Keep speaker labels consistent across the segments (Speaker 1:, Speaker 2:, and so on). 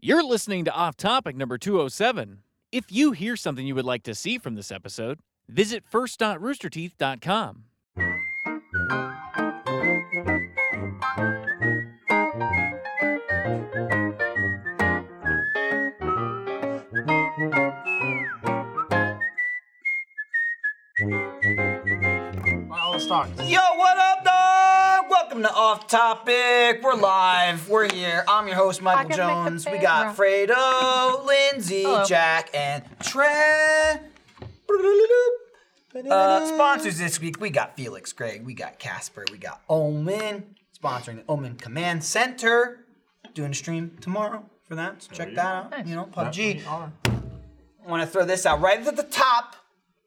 Speaker 1: You're listening to Off Topic number 207. If you hear something you would like to see from this episode, visit first.roosterteeth.com.
Speaker 2: Wow, let's talk.
Speaker 3: Yo, what up, dog? Welcome to Off Topic. We're live. We're here. I'm your host, Michael
Speaker 4: I can make
Speaker 3: Jones.
Speaker 4: the
Speaker 3: We got Fredo, Lindsay, Jack, and Trey. Uh, sponsors this week, we got Felix Gregg, we got Casper, we got Omen, sponsoring the Omen Command Center. Doing a stream tomorrow for that, so check that out. You know, PUBG. want to throw this out right at the top.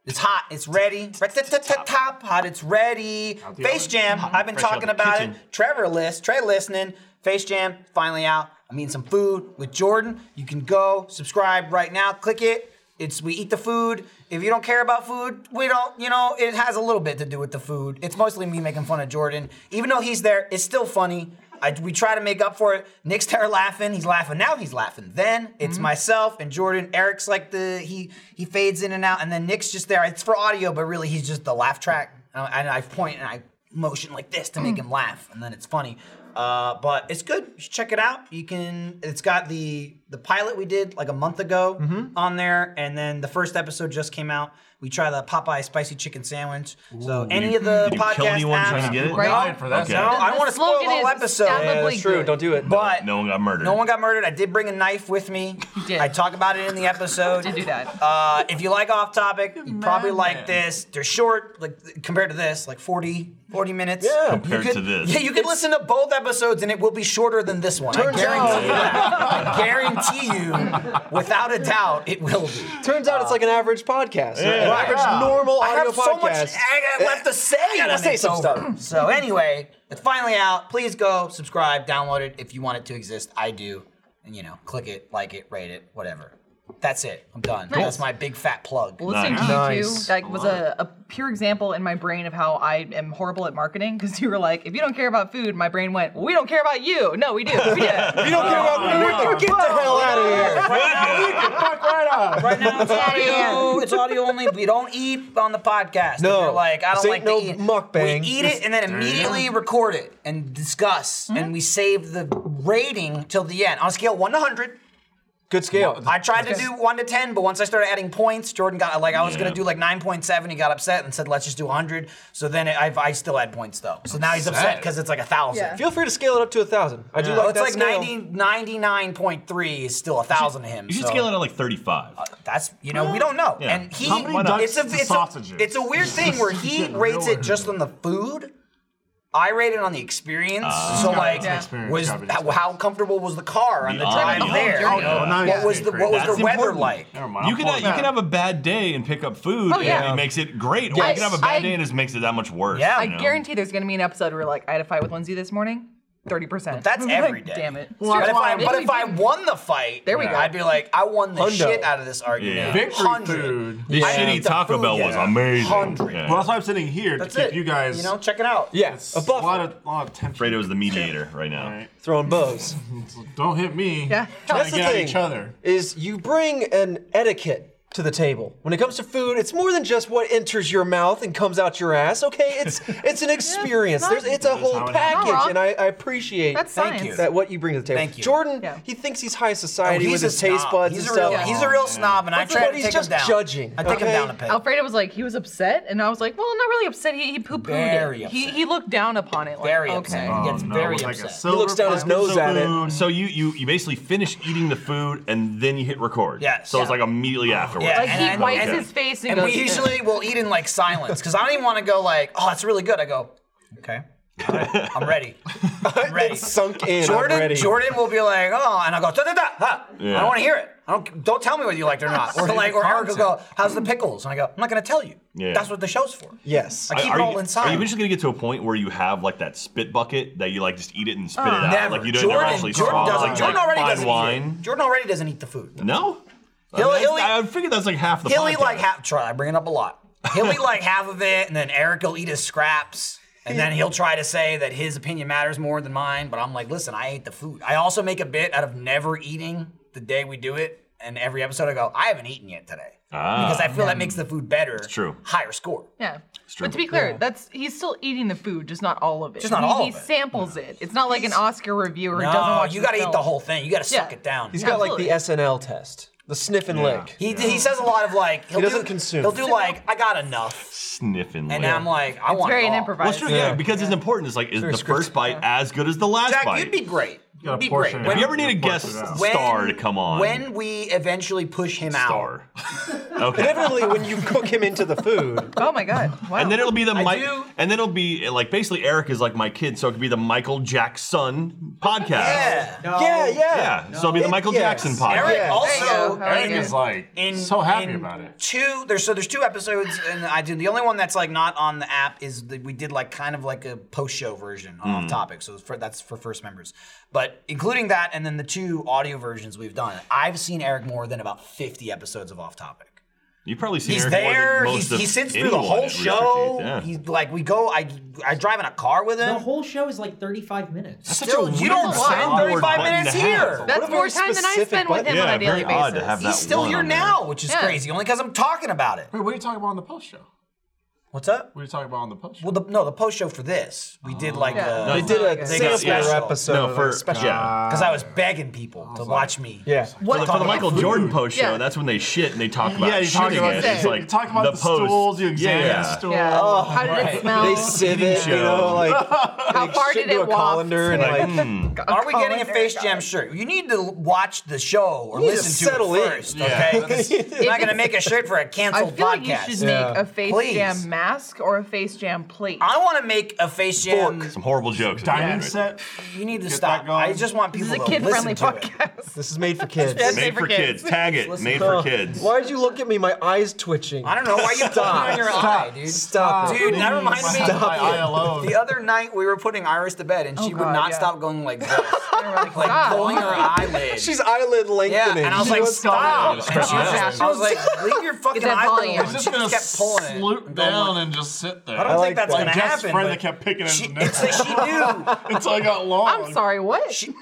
Speaker 3: It's hot. It's ready. Right at the top. Hot. It's ready.
Speaker 2: the
Speaker 3: Face
Speaker 2: oven.
Speaker 3: Jam. I've been
Speaker 2: Fresh out
Speaker 3: talking
Speaker 2: the
Speaker 3: about
Speaker 2: kitchen.
Speaker 3: it. Trevor list. Trey listening. Face Jam finally out. I'm eating some food with Jordan. You can go subscribe right now. Click it. It's we eat the food. If you don't care about food, we don't. You know, it has a little bit to do with the food. It's mostly me making fun of Jordan. Even though he's there, it's still funny. I, we try to make up for it. Nick's there laughing. He's laughing now. He's laughing then. It's
Speaker 5: Mm-hmm.
Speaker 3: myself and Jordan. Eric's like the he he fades in and out, and then Nick's just there. It's for audio, but really he's just the laugh track. Uh, And I point and I motion like this to
Speaker 5: Mm.
Speaker 3: make him laugh, and then it's funny. Uh, but it's good. You should check it out. You can. It's got the the pilot we did like a month ago
Speaker 5: Mm-hmm.
Speaker 3: on there, and then the first episode just came out. We try the Popeye spicy chicken sandwich. so any of the
Speaker 5: did you kill
Speaker 3: podcast
Speaker 5: anyone
Speaker 3: apps,
Speaker 5: trying to get it?
Speaker 4: Right.
Speaker 2: Died for that.
Speaker 5: Okay.
Speaker 3: I don't, I don't
Speaker 4: The
Speaker 3: want to spoil the
Speaker 4: slogan
Speaker 3: whole
Speaker 4: is
Speaker 3: episode.
Speaker 4: unstoppably Yeah, that's true. good. Don't
Speaker 3: do it. But
Speaker 5: No one got murdered.
Speaker 3: no one got murdered. I did bring a knife with me. You
Speaker 4: did.
Speaker 3: I talk about it in the episode.
Speaker 4: Did do that.
Speaker 3: Uh, if you like off topic, you probably
Speaker 2: madman.
Speaker 3: like this. They're short, like compared to this, like 40, 40 minutes. Yeah.
Speaker 5: Compared to this.
Speaker 3: Yeah, you could listen to both episodes and it will be shorter than this one. I
Speaker 6: Turns
Speaker 3: guarantee
Speaker 6: out-
Speaker 3: you that. I guarantee you, without a doubt, it will be.
Speaker 6: Turns out it's like an average podcast, an average
Speaker 2: Yeah.
Speaker 6: normal
Speaker 3: I
Speaker 6: audio
Speaker 3: have so much
Speaker 6: podcast.
Speaker 3: I got left to say.
Speaker 6: I gotta
Speaker 3: when
Speaker 6: say
Speaker 3: it's
Speaker 6: some
Speaker 3: over. So anyway, it's finally out. Please go subscribe, download it if you want it to exist. I do, and you know, click it, like it, rate it, whatever. That's it. I'm done. That's my big fat plug.
Speaker 4: Listening
Speaker 5: Nice.
Speaker 4: to you
Speaker 6: Nice.
Speaker 4: two, that was a, a pure example in my brain of how I am horrible at marketing because you were like, if you don't care about food, my brain went, we don't care about you. No, we do. We
Speaker 6: You don't
Speaker 4: do.
Speaker 6: care
Speaker 3: Oh,
Speaker 6: about me. Get the hell out of here.
Speaker 2: Fuck right on.
Speaker 3: Right now it's audio. it's audio only. We don't eat on the podcast. If
Speaker 6: No.
Speaker 3: you're like I don't
Speaker 6: This ain't
Speaker 3: like
Speaker 6: no
Speaker 3: to eat.
Speaker 6: mukbang.
Speaker 3: We eat it and then immediately record it and discuss, and we save the rating till the end on a scale of one to hundred.
Speaker 6: Good scale.
Speaker 3: I tried to do one to ten, but once I started adding points, Jordan got like I was gonna do like nine point seven. He got upset and said, "Let's just do 100. So then I, I still had points though. So now he's upset
Speaker 2: Upset.
Speaker 3: because it's like a thousand.
Speaker 4: Yeah.
Speaker 6: Feel free to scale it up to a thousand. I do like
Speaker 3: Well, Oh, it's
Speaker 6: that
Speaker 3: like
Speaker 6: scale.
Speaker 3: 90, 99.3 is still a thousand to him.
Speaker 5: You should
Speaker 3: so Uh,
Speaker 5: scale it out like 35.
Speaker 3: That's you know we don't know.
Speaker 5: Yeah.
Speaker 3: And he
Speaker 5: How many
Speaker 2: ducks
Speaker 3: it's a
Speaker 2: to
Speaker 3: it's
Speaker 2: sausages?
Speaker 3: a, it's a weird thing where he rates it just on the food. I rate it on the experience.
Speaker 5: Ah.
Speaker 3: so like,
Speaker 4: Yeah.
Speaker 2: experience,
Speaker 3: was
Speaker 2: gotta be
Speaker 3: how, how comfortable was the car on the
Speaker 5: The
Speaker 3: drive
Speaker 5: audio.
Speaker 3: there?
Speaker 5: Oh, no,
Speaker 2: not
Speaker 3: What
Speaker 2: even
Speaker 3: was the what was
Speaker 5: That's
Speaker 3: the weather
Speaker 5: important.
Speaker 3: like?
Speaker 2: Never mind,
Speaker 5: You
Speaker 2: I'm
Speaker 5: can,
Speaker 2: pulling
Speaker 5: you can
Speaker 2: that.
Speaker 5: have a bad day and pick up food,
Speaker 4: Oh, yeah.
Speaker 5: and it makes it great. Or you
Speaker 4: Yes.
Speaker 5: can have a bad
Speaker 4: I-
Speaker 5: day and it makes it that much worse.
Speaker 3: Yeah.
Speaker 4: I
Speaker 5: you know?
Speaker 4: guarantee there's going to be an episode where like, I had a fight with Lindsay this morning. 30%.
Speaker 3: That's
Speaker 4: Like,
Speaker 3: every day.
Speaker 4: Damn it.
Speaker 2: Well,
Speaker 3: But if
Speaker 2: That's why
Speaker 3: I
Speaker 2: I'm-
Speaker 3: but if I won the fight,
Speaker 4: There we go.
Speaker 3: I'd be like, I won the
Speaker 6: Hundo.
Speaker 3: shit out of this argument.
Speaker 5: Yeah.
Speaker 2: Victory
Speaker 3: 100.
Speaker 2: food.
Speaker 5: The
Speaker 3: I
Speaker 5: shitty
Speaker 3: ate the
Speaker 5: Taco
Speaker 3: food,
Speaker 5: Bell
Speaker 3: yeah.
Speaker 5: was amazing.
Speaker 3: 100.
Speaker 5: Yeah.
Speaker 2: Well, that's why I'm sitting here
Speaker 3: That's
Speaker 2: to keep
Speaker 3: it.
Speaker 2: you guys.
Speaker 3: You know, check it out.
Speaker 6: Yeah,
Speaker 2: it's
Speaker 6: a buffer.
Speaker 2: lot of, lot of tension.
Speaker 5: Fredo's the mediator right now.
Speaker 2: Alright.
Speaker 6: Throwing bows.
Speaker 2: So Don't hit me.
Speaker 4: Yeah.
Speaker 2: Trying to
Speaker 6: That's the
Speaker 2: get at
Speaker 6: thing.
Speaker 2: each other.
Speaker 6: Is you bring an etiquette to the table. When it comes to food, it's more than just what enters your mouth and comes out your ass. Okay, it's it's an experience.
Speaker 4: no,
Speaker 6: There's, it's a
Speaker 2: how
Speaker 6: whole
Speaker 2: it
Speaker 4: happens.
Speaker 6: package, and I, I appreciate
Speaker 4: That's
Speaker 3: Thank
Speaker 4: science.
Speaker 3: you.
Speaker 6: that what you bring to the table.
Speaker 3: Thank you. Oh,
Speaker 6: Jordan,
Speaker 4: Yeah.
Speaker 6: he thinks he's high society
Speaker 3: he's
Speaker 6: with
Speaker 3: a
Speaker 6: his taste
Speaker 3: snob.
Speaker 6: buds
Speaker 3: He's
Speaker 6: and
Speaker 3: a real,
Speaker 6: stuff.
Speaker 3: He's a real snob, and I
Speaker 6: That's
Speaker 3: try
Speaker 6: what
Speaker 3: to
Speaker 6: he's
Speaker 3: take
Speaker 6: just
Speaker 3: him down.
Speaker 6: judging,
Speaker 3: I take him
Speaker 6: okay?
Speaker 3: down a peg.
Speaker 4: Alfredo was like, he was upset, and I was like, well, not really upset. He, he poo pooed
Speaker 3: Very
Speaker 4: it. He,
Speaker 3: upset.
Speaker 4: he looked down upon it. Like,
Speaker 3: Very
Speaker 4: okay.
Speaker 3: upset.
Speaker 2: Oh,
Speaker 3: he gets
Speaker 2: no,
Speaker 3: very
Speaker 2: with, like, a
Speaker 3: upset.
Speaker 2: silver
Speaker 6: looks down his
Speaker 2: fucking
Speaker 6: nose at it.
Speaker 2: spoon.
Speaker 5: So you, you you basically finish eating the food and then you hit record.
Speaker 3: Yes.
Speaker 5: So it's like immediately afterwards.
Speaker 3: Yeah.
Speaker 4: Like,
Speaker 3: And
Speaker 4: he
Speaker 3: I-
Speaker 4: wipes
Speaker 5: okay.
Speaker 4: his face and,
Speaker 3: And we
Speaker 4: goes,
Speaker 3: usually will eat in like silence because I don't even want to go like, oh, that's really good. I go, okay, All right, I'm ready. I'm ready.
Speaker 6: sunk in
Speaker 3: Jordan,
Speaker 6: already.
Speaker 3: Jordan will be like, oh, and I'll go, da da da, huh. I
Speaker 5: Yeah.
Speaker 3: don't want to hear it. I don't, don't tell me whether you liked it or not. Or like, or Eric will go, how's the pickles? And I go, I'm not gonna tell you.
Speaker 5: Yeah.
Speaker 3: That's what the show's for.
Speaker 6: Yes.
Speaker 3: I keep
Speaker 5: are
Speaker 3: it all
Speaker 5: you,
Speaker 3: inside.
Speaker 5: Are you eventually gonna get to a point where you have like that spit bucket that you like just eat it and spit it out?
Speaker 3: Uh, Never.
Speaker 5: Like you don't
Speaker 3: Jordan,
Speaker 5: never actually
Speaker 3: Jordan
Speaker 5: swallow,
Speaker 3: doesn't.
Speaker 5: like,
Speaker 3: Jordan
Speaker 5: like
Speaker 3: already
Speaker 5: fine
Speaker 3: doesn't
Speaker 5: wine.
Speaker 3: eat it. Jordan already doesn't eat the food.
Speaker 5: No.
Speaker 3: He'll-
Speaker 5: I, mean,
Speaker 3: he'll eat-
Speaker 5: that's- I would figure that's like half the.
Speaker 3: He'll
Speaker 5: podcast.
Speaker 3: eat like half. Try. I bring it up a lot. He'll eat like half of it, and then Eric will eat his scraps, and then he'll try to say that his opinion matters more than mine. But I'm like, listen, I ate the food. I also make a bit out of never eating. the day we do it, and every episode I go, I haven't eaten yet today.
Speaker 5: Ah.
Speaker 3: because I feel that makes the food better.
Speaker 5: true.
Speaker 3: Higher score.
Speaker 4: Yeah.
Speaker 5: true.
Speaker 4: But to be clear, that's he's still eating the food, just not all of it.
Speaker 3: Just not
Speaker 4: he,
Speaker 3: all
Speaker 4: he
Speaker 3: of it.
Speaker 4: samples it. It's not like an Oscar reviewer who doesn't
Speaker 3: No,
Speaker 4: watch.
Speaker 3: you got to eat
Speaker 4: film.
Speaker 3: the whole thing. You got to suck
Speaker 4: Yeah.
Speaker 3: it down.
Speaker 6: He's got like the SNL test, the sniff and lick.
Speaker 3: He, he says a lot of like he'll
Speaker 6: doesn't
Speaker 3: do,
Speaker 6: consume.
Speaker 3: He'll do like I got enough,
Speaker 5: Sniffing.
Speaker 3: and
Speaker 5: later.
Speaker 3: I'm like I
Speaker 4: It's
Speaker 3: want
Speaker 4: very
Speaker 3: it all.
Speaker 5: Well,
Speaker 4: improvised.
Speaker 5: it's true, yeah, because it's important. It's like, is the first bite as good as the last
Speaker 3: Jack,
Speaker 5: bite?
Speaker 3: you'd be great.
Speaker 2: gotta
Speaker 3: You'd be
Speaker 2: portion
Speaker 3: great.
Speaker 2: it out.
Speaker 5: if you ever need a
Speaker 2: You'd
Speaker 5: guest
Speaker 2: portion it out.
Speaker 5: star to come on,
Speaker 3: when we eventually push him out,
Speaker 5: star. okay.
Speaker 6: Inevitably, when you cook him into the food,
Speaker 4: Oh my god! Wow.
Speaker 5: And then it'll be the Mike,
Speaker 3: do-
Speaker 5: and then it'll be like basically Eric is like my kid, so it could be the Michael Jackson podcast.
Speaker 3: yeah.
Speaker 6: yeah, yeah,
Speaker 5: Yeah, so it'll be the Michael
Speaker 6: Yes.
Speaker 5: Jackson podcast.
Speaker 3: Eric
Speaker 6: Yeah.
Speaker 4: There you
Speaker 3: also
Speaker 4: go.
Speaker 2: Eric
Speaker 4: Okay.
Speaker 2: is like
Speaker 3: in
Speaker 2: so happy
Speaker 3: in
Speaker 2: about it.
Speaker 3: Two there's so there's two episodes, and I do the only one that's like not on the app is that we did like kind of like a post show version on
Speaker 5: Mm.
Speaker 3: off topic. So for, that's for first members, but including that and then the two audio versions we've done, I've seen Eric more than about 50 episodes of off topic.
Speaker 5: You've probably seen
Speaker 3: He's
Speaker 5: Eric more
Speaker 3: there.
Speaker 5: than most
Speaker 3: He's,
Speaker 5: of
Speaker 3: he sits through the
Speaker 5: anyone at
Speaker 3: whole
Speaker 5: Rooster
Speaker 3: show.
Speaker 5: Teeth, yeah.
Speaker 3: He's like, we go. I I drive in a car with him.
Speaker 7: The whole show is like 35 minutes.
Speaker 5: Such a
Speaker 3: Still, you
Speaker 5: weird
Speaker 3: don't spend
Speaker 5: soundboard
Speaker 3: 35
Speaker 5: button
Speaker 3: minutes
Speaker 5: to have.
Speaker 3: here.
Speaker 6: What
Speaker 4: that's
Speaker 6: a
Speaker 4: more
Speaker 6: very
Speaker 4: time than I
Speaker 6: specific
Speaker 4: spend with
Speaker 6: button.
Speaker 4: him on
Speaker 5: yeah,
Speaker 4: a daily
Speaker 5: very odd to
Speaker 4: basis.
Speaker 5: have that.
Speaker 3: He's still
Speaker 5: one
Speaker 3: here
Speaker 5: on there.
Speaker 3: now, which is
Speaker 4: Yeah.
Speaker 3: crazy. Only because I'm talking about it.
Speaker 2: Wait, what are you talking about on the post show?
Speaker 3: What's up?
Speaker 2: What are you talking about on the post show?
Speaker 3: Well, the, no, the post show for this, we did like
Speaker 4: Yeah.
Speaker 3: a
Speaker 6: they did a
Speaker 3: They got
Speaker 6: sample
Speaker 3: special.
Speaker 6: episode,
Speaker 5: No,
Speaker 6: like
Speaker 5: for-
Speaker 6: a special.
Speaker 5: yeah.
Speaker 3: because I was begging people to watch me.
Speaker 6: Yeah.
Speaker 5: For the, for the Michael Jordan post show,
Speaker 4: Yeah.
Speaker 5: that's when they shit and they talk about
Speaker 2: Yeah, you talk
Speaker 5: shitting
Speaker 2: about
Speaker 5: it.
Speaker 4: the-
Speaker 5: It's like
Speaker 2: you talk about the,
Speaker 5: post.
Speaker 2: stools, you examine
Speaker 5: yeah.
Speaker 2: the stool.
Speaker 4: Yeah.
Speaker 5: Oh.
Speaker 4: How did it smell?
Speaker 6: They sieve it, you
Speaker 5: show.
Speaker 6: know, like
Speaker 4: How far
Speaker 6: shit
Speaker 4: did
Speaker 6: into
Speaker 4: it
Speaker 6: a
Speaker 4: waft?
Speaker 6: colander and like
Speaker 5: Hmm.
Speaker 3: hmm. Are we getting a
Speaker 4: colander,
Speaker 3: Face
Speaker 4: got
Speaker 3: Jam shirt? You need to watch the show or
Speaker 6: You need to
Speaker 3: listen to,
Speaker 6: settle
Speaker 3: it
Speaker 6: in.
Speaker 3: first, okay? 'Cause I'm not going to make a shirt for a
Speaker 4: I
Speaker 3: canceled
Speaker 4: feel like you
Speaker 3: podcast.
Speaker 4: should
Speaker 6: Yeah.
Speaker 4: make a face
Speaker 3: Please.
Speaker 4: jam mask or a face jam plate.
Speaker 3: I want to make a Face Jam.
Speaker 6: Fork.
Speaker 5: Some horrible jokes.
Speaker 2: Dining
Speaker 5: Yeah.
Speaker 2: set.
Speaker 3: You need to
Speaker 2: Get
Speaker 3: stop.
Speaker 2: that going.
Speaker 3: I just want
Speaker 4: this
Speaker 3: people
Speaker 4: is a
Speaker 3: to listen
Speaker 4: kid-friendly
Speaker 3: to it.
Speaker 4: podcast.
Speaker 6: this is made for kids.
Speaker 4: Yes.
Speaker 5: Made for kids. Tag it. Made for
Speaker 6: Oh,
Speaker 5: kids.
Speaker 6: Why'd you look at me? My eyes twitching.
Speaker 3: I don't know why you put it on your eye,
Speaker 2: Stop.
Speaker 3: dude.
Speaker 6: Stop it.
Speaker 3: Dude, that reminds me-
Speaker 2: My- my eye alone.
Speaker 3: The other night we were putting Iris to bed and she would
Speaker 4: God,
Speaker 3: not
Speaker 4: yeah.
Speaker 3: stop going like this,
Speaker 4: They were like,
Speaker 3: like
Speaker 4: "God."
Speaker 3: pulling her eyelid.
Speaker 6: She's eyelid
Speaker 3: yeah,
Speaker 6: lengthening.
Speaker 3: and I was
Speaker 6: She
Speaker 3: like,
Speaker 6: wants-
Speaker 3: stop. And
Speaker 5: Yeah,
Speaker 3: she
Speaker 5: it's
Speaker 3: was just, I was like, leave your fucking
Speaker 4: that
Speaker 3: eyelid
Speaker 4: volume.
Speaker 3: alone.
Speaker 2: It's
Speaker 3: She
Speaker 2: just
Speaker 3: just
Speaker 2: gonna
Speaker 3: kept pulling it.
Speaker 2: sloop
Speaker 3: and going
Speaker 2: down
Speaker 3: like-
Speaker 2: and just sit there.
Speaker 3: I don't
Speaker 6: I
Speaker 3: think
Speaker 6: like
Speaker 3: that's
Speaker 6: that.
Speaker 3: gonna
Speaker 2: Jeff's
Speaker 3: happen.
Speaker 2: friend
Speaker 3: but
Speaker 2: that kept picking at
Speaker 3: she,
Speaker 2: his neck
Speaker 3: it's like she knew.
Speaker 2: until I got long.
Speaker 4: I'm sorry, what?
Speaker 3: She,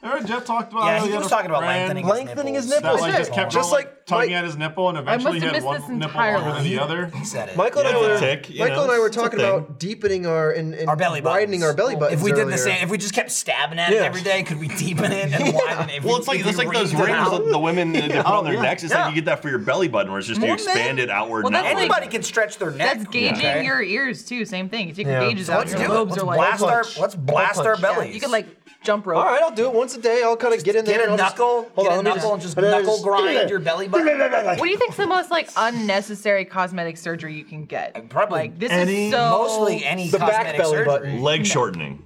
Speaker 2: Remember Jeff talked about
Speaker 3: yeah,
Speaker 2: how
Speaker 3: he
Speaker 2: had
Speaker 3: was
Speaker 2: a
Speaker 3: talking about
Speaker 2: friend
Speaker 3: lengthening,
Speaker 6: Lengthening his
Speaker 2: That
Speaker 6: nipples.
Speaker 2: like just kept
Speaker 6: Just
Speaker 2: on, like,
Speaker 6: like
Speaker 2: tugging
Speaker 6: like-
Speaker 2: at his nipple, and eventually
Speaker 4: must
Speaker 2: he
Speaker 4: have
Speaker 2: had
Speaker 4: missed
Speaker 2: one
Speaker 4: this
Speaker 2: nipple
Speaker 4: entirely.
Speaker 2: longer than the other.
Speaker 3: He said it.
Speaker 6: Michael and I
Speaker 5: Yeah,
Speaker 6: were
Speaker 5: tick, you
Speaker 6: Michael
Speaker 5: know,
Speaker 6: and I were
Speaker 5: it's a
Speaker 6: talking
Speaker 5: thing.
Speaker 6: about deepening our and, and
Speaker 3: our belly buttons.
Speaker 6: widening our belly buttons.
Speaker 3: If we did
Speaker 6: earlier.
Speaker 3: the same, if we just kept stabbing at it
Speaker 6: Yeah.
Speaker 3: every day, could we deepen it and widen it? If
Speaker 5: Well,
Speaker 3: we-
Speaker 5: it's like
Speaker 3: if we
Speaker 5: it's like those
Speaker 3: reasoned it
Speaker 5: rings
Speaker 3: out?
Speaker 5: that the women they put on their
Speaker 6: yeah.
Speaker 5: necks. It's
Speaker 3: Yeah.
Speaker 5: like you get that for your belly button, where it's just you
Speaker 3: Well, man.
Speaker 5: expand it outward.
Speaker 4: Well,
Speaker 5: and
Speaker 4: that's
Speaker 5: outward.
Speaker 3: Anybody can stretch their neck.
Speaker 4: That's gauging
Speaker 3: okay?
Speaker 4: your ears too. Same thing. You take
Speaker 6: Yeah.
Speaker 4: the gauges
Speaker 6: So
Speaker 4: out.
Speaker 3: Let's
Speaker 4: Your
Speaker 3: do it.
Speaker 4: lobes
Speaker 3: Let's
Speaker 4: are like
Speaker 3: blast our
Speaker 6: punch.
Speaker 3: let's blast our
Speaker 6: punch.
Speaker 4: Yeah,
Speaker 3: bellies.
Speaker 4: you could like jump rope.
Speaker 6: All right, I'll do it once a day. I'll kind of get in there.
Speaker 3: get a
Speaker 6: and I'll just-
Speaker 3: knuckle,
Speaker 6: hold
Speaker 3: get
Speaker 6: on,
Speaker 3: a
Speaker 6: let me just-
Speaker 3: knuckle, and just
Speaker 6: and then I
Speaker 3: knuckle
Speaker 6: just-
Speaker 3: grind your belly button.
Speaker 4: What do you think's the most like unnecessary cosmetic surgery you can get?
Speaker 3: Uh, Probably
Speaker 4: like this
Speaker 2: any-
Speaker 4: is so
Speaker 3: Mostly any
Speaker 6: The
Speaker 3: cosmetic
Speaker 6: back belly
Speaker 3: surgery.
Speaker 6: button,
Speaker 5: leg shortening.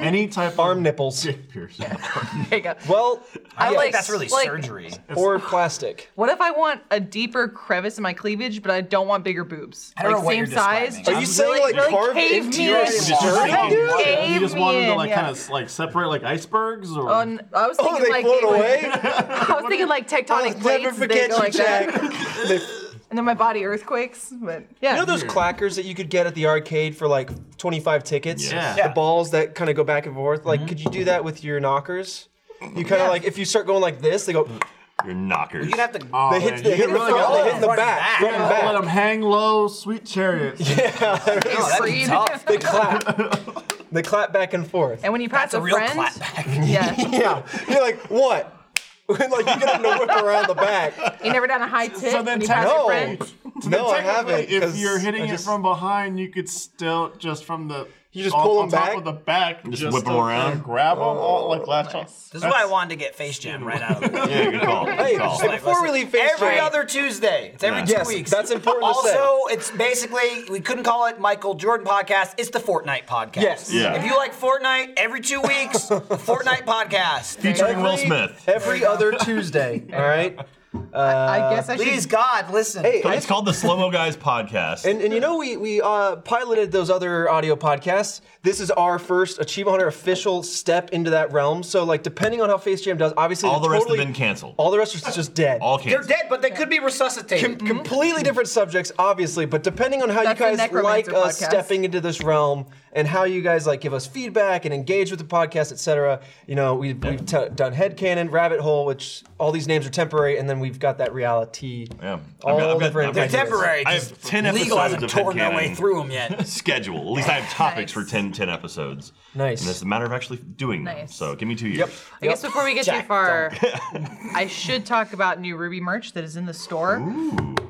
Speaker 2: Any type
Speaker 6: arm
Speaker 2: of
Speaker 6: nipples.
Speaker 2: dick piercing.
Speaker 4: makeup.
Speaker 6: Well,
Speaker 3: I
Speaker 6: yes.
Speaker 3: like that's really
Speaker 4: like-
Speaker 3: surgery.
Speaker 6: or plastic.
Speaker 4: What if I want a deeper crevice in my cleavage, but I don't want bigger boobs?
Speaker 3: I don't
Speaker 4: like
Speaker 3: know what
Speaker 4: same
Speaker 3: you're
Speaker 4: size.
Speaker 3: describing.
Speaker 6: Are you saying like
Speaker 4: really
Speaker 6: carved
Speaker 4: cave
Speaker 6: into
Speaker 4: me
Speaker 6: your
Speaker 4: in.
Speaker 5: Just
Speaker 6: vagina,
Speaker 5: saying
Speaker 6: dude?
Speaker 4: Dude,
Speaker 2: Yeah, you just wanted to
Speaker 4: Avian,
Speaker 2: like
Speaker 4: yeah.
Speaker 2: kind of like separate like icebergs or
Speaker 4: On, I was
Speaker 6: Oh,
Speaker 4: thinking
Speaker 6: they
Speaker 4: like
Speaker 6: float
Speaker 4: they would-
Speaker 6: away. Oh,
Speaker 4: I was thinking like
Speaker 6: I'll
Speaker 4: tectonic
Speaker 6: never
Speaker 4: plates. They
Speaker 6: forget
Speaker 4: go
Speaker 6: you,
Speaker 4: like
Speaker 6: Jack.
Speaker 4: that, and then my body earthquakes. But yeah,
Speaker 6: You know
Speaker 2: Hmm.
Speaker 6: those clackers that you could get at the arcade for like 25 tickets?
Speaker 2: Yeah. Mm-hmm.
Speaker 6: The balls that kind of go back and forth. Like, could you do that with your knockers? You kind of like, if you start going like this, they go,
Speaker 5: Your knockers.
Speaker 3: You'd have to.
Speaker 2: Oh,
Speaker 6: they
Speaker 2: man,
Speaker 6: hit, they
Speaker 2: you
Speaker 6: hit, the,
Speaker 2: really
Speaker 6: front,
Speaker 2: gotta
Speaker 6: they hit in the
Speaker 3: Front and
Speaker 6: back,
Speaker 3: back.
Speaker 6: front and
Speaker 2: let 'em let them
Speaker 6: back.
Speaker 2: hang low, sweet chariot.
Speaker 3: no, that'd be
Speaker 4: Creed.
Speaker 3: tough.
Speaker 6: They clap. They clap back and forth.
Speaker 4: and when you pass
Speaker 3: That's a real
Speaker 4: friend,
Speaker 3: clapback.
Speaker 4: yeah,
Speaker 6: Yeah. You're like, what? like, you get them to whip around the back.
Speaker 4: you never done a high tip.
Speaker 2: So
Speaker 4: when
Speaker 2: then
Speaker 4: you pass your
Speaker 6: no.
Speaker 4: friend.
Speaker 2: So
Speaker 6: no, I
Speaker 2: technically,
Speaker 6: haven't.
Speaker 2: If
Speaker 6: 'cause
Speaker 2: you're hitting
Speaker 6: I
Speaker 2: it
Speaker 6: just-
Speaker 2: from behind, you could still just from the
Speaker 6: You just
Speaker 2: on-
Speaker 6: pull
Speaker 2: on
Speaker 6: 'em
Speaker 2: top
Speaker 6: back? Oh,
Speaker 2: of the back,
Speaker 5: Just whip 'em
Speaker 2: to
Speaker 5: around?
Speaker 2: kinda grab them all like last time.
Speaker 3: This is why I wanted to get Face Jam right out of the way.
Speaker 5: Yeah, good call. Good
Speaker 6: Hey,
Speaker 5: call.
Speaker 6: just like- Before we leave Face
Speaker 3: every
Speaker 6: Jam-
Speaker 3: other Tuesday. It's every
Speaker 5: Yeah.
Speaker 3: two
Speaker 6: Yes,
Speaker 3: weeks.
Speaker 6: that's important to
Speaker 3: Also,
Speaker 6: say.
Speaker 3: it's basically we couldn't call it Michael Jordan podcast. It's the Fortnite podcast.
Speaker 6: Yes.
Speaker 5: Yeah.
Speaker 3: If you like Fortnite, every two weeks, the Fortnite podcast.
Speaker 5: Featuring Will
Speaker 6: Every-
Speaker 5: Smith.
Speaker 6: Every other Tuesday, all right?
Speaker 4: I guess I should.
Speaker 3: Uh, Please God, listen.
Speaker 6: Hey, and
Speaker 5: It's called the Slow Mo Guys podcast.
Speaker 6: And, and you know we we uh, piloted those other audio podcasts. This is our first Achievement Hunter official step into that realm. So like depending on how Face Jam does, obviously
Speaker 5: all the
Speaker 6: they're
Speaker 5: rest
Speaker 6: totally,
Speaker 5: have been canceled. All,
Speaker 6: All the rest are just dead.
Speaker 3: they're
Speaker 5: canceled.
Speaker 3: dead, but they could be resuscitated.
Speaker 5: Mm-hmm.
Speaker 6: Com- Completely different subjects, obviously, but depending on how
Speaker 4: That's the
Speaker 6: you guys like
Speaker 4: Necromancer
Speaker 6: us
Speaker 4: podcast.
Speaker 6: stepping into this realm and how you guys like give us feedback and engage with the podcast, etc. You know, we, we've t- done Headcanon, Rabbit Hole, which all these names are temporary, and then we've got that reality.
Speaker 5: Yeah.
Speaker 6: All
Speaker 5: I've got- I've got-
Speaker 6: different
Speaker 5: I've got-
Speaker 3: They're
Speaker 6: ideas.
Speaker 3: temporary.
Speaker 5: I
Speaker 3: 'cause
Speaker 5: have 10
Speaker 3: Legal
Speaker 5: episodes
Speaker 3: hasn't
Speaker 5: of
Speaker 3: torn their
Speaker 5: Headcanon.
Speaker 3: way through them yet.
Speaker 5: Schedule. At least I have topics for 10, 10 episodes.
Speaker 6: Nice.
Speaker 5: And it's a matter of actually doing them.
Speaker 4: Nice.
Speaker 5: So give me two years.
Speaker 6: Yep.
Speaker 4: I guess before we get
Speaker 3: Jack,
Speaker 4: too far, I should talk about new Ruby merch that is in the store.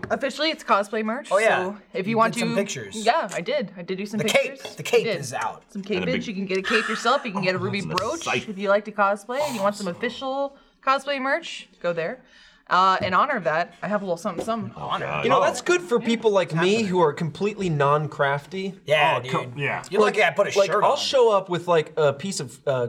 Speaker 4: Officially, it's cosplay merch. Oh
Speaker 3: yeah.
Speaker 4: So if you,
Speaker 3: You
Speaker 4: want
Speaker 3: did
Speaker 4: to,
Speaker 3: some pictures.
Speaker 4: Yeah, I did. I did do some
Speaker 3: The
Speaker 4: pictures.
Speaker 3: cape. The cape
Speaker 4: I did.
Speaker 3: is out.
Speaker 4: Some
Speaker 5: And a
Speaker 4: capage.
Speaker 5: big-
Speaker 4: You can get a cape yourself. You can get a ruby
Speaker 5: in the
Speaker 4: brooch
Speaker 5: sight.
Speaker 4: if you like to cosplay. If you want some official cosplay merch, go there. Uh, in honor of that, I have a little something, something.
Speaker 5: God.
Speaker 6: You know, that's good for people like me who are completely non-crafty.
Speaker 3: Yeah,
Speaker 2: Oh,
Speaker 3: dude.
Speaker 2: come- yeah.
Speaker 3: You're lucky I put a
Speaker 6: like
Speaker 3: shirt
Speaker 6: I'll
Speaker 3: on.
Speaker 6: show up with like a piece of uh,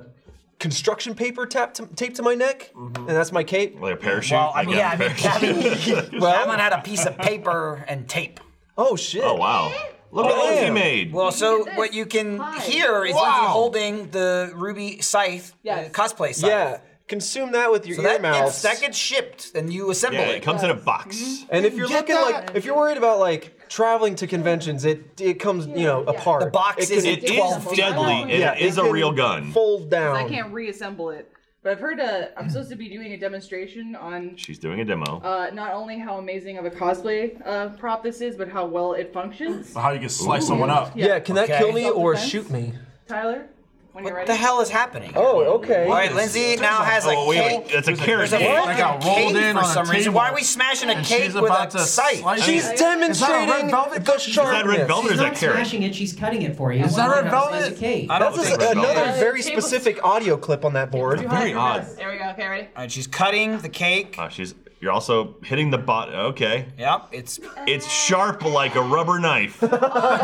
Speaker 6: construction paper tap to, taped to my neck,
Speaker 3: Mm-hmm.
Speaker 6: and that's my cape.
Speaker 5: Like a parachute.
Speaker 3: well, I mean,
Speaker 5: got
Speaker 3: yeah,
Speaker 5: a
Speaker 3: I mean,
Speaker 5: parachute.
Speaker 3: Gavin, Gavin had a piece of paper and tape.
Speaker 6: Oh shit!
Speaker 5: Oh, wow. Look at what he
Speaker 6: Damn.
Speaker 5: made.
Speaker 3: Well, so what you can
Speaker 8: Hi.
Speaker 3: hear is Lindsay holding the ruby scythe,
Speaker 4: Yes.
Speaker 3: uh, cosplay scythe.
Speaker 6: Yeah, consume that with your
Speaker 3: So
Speaker 6: ear
Speaker 3: that
Speaker 6: mouths.
Speaker 3: gets, that gets shipped and you assemble
Speaker 5: yeah, it
Speaker 3: it.
Speaker 5: comes in a box.
Speaker 6: and if you're looking like, if you're worried about like traveling to conventions, it it comes you know apart.
Speaker 3: The box
Speaker 6: It can-
Speaker 3: is
Speaker 5: It is
Speaker 3: 12 feet
Speaker 5: deadly.
Speaker 3: long.
Speaker 5: and it is a
Speaker 6: can
Speaker 5: real gun.
Speaker 6: Fold down.
Speaker 9: I can't reassemble it. Um, But I've heard uh, I'm supposed to be doing a demonstration on
Speaker 5: She's doing a demo.
Speaker 9: uh, not only how amazing of a cosplay uh, prop this is, but how well it functions.
Speaker 2: How you can slice someone up.
Speaker 6: yeah, can that
Speaker 3: Okay.
Speaker 6: kill me or
Speaker 9: Self-defense?
Speaker 6: shoot me?
Speaker 9: Tyler, when you're
Speaker 3: What
Speaker 9: ready.
Speaker 3: the hell is happening?
Speaker 6: Oh, okay.
Speaker 3: All right, Lindsay now has a
Speaker 5: oh, wait, wait,
Speaker 3: cake.
Speaker 5: that's a carrot.
Speaker 3: There's a
Speaker 5: cake.
Speaker 2: what?
Speaker 3: fucking
Speaker 2: got rolled
Speaker 3: cake
Speaker 2: in
Speaker 3: for
Speaker 2: on a
Speaker 3: some reason.
Speaker 2: table.
Speaker 3: Why are we smashing a
Speaker 2: And
Speaker 3: cake
Speaker 2: she's
Speaker 3: with
Speaker 2: about
Speaker 3: a
Speaker 2: to
Speaker 3: scythe?
Speaker 2: slice
Speaker 6: She's
Speaker 2: it.
Speaker 6: demonstrating
Speaker 2: velvet?
Speaker 6: the
Speaker 2: Is
Speaker 5: Is that
Speaker 6: sharpness.
Speaker 5: red velvet or
Speaker 7: She's
Speaker 5: is
Speaker 7: not
Speaker 5: that carrot?
Speaker 7: smashing it, she's cutting it for you.
Speaker 2: Is that
Speaker 7: Why
Speaker 2: red
Speaker 7: not slice
Speaker 2: velvet?
Speaker 7: a cake?
Speaker 2: I don't
Speaker 6: That's
Speaker 5: think
Speaker 6: a-
Speaker 5: red
Speaker 6: another
Speaker 5: velvet.
Speaker 6: very
Speaker 4: Uh, tables-
Speaker 6: specific audio clip on that board.
Speaker 5: Very odd.
Speaker 4: There we go. Okay, ready?
Speaker 3: All right, she's cutting the cake.
Speaker 5: Oh, she's. You're also hitting the bot. Okay.
Speaker 3: Yep, it's
Speaker 5: It's sharp like a rubber knife.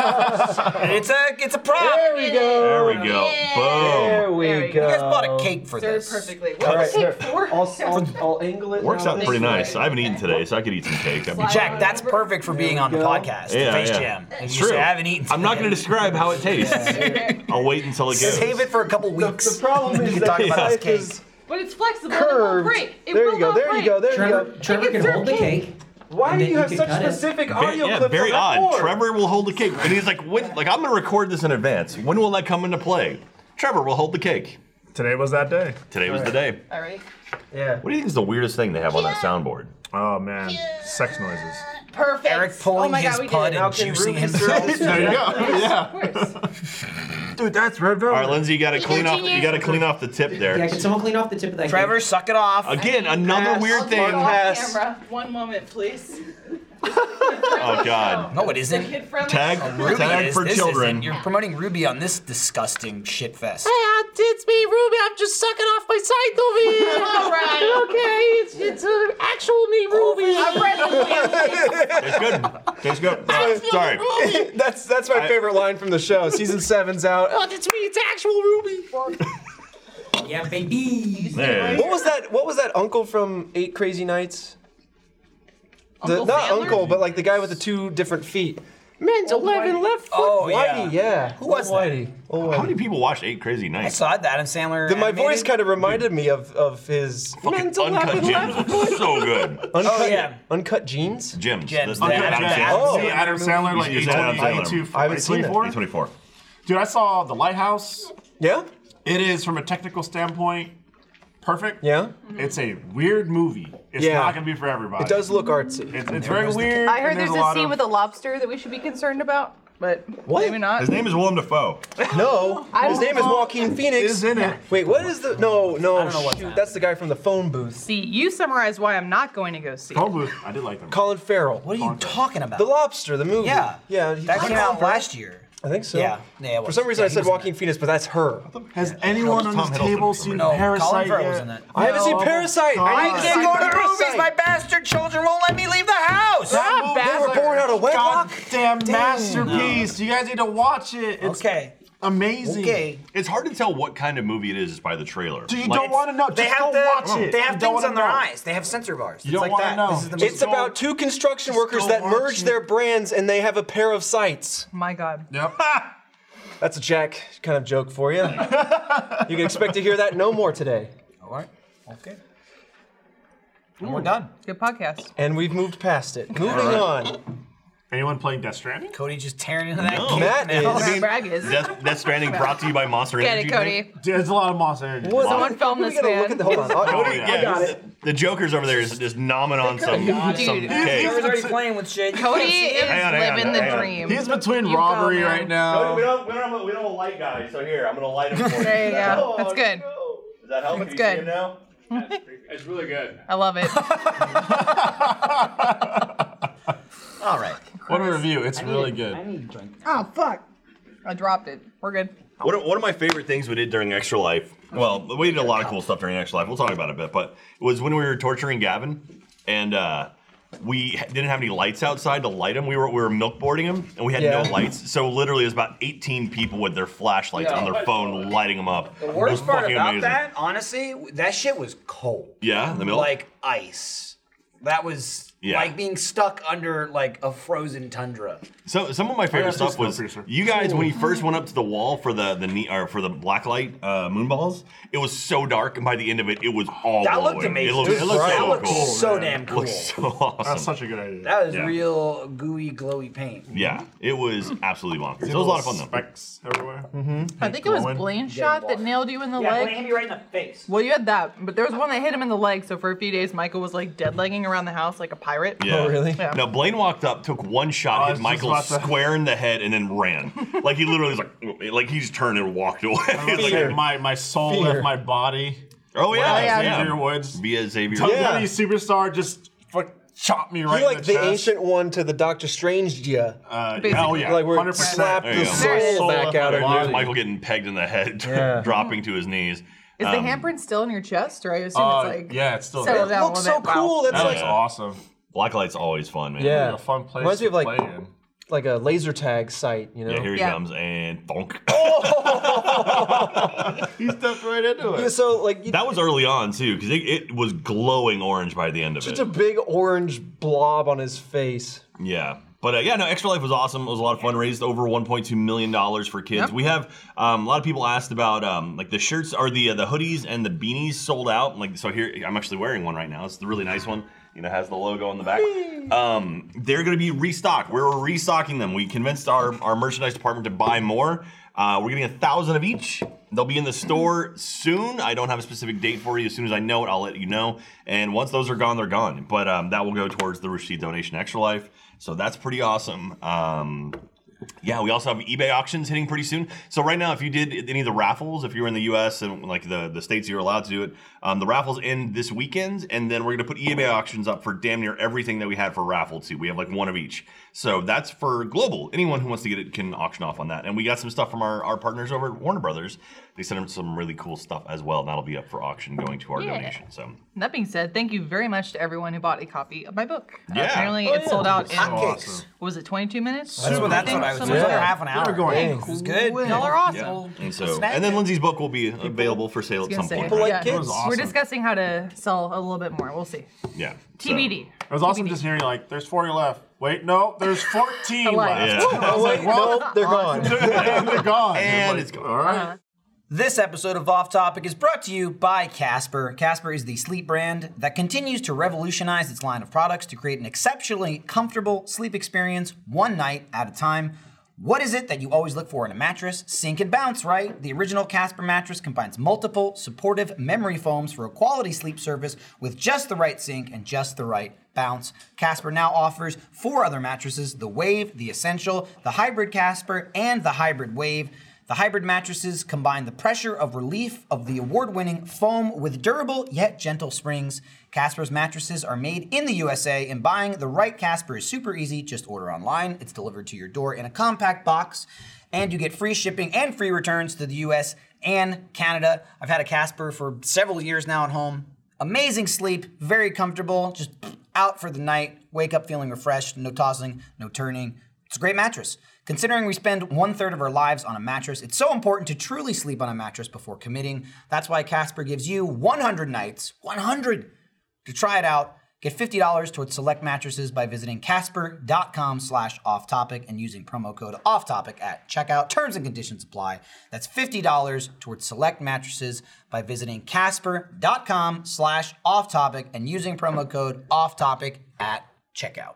Speaker 3: it's a it's a prop.
Speaker 6: There we go.
Speaker 5: There we go.
Speaker 6: There
Speaker 5: Boom.
Speaker 6: we
Speaker 4: There we
Speaker 6: go.
Speaker 4: go.
Speaker 3: You guys bought a cake for
Speaker 9: Served
Speaker 3: this.
Speaker 9: perfectly.
Speaker 6: All
Speaker 9: Well,
Speaker 6: right, here. I'll, I'll, I'll angle it.
Speaker 5: Works
Speaker 6: now
Speaker 5: out
Speaker 6: this
Speaker 5: pretty
Speaker 6: way.
Speaker 5: nice. I haven't eaten today, so I could eat some cake. That'd be
Speaker 3: Jack, that's perfect for being on the podcast. the
Speaker 5: Yeah,
Speaker 3: Face
Speaker 5: yeah.
Speaker 3: Jam. And
Speaker 5: It's
Speaker 3: you say,
Speaker 5: true.
Speaker 3: I haven't eaten.
Speaker 5: I'm not
Speaker 3: today."
Speaker 5: going to describe how it tastes. I'll wait until it goes.
Speaker 3: Save it for a couple weeks.
Speaker 6: The problem
Speaker 3: We
Speaker 6: is
Speaker 3: can
Speaker 6: that
Speaker 3: talk
Speaker 6: the
Speaker 3: about this
Speaker 6: knife
Speaker 3: cake.
Speaker 6: is
Speaker 9: but it's flexible. It won't
Speaker 6: curved.
Speaker 9: break. It
Speaker 6: There
Speaker 9: will
Speaker 6: you go.
Speaker 9: not
Speaker 6: There
Speaker 9: break.
Speaker 6: you go. There you
Speaker 7: Trevor,
Speaker 6: go.
Speaker 7: Trevor can hold the cake.
Speaker 6: Why
Speaker 7: and
Speaker 6: do
Speaker 7: then
Speaker 6: you have
Speaker 7: can
Speaker 6: such
Speaker 7: cut it.
Speaker 6: specific
Speaker 5: Ve-
Speaker 6: audio
Speaker 5: yeah,
Speaker 6: clips
Speaker 5: very
Speaker 6: on that
Speaker 5: odd.
Speaker 6: board?
Speaker 5: Trevor will hold the cake, and he's like, "When? Like, I'm gonna record this in advance. When will that come into play?" Trevor will hold the cake.
Speaker 10: Today was that day.
Speaker 5: Today was the day.
Speaker 4: All right.
Speaker 6: Yeah.
Speaker 5: What do you think is the weirdest thing they have on that soundboard?
Speaker 10: Oh man, sex noises.
Speaker 4: Perfect.
Speaker 3: Eric
Speaker 4: oh
Speaker 3: pulling
Speaker 4: my
Speaker 3: his
Speaker 4: God, we
Speaker 3: pud
Speaker 4: did
Speaker 3: and
Speaker 4: it.
Speaker 6: Can
Speaker 3: juicing
Speaker 6: Ruby
Speaker 3: himself.
Speaker 6: serve this?
Speaker 2: There you go. Yeah.
Speaker 9: Of course.
Speaker 10: Dude, that's red
Speaker 5: All
Speaker 10: velvet.
Speaker 5: right, Lindsay, you gotta clean off. You gotta clean off the tip
Speaker 7: Yeah,
Speaker 5: there.
Speaker 7: can someone clean off the tip of that
Speaker 3: Trevor,
Speaker 7: cake?
Speaker 3: suck it off.
Speaker 5: Again, another
Speaker 6: Pass.
Speaker 5: weird thing.
Speaker 6: Fuck
Speaker 5: Oh
Speaker 6: Pass.
Speaker 9: Camera. One moment, please.
Speaker 5: Oh, God.
Speaker 3: No, it isn't.
Speaker 9: Kid friendly.
Speaker 5: Tag,
Speaker 4: Oh,
Speaker 3: Ruby
Speaker 5: tag
Speaker 3: is-
Speaker 5: for
Speaker 3: this
Speaker 5: children.
Speaker 3: isn't. You're promoting Ruby on this disgusting shit fest.
Speaker 1: it's me, Ruby. I'm just sucking off my scythe over here. All right. Okay, it's, it's uh, actual me, Ruby.
Speaker 4: I'm ready.
Speaker 5: Tastes good. Tastes good. Uh, Sorry.
Speaker 6: that's that's my favorite line from the show. Season seven's out.
Speaker 1: Oh, it's me. It's actual Ruby.
Speaker 7: Yeah, baby.
Speaker 5: There.
Speaker 6: What was that? What was that uncle from Eight Crazy Nights? The,
Speaker 4: Uncle
Speaker 6: not
Speaker 4: Sandler?
Speaker 6: uncle, but like the guy with the two different feet. Man's eleven left foot.
Speaker 3: Oh,
Speaker 6: Whitey, yeah.
Speaker 3: yeah.
Speaker 6: Who
Speaker 3: was that?
Speaker 6: Whitey? Oh,
Speaker 5: How
Speaker 6: Whitey.
Speaker 5: many people watched Eight Crazy
Speaker 3: I
Speaker 5: Nights?
Speaker 3: saw the Adam Sandler.
Speaker 6: Then my
Speaker 3: animated.
Speaker 6: voice kind of reminded me of of his
Speaker 5: Fucking Uncut Gems was so good.
Speaker 6: Uncut,
Speaker 3: Oh, yeah.
Speaker 6: uncut jeans.
Speaker 5: Gems.
Speaker 3: Gems,
Speaker 5: That's the
Speaker 3: the
Speaker 5: Uncut
Speaker 3: Adam-
Speaker 5: Gems.
Speaker 3: Oh.
Speaker 2: See Adam Sandler like
Speaker 5: Is Adam Sandler?
Speaker 2: 822
Speaker 6: I haven't seen that.
Speaker 2: 824?
Speaker 5: 24.
Speaker 2: Dude, I saw The Lighthouse.
Speaker 6: Yeah,
Speaker 2: It is, from a technical standpoint, perfect.
Speaker 6: yeah.
Speaker 2: It's a weird movie. It's
Speaker 6: Yeah.
Speaker 2: not going to be for everybody.
Speaker 6: It does look artsy.
Speaker 2: It's, it's very weird.
Speaker 4: I heard
Speaker 2: and
Speaker 4: there's,
Speaker 2: a,
Speaker 4: a,
Speaker 2: lot
Speaker 4: scene
Speaker 2: of,
Speaker 4: with a lobster that we should be concerned about, but
Speaker 6: What?
Speaker 4: maybe not.
Speaker 5: His name is Willem Dafoe.
Speaker 6: No, his name is Joaquin Phoenix.
Speaker 2: Is in it.
Speaker 6: Wait, what is the? No, no.
Speaker 3: know what's
Speaker 6: shoot,
Speaker 3: happening.
Speaker 6: that's the guy from the phone booth.
Speaker 4: See, you summarize why I'm not going to go see.
Speaker 2: Phone booth. I did like them.
Speaker 6: Colin Farrell.
Speaker 3: What are you talking about?
Speaker 6: The Lobster, the movie.
Speaker 3: Yeah.
Speaker 6: yeah. he-
Speaker 3: that came out last year.
Speaker 6: I think so.
Speaker 3: Yeah. Yeah, it
Speaker 6: For
Speaker 3: was.
Speaker 6: some reason,
Speaker 3: Yeah,
Speaker 6: I
Speaker 3: he
Speaker 6: said
Speaker 3: was in
Speaker 6: Joaquin Phoenix, but that's her.
Speaker 2: Has anyone on
Speaker 5: Tom
Speaker 2: this
Speaker 5: Hiddleston
Speaker 2: table
Speaker 5: for
Speaker 2: seen
Speaker 5: me. No,
Speaker 2: Parasite?
Speaker 3: Colin Farrell was
Speaker 2: yet?
Speaker 3: in that.
Speaker 6: I haven't seen Parasite.
Speaker 2: I
Speaker 3: I
Speaker 2: Uh,
Speaker 3: can't go to the
Speaker 6: Parasite.
Speaker 3: movies. My bastard children won't let me leave the house.
Speaker 2: That
Speaker 6: They were
Speaker 2: movie-
Speaker 6: born out of wedlock.
Speaker 2: Goddamn masterpiece. You guys need to watch it. It's
Speaker 3: Okay.
Speaker 2: amazing.
Speaker 3: Okay.
Speaker 5: It's hard to tell what kind of movie it is by the trailer.
Speaker 2: So you
Speaker 5: Like,
Speaker 2: don't want to know.
Speaker 3: They
Speaker 2: Just go
Speaker 3: have the,
Speaker 2: watch it.
Speaker 3: They
Speaker 2: You
Speaker 3: have
Speaker 2: don't
Speaker 3: things
Speaker 2: wanna
Speaker 3: on their
Speaker 2: know.
Speaker 3: eyes. They have censor bars.
Speaker 2: You
Speaker 3: it's
Speaker 2: don't
Speaker 3: like
Speaker 2: wanna
Speaker 3: that.
Speaker 2: know.
Speaker 3: This is the
Speaker 2: Just
Speaker 6: It's
Speaker 3: most-
Speaker 6: about two construction workers
Speaker 2: go
Speaker 6: that
Speaker 2: watch
Speaker 6: merge
Speaker 2: it.
Speaker 6: their brands and they have a pair of sights.
Speaker 4: My God.
Speaker 2: Yep.
Speaker 6: That's a Jack kind of joke for you. you can expect to hear that no more today.
Speaker 3: All right. Okay. And we're done.
Speaker 4: Good podcast.
Speaker 6: And we've moved past it. Moving on.
Speaker 2: Anyone playing Death Stranding?
Speaker 3: Cody just tearing into that
Speaker 5: No.
Speaker 3: kid,
Speaker 6: Matt
Speaker 3: man.
Speaker 6: is-
Speaker 4: Where Bragg is.
Speaker 5: Death, Death Stranding brought to you by Monster
Speaker 4: Get
Speaker 5: Energy.
Speaker 4: it,
Speaker 5: drink.
Speaker 4: Cody.
Speaker 2: There's a lot of Moss Energy.
Speaker 6: What
Speaker 5: Why
Speaker 4: Someone
Speaker 6: the-
Speaker 4: film
Speaker 6: we
Speaker 4: this
Speaker 6: gotta
Speaker 4: man.
Speaker 6: Look at the, hold on. Oh,
Speaker 5: Cody,
Speaker 2: yeah.
Speaker 5: yeah,
Speaker 2: I got
Speaker 5: he's- the Joker's over there is just nomming on some,
Speaker 3: got it.
Speaker 5: some
Speaker 4: Dude.
Speaker 3: He
Speaker 5: cake.
Speaker 3: was already playing with shit. You
Speaker 4: Cody
Speaker 3: can't see
Speaker 4: is
Speaker 3: it.
Speaker 5: Hang on, hang on,
Speaker 4: living the
Speaker 5: hang on.
Speaker 4: dream.
Speaker 2: He's between
Speaker 4: You go,
Speaker 2: robbery
Speaker 4: man.
Speaker 2: right now.
Speaker 5: we don't, we don't, have a, we don't have a light guy, so here, I'm going to light him for you. Oh,
Speaker 4: There you go. That's good.
Speaker 5: no. Does that help?
Speaker 4: That's good.
Speaker 5: now?
Speaker 10: It's really good.
Speaker 4: I love it.
Speaker 3: All right.
Speaker 2: What a review. It's really
Speaker 7: I
Speaker 2: good.
Speaker 7: need a drink.
Speaker 4: oh fuck! I dropped it. We're good.
Speaker 5: One of, one of my favorite things we did during Extra Life, well, we did a lot of cool stuff during Extra Life. We'll talk about it a bit, but it was when we were torturing Gavin, and uh, we didn't have any lights outside to light him. We were we were milk boarding him, and we had
Speaker 6: Yeah.
Speaker 5: no lights. So literally, it was about 18 people with their flashlights on their phone lighting him up.
Speaker 3: The
Speaker 5: it was
Speaker 3: worst part
Speaker 5: fucking
Speaker 3: about
Speaker 5: amazing.
Speaker 3: that, honestly, that shit was cold.
Speaker 5: Yeah, in the middle.
Speaker 3: Like ice. That was
Speaker 5: Yeah.
Speaker 3: like being stuck under like a frozen tundra.
Speaker 5: So some of my
Speaker 2: I
Speaker 5: favorite
Speaker 2: got
Speaker 5: stuff
Speaker 2: this one,
Speaker 5: was
Speaker 2: Piercer.
Speaker 5: you guys when you first went up to the wall for the the ne- or for the blacklight uh, moonballs. It was so dark, and by the end of it, it was all.
Speaker 3: That
Speaker 5: glowing.
Speaker 3: looked amazing.
Speaker 5: It looked, it looked
Speaker 3: that
Speaker 5: so
Speaker 3: looked
Speaker 5: cool.
Speaker 3: so
Speaker 2: man.
Speaker 3: damn
Speaker 5: It
Speaker 3: cool.
Speaker 5: looked so awesome.
Speaker 2: That's such a good idea.
Speaker 3: that was
Speaker 2: Yeah.
Speaker 3: real gooey, glowy paint.
Speaker 5: yeah, it was absolutely bonkers. It was a lot of fun though.
Speaker 2: Specks everywhere.
Speaker 4: I think it was
Speaker 2: Blowing.
Speaker 4: Blaine's shot that
Speaker 3: water.
Speaker 4: nailed you in the leg.
Speaker 3: hit me right in the face.
Speaker 4: Well, you had that, but there was one that hit him in the leg. So for a few days, Michael was like dead legging around the house like a pirate.
Speaker 5: Yeah.
Speaker 6: Oh, really?
Speaker 4: Yeah.
Speaker 5: Now Blaine walked up, took one
Speaker 2: Oh, I
Speaker 5: shot,
Speaker 2: was
Speaker 5: hit
Speaker 2: just
Speaker 5: Michael
Speaker 2: about to-
Speaker 5: square in the head, and then ran. like he literally was like, like he just turned and walked away.
Speaker 2: It's
Speaker 5: Like,
Speaker 2: like my, my soul
Speaker 6: Fear.
Speaker 2: left my body.
Speaker 5: oh yeah,
Speaker 4: yeah.
Speaker 2: Xavier Woods.
Speaker 5: Via Xavier.
Speaker 2: Tom
Speaker 6: Yeah.
Speaker 2: Petty superstar just fuck chop me right
Speaker 6: you like
Speaker 2: in
Speaker 6: the,
Speaker 2: the, chest.
Speaker 6: ancient one to the Doctor Strange yeah.
Speaker 2: Uh,
Speaker 4: Basically.
Speaker 2: oh yeah,
Speaker 6: like where it
Speaker 2: 100%.
Speaker 6: slapped
Speaker 5: There you
Speaker 6: the
Speaker 5: go.
Speaker 6: soul
Speaker 2: Soul
Speaker 6: back
Speaker 2: left
Speaker 6: out
Speaker 2: my
Speaker 6: of
Speaker 2: body.
Speaker 6: you.
Speaker 5: Michael getting pegged in the head,
Speaker 6: Yeah.
Speaker 5: dropping to his knees.
Speaker 4: Is the
Speaker 5: Um,
Speaker 4: handprint still in your chest, or I assume
Speaker 2: Uh,
Speaker 4: it's like
Speaker 2: yeah, it's still
Speaker 4: settled
Speaker 2: there.
Speaker 4: down a
Speaker 6: Looks so
Speaker 4: little bit. Wow.
Speaker 6: cool. That's
Speaker 5: That
Speaker 2: That's
Speaker 6: like
Speaker 5: Yeah.
Speaker 2: awesome.
Speaker 5: Blacklight's always fun, man.
Speaker 6: Yeah.
Speaker 2: A fun place
Speaker 6: Reminds me
Speaker 2: to
Speaker 6: of, like,
Speaker 2: play in.
Speaker 6: like a laser tag site, you know.
Speaker 5: Yeah, here he
Speaker 4: Yeah.
Speaker 5: comes and bonk.
Speaker 2: He stepped right into
Speaker 6: Yeah,
Speaker 2: it.
Speaker 6: so like you-
Speaker 5: that was early on too, because it, it was glowing orange by the end of
Speaker 6: just a
Speaker 5: it.
Speaker 6: big orange blob on his face.
Speaker 5: yeah. But uh, yeah, no, Extra Life was awesome. It was a lot of fun. Raised over 1.2 million dollars for kids.
Speaker 4: Yep.
Speaker 5: We have um, a lot of people asked about um, like the shirts or the uh, the hoodies and the beanies sold out. Like so, here I'm actually wearing one right now. It's the really nice one. You know, has the logo on the back. Um, they're going to be restocked. We're restocking them. We convinced our, our merchandise department to buy more. Uh, we're getting a thousand of each. They'll be in the store soon. I don't have a specific date for you. As soon as I know it, I'll let you know. And once those are gone, they're gone. But um, that will go towards the Rashid donation, to Extra Life. So that's pretty awesome. Um, yeah, we also have eBay auctions hitting pretty soon. So right now, if you did any of the raffles, if you were in the U.S. and like the, the states you're allowed to do it, um, the raffles end this weekend, and then we're gonna put eBay auctions up for damn near everything that we had for raffle too. We have like one of each. So that's for global. Anyone who wants to get it can auction off on that. And we got some stuff from our, our partners over at Warner Brothers. They sent us some really cool stuff as well, and that'll be up for auction going to our
Speaker 4: Yeah.
Speaker 5: donation. So
Speaker 4: And That being said, thank you very much to everyone who bought a copy of my book. Uh,
Speaker 5: Yeah.
Speaker 4: apparently,
Speaker 6: Oh,
Speaker 4: it sold out in
Speaker 2: So
Speaker 4: what
Speaker 2: awesome.
Speaker 4: was it 22 minutes?
Speaker 3: That's what, that's what I was
Speaker 4: Something
Speaker 3: doing.
Speaker 4: like
Speaker 3: Another
Speaker 4: that.
Speaker 3: half an hour.
Speaker 2: We're going.
Speaker 3: It was good.
Speaker 4: Y'all are
Speaker 5: yeah,
Speaker 4: awesome.
Speaker 5: and so and then Lindsay's book will be available for sale at
Speaker 4: Gonna
Speaker 5: some
Speaker 4: say,
Speaker 5: point.
Speaker 6: People like
Speaker 4: yeah.
Speaker 6: kids. It was
Speaker 4: We're
Speaker 2: awesome.
Speaker 4: discussing how to sell a little bit more. We'll see.
Speaker 5: Yeah. so-
Speaker 4: TBD.
Speaker 2: It was awesome just hearing like, "There's 40 left." Wait, no, there's 14
Speaker 4: Like-
Speaker 2: left.
Speaker 5: Yeah.
Speaker 6: Oh wait, no, they're gone.
Speaker 2: and they're gone.
Speaker 5: And
Speaker 2: Like,
Speaker 5: it's gone.
Speaker 2: all right.
Speaker 4: Uh-huh.
Speaker 3: This episode of Off Topic is brought to you by Casper. Casper is the sleep brand that continues to revolutionize its line of products to create an exceptionally comfortable sleep experience one night at a time. What is it that you always look for in a mattress? Sink and bounce, right? The original Casper mattress combines multiple supportive memory foams for a quality sleep service with just the right sink and just the right bounce. Casper now offers four other mattresses the Wave, the Essential, the Hybrid Casper, and the Hybrid Wave. The hybrid mattresses combine the pressure of relief of the award winning foam with durable yet gentle springs. Casper's mattresses are made in the USA, and buying the right Casper is super easy. Just order online, it's delivered to your door in a compact box, and you get free shipping and free returns to the US and Canada. I've had a Casper for several years now at home. Amazing sleep, very comfortable, just out for the night, wake up feeling refreshed, no tossing, no turning. It's a great mattress. Considering we spend one third of our lives on a mattress, it's so important to truly sleep on a mattress before committing. That's why Casper gives you 100 nights, 100, to try it out. Get $50 towards select mattresses by visiting casper.com slash off topic and using promo code off topic at checkout. Terms and conditions apply. That's $50 towards select mattresses by visiting casper.com slash off topic and using promo code off topic at checkout.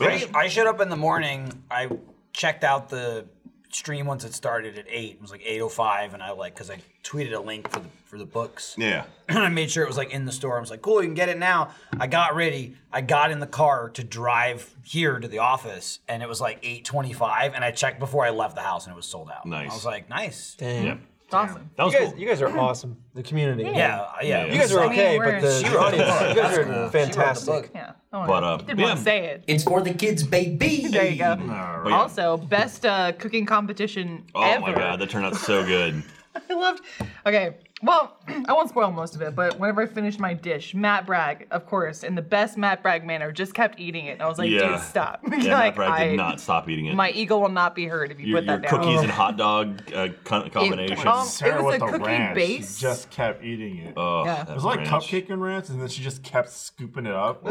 Speaker 3: I, I showed up in the morning. I checked out the stream once it started at eight. It was like eight oh five, and I like because I tweeted a link for the for the books.
Speaker 5: Yeah.
Speaker 3: And I made sure it was like in the store. I was like, cool, you can get it now. I got ready. I got in the car to drive here to the office, and it was like eight twenty five. And I checked before I left the house, and it was sold out.
Speaker 5: Nice.
Speaker 3: I was like, nice.
Speaker 6: Damn.
Speaker 5: Yeah.
Speaker 4: It's awesome.
Speaker 5: That
Speaker 6: You
Speaker 5: was
Speaker 6: guys,
Speaker 5: cool.
Speaker 6: you guys are awesome. The community.
Speaker 3: Yeah, yeah.
Speaker 5: Yeah.
Speaker 6: You guys are
Speaker 4: I mean,
Speaker 6: okay, but
Speaker 4: we're-
Speaker 6: the,
Speaker 4: She
Speaker 6: the audience, you guys are fantastic.
Speaker 4: Yeah.
Speaker 5: But,
Speaker 4: I but,
Speaker 5: uh,
Speaker 4: uh, didn't want
Speaker 5: yeah.
Speaker 4: to say it.
Speaker 7: It's for the kids, baby.
Speaker 4: There you go.
Speaker 5: Mm. But yeah.
Speaker 4: Also, best uh, cooking competition
Speaker 5: Oh
Speaker 4: uh, ever.
Speaker 5: my god, that turned out so good.
Speaker 4: I loved. Okay, well, I won't spoil most of it, but whenever I finished my dish, Matt Bragg, of course, in the best Matt Bragg manner, just kept eating it. And I was like,
Speaker 5: Yeah.
Speaker 4: dude, stop.
Speaker 5: Yeah,
Speaker 4: like,
Speaker 5: Matt Bragg
Speaker 4: I,
Speaker 5: did not stop eating it.
Speaker 4: My ego will not be hurt if you
Speaker 5: your
Speaker 4: put
Speaker 5: your
Speaker 4: that down. Oh.
Speaker 5: cookies and hot dog uh, co- combination.
Speaker 4: It, um,
Speaker 2: Sarah
Speaker 4: it was
Speaker 2: with
Speaker 4: a
Speaker 2: the
Speaker 4: cookie
Speaker 2: ranch.
Speaker 4: base.
Speaker 2: She just kept eating it.
Speaker 5: Ugh,
Speaker 4: Yeah.
Speaker 5: that
Speaker 2: it was like
Speaker 5: ranch.
Speaker 2: cupcake and ranch, and then she just kept scooping it up. That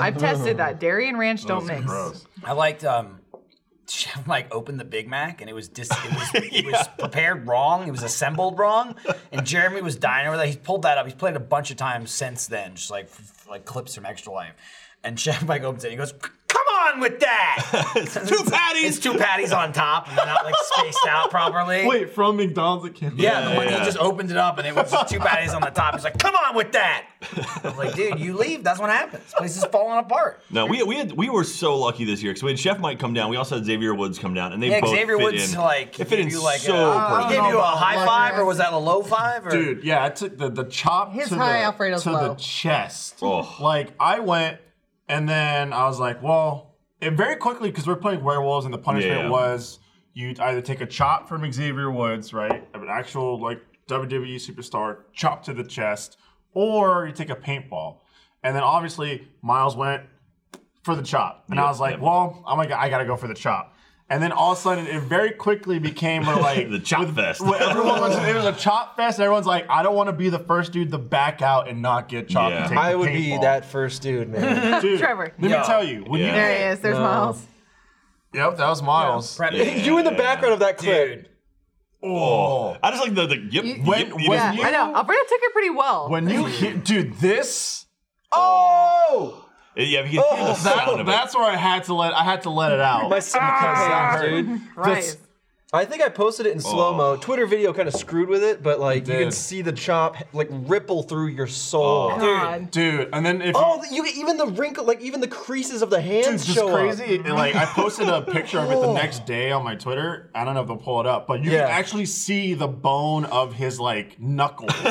Speaker 4: I've tested that. Dairy and ranch don't
Speaker 2: was
Speaker 4: mix.
Speaker 2: Gross.
Speaker 3: I liked um Chef Mike opened the Big Mac and it was dis- it was, it was prepared wrong, it was assembled wrong, and Jeremy was dying over that. He's pulled that up. He's played it a bunch of times since then, just like f- like clips from Extra Life. And Chef Mike opens it and he goes, "Come on with that!"
Speaker 5: Two patties.
Speaker 3: it's two patties on top and they're not like spaced out properly.
Speaker 2: Wait, from McDonald's it came.
Speaker 3: Yeah, the one
Speaker 5: yeah.
Speaker 3: he just opened it up and it was just two patties on the top. He's like, "Come on with that!" I was like, "Dude, you leave. That's what happens. This place is falling apart."
Speaker 5: No, we we had we were so lucky this year because we had Chef Mike come down. We also had Xavier Woods come down, and they
Speaker 3: Yeah,
Speaker 5: both
Speaker 3: Xavier
Speaker 5: fit
Speaker 3: Woods
Speaker 5: in.
Speaker 3: like
Speaker 5: they fit in
Speaker 3: gave you like
Speaker 5: so
Speaker 3: a,
Speaker 4: uh,
Speaker 5: perfect.
Speaker 3: he gave you a high
Speaker 9: Like
Speaker 3: five
Speaker 9: that.
Speaker 3: or was that a low five? Or?
Speaker 2: Dude, yeah, I took the, the chop
Speaker 4: His
Speaker 2: to,
Speaker 4: high,
Speaker 2: the,
Speaker 4: Alfredo's
Speaker 2: to
Speaker 4: low.
Speaker 2: the chest.
Speaker 5: Ugh.
Speaker 2: Like, I went, and then I was like, well, and very quickly, because we're playing werewolves, and the punishment
Speaker 5: Yeah.
Speaker 2: was you'd either take a chop from Xavier Woods, right, of an actual, like, WWE superstar, chop to the chest, or you take a paintball. And then obviously, Miles went for the chop. And I
Speaker 5: Yep,
Speaker 2: was like,
Speaker 5: yep.
Speaker 2: well, I'm like, I gotta go for the chop. And then all of a sudden, it very quickly became where, like,
Speaker 5: the chop fest.
Speaker 2: well, everyone was, it was a chop fest. and Everyone's like, I don't want to be the first dude to back out and not get chopped.
Speaker 5: Yeah.
Speaker 2: And take
Speaker 6: I
Speaker 2: the
Speaker 6: would be
Speaker 2: paintball.
Speaker 6: that first dude, man.
Speaker 2: dude.
Speaker 4: Trevor.
Speaker 2: Let
Speaker 3: Yeah.
Speaker 2: me tell you, when
Speaker 5: Yeah.
Speaker 2: you
Speaker 4: There he is. There's Miles.
Speaker 2: yep, that was Miles.
Speaker 3: Prep-
Speaker 6: you in the background of that clip.
Speaker 3: Dude,
Speaker 5: oh, I just like the, the yep,
Speaker 4: You-
Speaker 5: yep,
Speaker 2: When-
Speaker 5: yep,
Speaker 2: when
Speaker 4: Yeah,
Speaker 5: yep.
Speaker 2: you-
Speaker 4: I know. Alfredo took it pretty well.
Speaker 2: When you hit, dude, this
Speaker 6: Oh,
Speaker 5: yeah, you can hear the
Speaker 2: that-
Speaker 5: sound of it.
Speaker 2: that's where I had to let I had to let it out.
Speaker 6: my stomach
Speaker 4: Ah!
Speaker 6: sound, dude.
Speaker 4: Christ.
Speaker 6: I think I posted it in slow mo. Twitter video kind of screwed with it, but like you, can
Speaker 2: did.
Speaker 6: see the chop like ripple through your soul. Oh,
Speaker 4: God.
Speaker 2: dude, and then if
Speaker 6: you even Oh, the wrinkle, like even the creases of the hands
Speaker 2: It's just
Speaker 6: show up. Oh.
Speaker 2: crazy. And like I posted a picture of it the next day on my Twitter. I don't know if they'll pull it up, but you
Speaker 6: Yeah.
Speaker 2: can actually see the bone of his like knuckles.
Speaker 3: it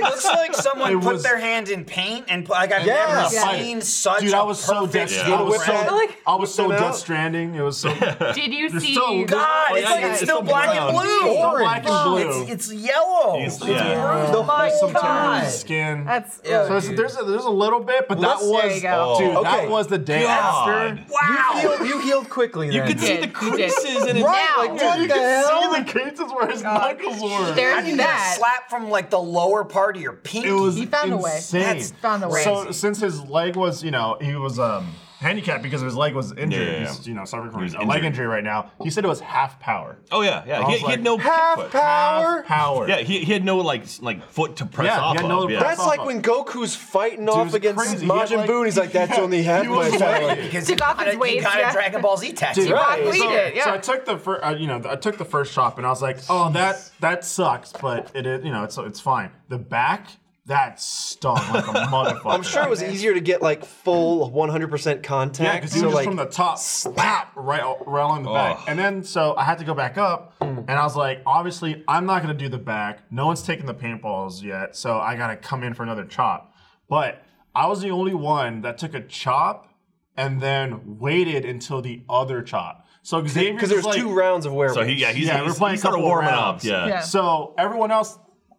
Speaker 3: looks like
Speaker 2: It
Speaker 3: someone put
Speaker 2: was-
Speaker 3: their hand in paint and pl- like I've
Speaker 6: Yeah.
Speaker 3: never
Speaker 6: Yeah.
Speaker 3: seen such.
Speaker 2: Dude,
Speaker 3: I
Speaker 2: I was so death.
Speaker 5: Yeah.
Speaker 2: I was
Speaker 6: Yeah.
Speaker 2: so,
Speaker 4: Like-
Speaker 2: I was so
Speaker 6: Them out.
Speaker 2: death stranding. It was so.
Speaker 4: Did you
Speaker 2: There's
Speaker 4: see?
Speaker 2: still-
Speaker 3: God,
Speaker 2: Oh,
Speaker 3: it's,
Speaker 2: yeah,
Speaker 3: like,
Speaker 2: yeah,
Speaker 3: it's
Speaker 2: it's
Speaker 3: still
Speaker 2: still
Speaker 3: black and
Speaker 2: brown.
Speaker 3: blue.
Speaker 2: It's still black and
Speaker 3: Fuck,
Speaker 2: blue.
Speaker 3: It's, it's yellow.
Speaker 5: It's-
Speaker 3: It's,
Speaker 5: yeah.
Speaker 3: blue. My
Speaker 2: there's some
Speaker 3: God.
Speaker 2: tears in the skin.
Speaker 4: That's
Speaker 2: so it's, there's a, there's a little bit, but
Speaker 6: Let's-
Speaker 2: that
Speaker 6: there
Speaker 2: was
Speaker 4: you go.
Speaker 2: dude.
Speaker 6: Okay.
Speaker 2: That was the day
Speaker 5: God.
Speaker 2: after.
Speaker 6: You
Speaker 3: Wow.
Speaker 6: healed, you healed quickly.
Speaker 5: You
Speaker 6: then.
Speaker 5: could see
Speaker 4: did.
Speaker 5: the
Speaker 4: You did.
Speaker 5: creases in his
Speaker 6: Right,
Speaker 4: Now.
Speaker 6: like, what
Speaker 2: You
Speaker 6: the hell?
Speaker 2: can see the creases where his knuckles were.
Speaker 4: There's
Speaker 3: I need
Speaker 4: that.
Speaker 3: a slap from like the lower part of your pinky.
Speaker 2: It was
Speaker 4: He found a way.
Speaker 2: insane.
Speaker 4: That's found a way.
Speaker 2: So since his leg was, you know, he was um handicapped because of his leg was injured.
Speaker 5: Yeah, yeah, yeah.
Speaker 2: He's, you know, suffering from
Speaker 5: He was
Speaker 2: a leg
Speaker 5: injured.
Speaker 2: injury right now. He said it was half power.
Speaker 5: Oh yeah, yeah.
Speaker 2: I
Speaker 5: He,
Speaker 2: was
Speaker 5: he had
Speaker 2: like,
Speaker 5: no kick
Speaker 6: half
Speaker 5: foot.
Speaker 6: power.
Speaker 2: Half power.
Speaker 5: Yeah, he, he had no like s- like foot to press
Speaker 2: Yeah, he
Speaker 5: off
Speaker 2: had
Speaker 5: of.
Speaker 2: no
Speaker 5: yeah.
Speaker 2: press
Speaker 6: That's like when Goku's fighting
Speaker 2: it
Speaker 6: off
Speaker 2: was
Speaker 6: against
Speaker 2: crazy. He
Speaker 6: Majin
Speaker 2: had, like-
Speaker 6: Buu, and he's like, "That's
Speaker 2: Yeah,
Speaker 6: only half
Speaker 2: he
Speaker 6: my
Speaker 2: was
Speaker 6: power."
Speaker 2: like-
Speaker 3: because
Speaker 4: Took
Speaker 3: he
Speaker 4: off
Speaker 3: got,
Speaker 4: his
Speaker 3: a, he
Speaker 4: waves,
Speaker 3: got
Speaker 4: yeah.
Speaker 3: a Dragon Ball Z tattoo.
Speaker 6: right.
Speaker 4: Complete
Speaker 2: so,
Speaker 4: it,
Speaker 2: so
Speaker 4: yeah.
Speaker 2: I took the first, uh, you know, I took the first chop, and I was like, "Oh, that that sucks," but it, is- you know, it's it's fine. The back, that stung like a motherfucker.
Speaker 6: I'm sure it was easier to get like full 100% contact.
Speaker 2: Yeah, because he
Speaker 6: so
Speaker 2: was just
Speaker 6: like,
Speaker 2: from the top, slap right, right along the
Speaker 5: Ugh.
Speaker 2: back, and then so I had to go back up, and I was like, obviously I'm not gonna do the back. No one's taking the paintballs yet, so I gotta come in for another chop. But I was the only one that took a chop and then waited until the other chop. So Xavier,
Speaker 6: because there's
Speaker 2: like,
Speaker 6: two rounds of werewolves.
Speaker 5: So he yeah he's,
Speaker 2: Yeah,
Speaker 5: he's,
Speaker 2: we're playing
Speaker 5: he started
Speaker 2: a couple
Speaker 5: warming up.
Speaker 2: rounds.
Speaker 5: Yeah.
Speaker 4: Yeah.
Speaker 2: So everyone else,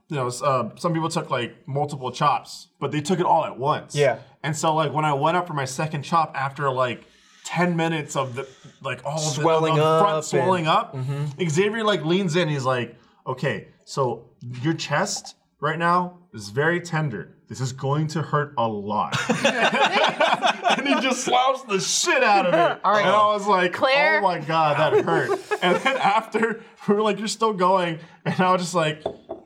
Speaker 2: you know, s- uh, some people took like multiple chops, but they took it all at once.
Speaker 6: Yeah.
Speaker 2: And so like when I went up for my second chop after like. 10 minutes of the like all of the-
Speaker 6: Swelling
Speaker 2: the,
Speaker 6: up
Speaker 2: front
Speaker 6: and- Mm-hmm.
Speaker 2: swelling up xavier like leans in he's like okay so your chest right now is very tender this is going to hurt a lot and he just slaps the shit out of it
Speaker 4: All right.
Speaker 2: and i was like
Speaker 4: Claire?
Speaker 2: oh my god, that hurt. and then after we were like, you're still going, and I was just like,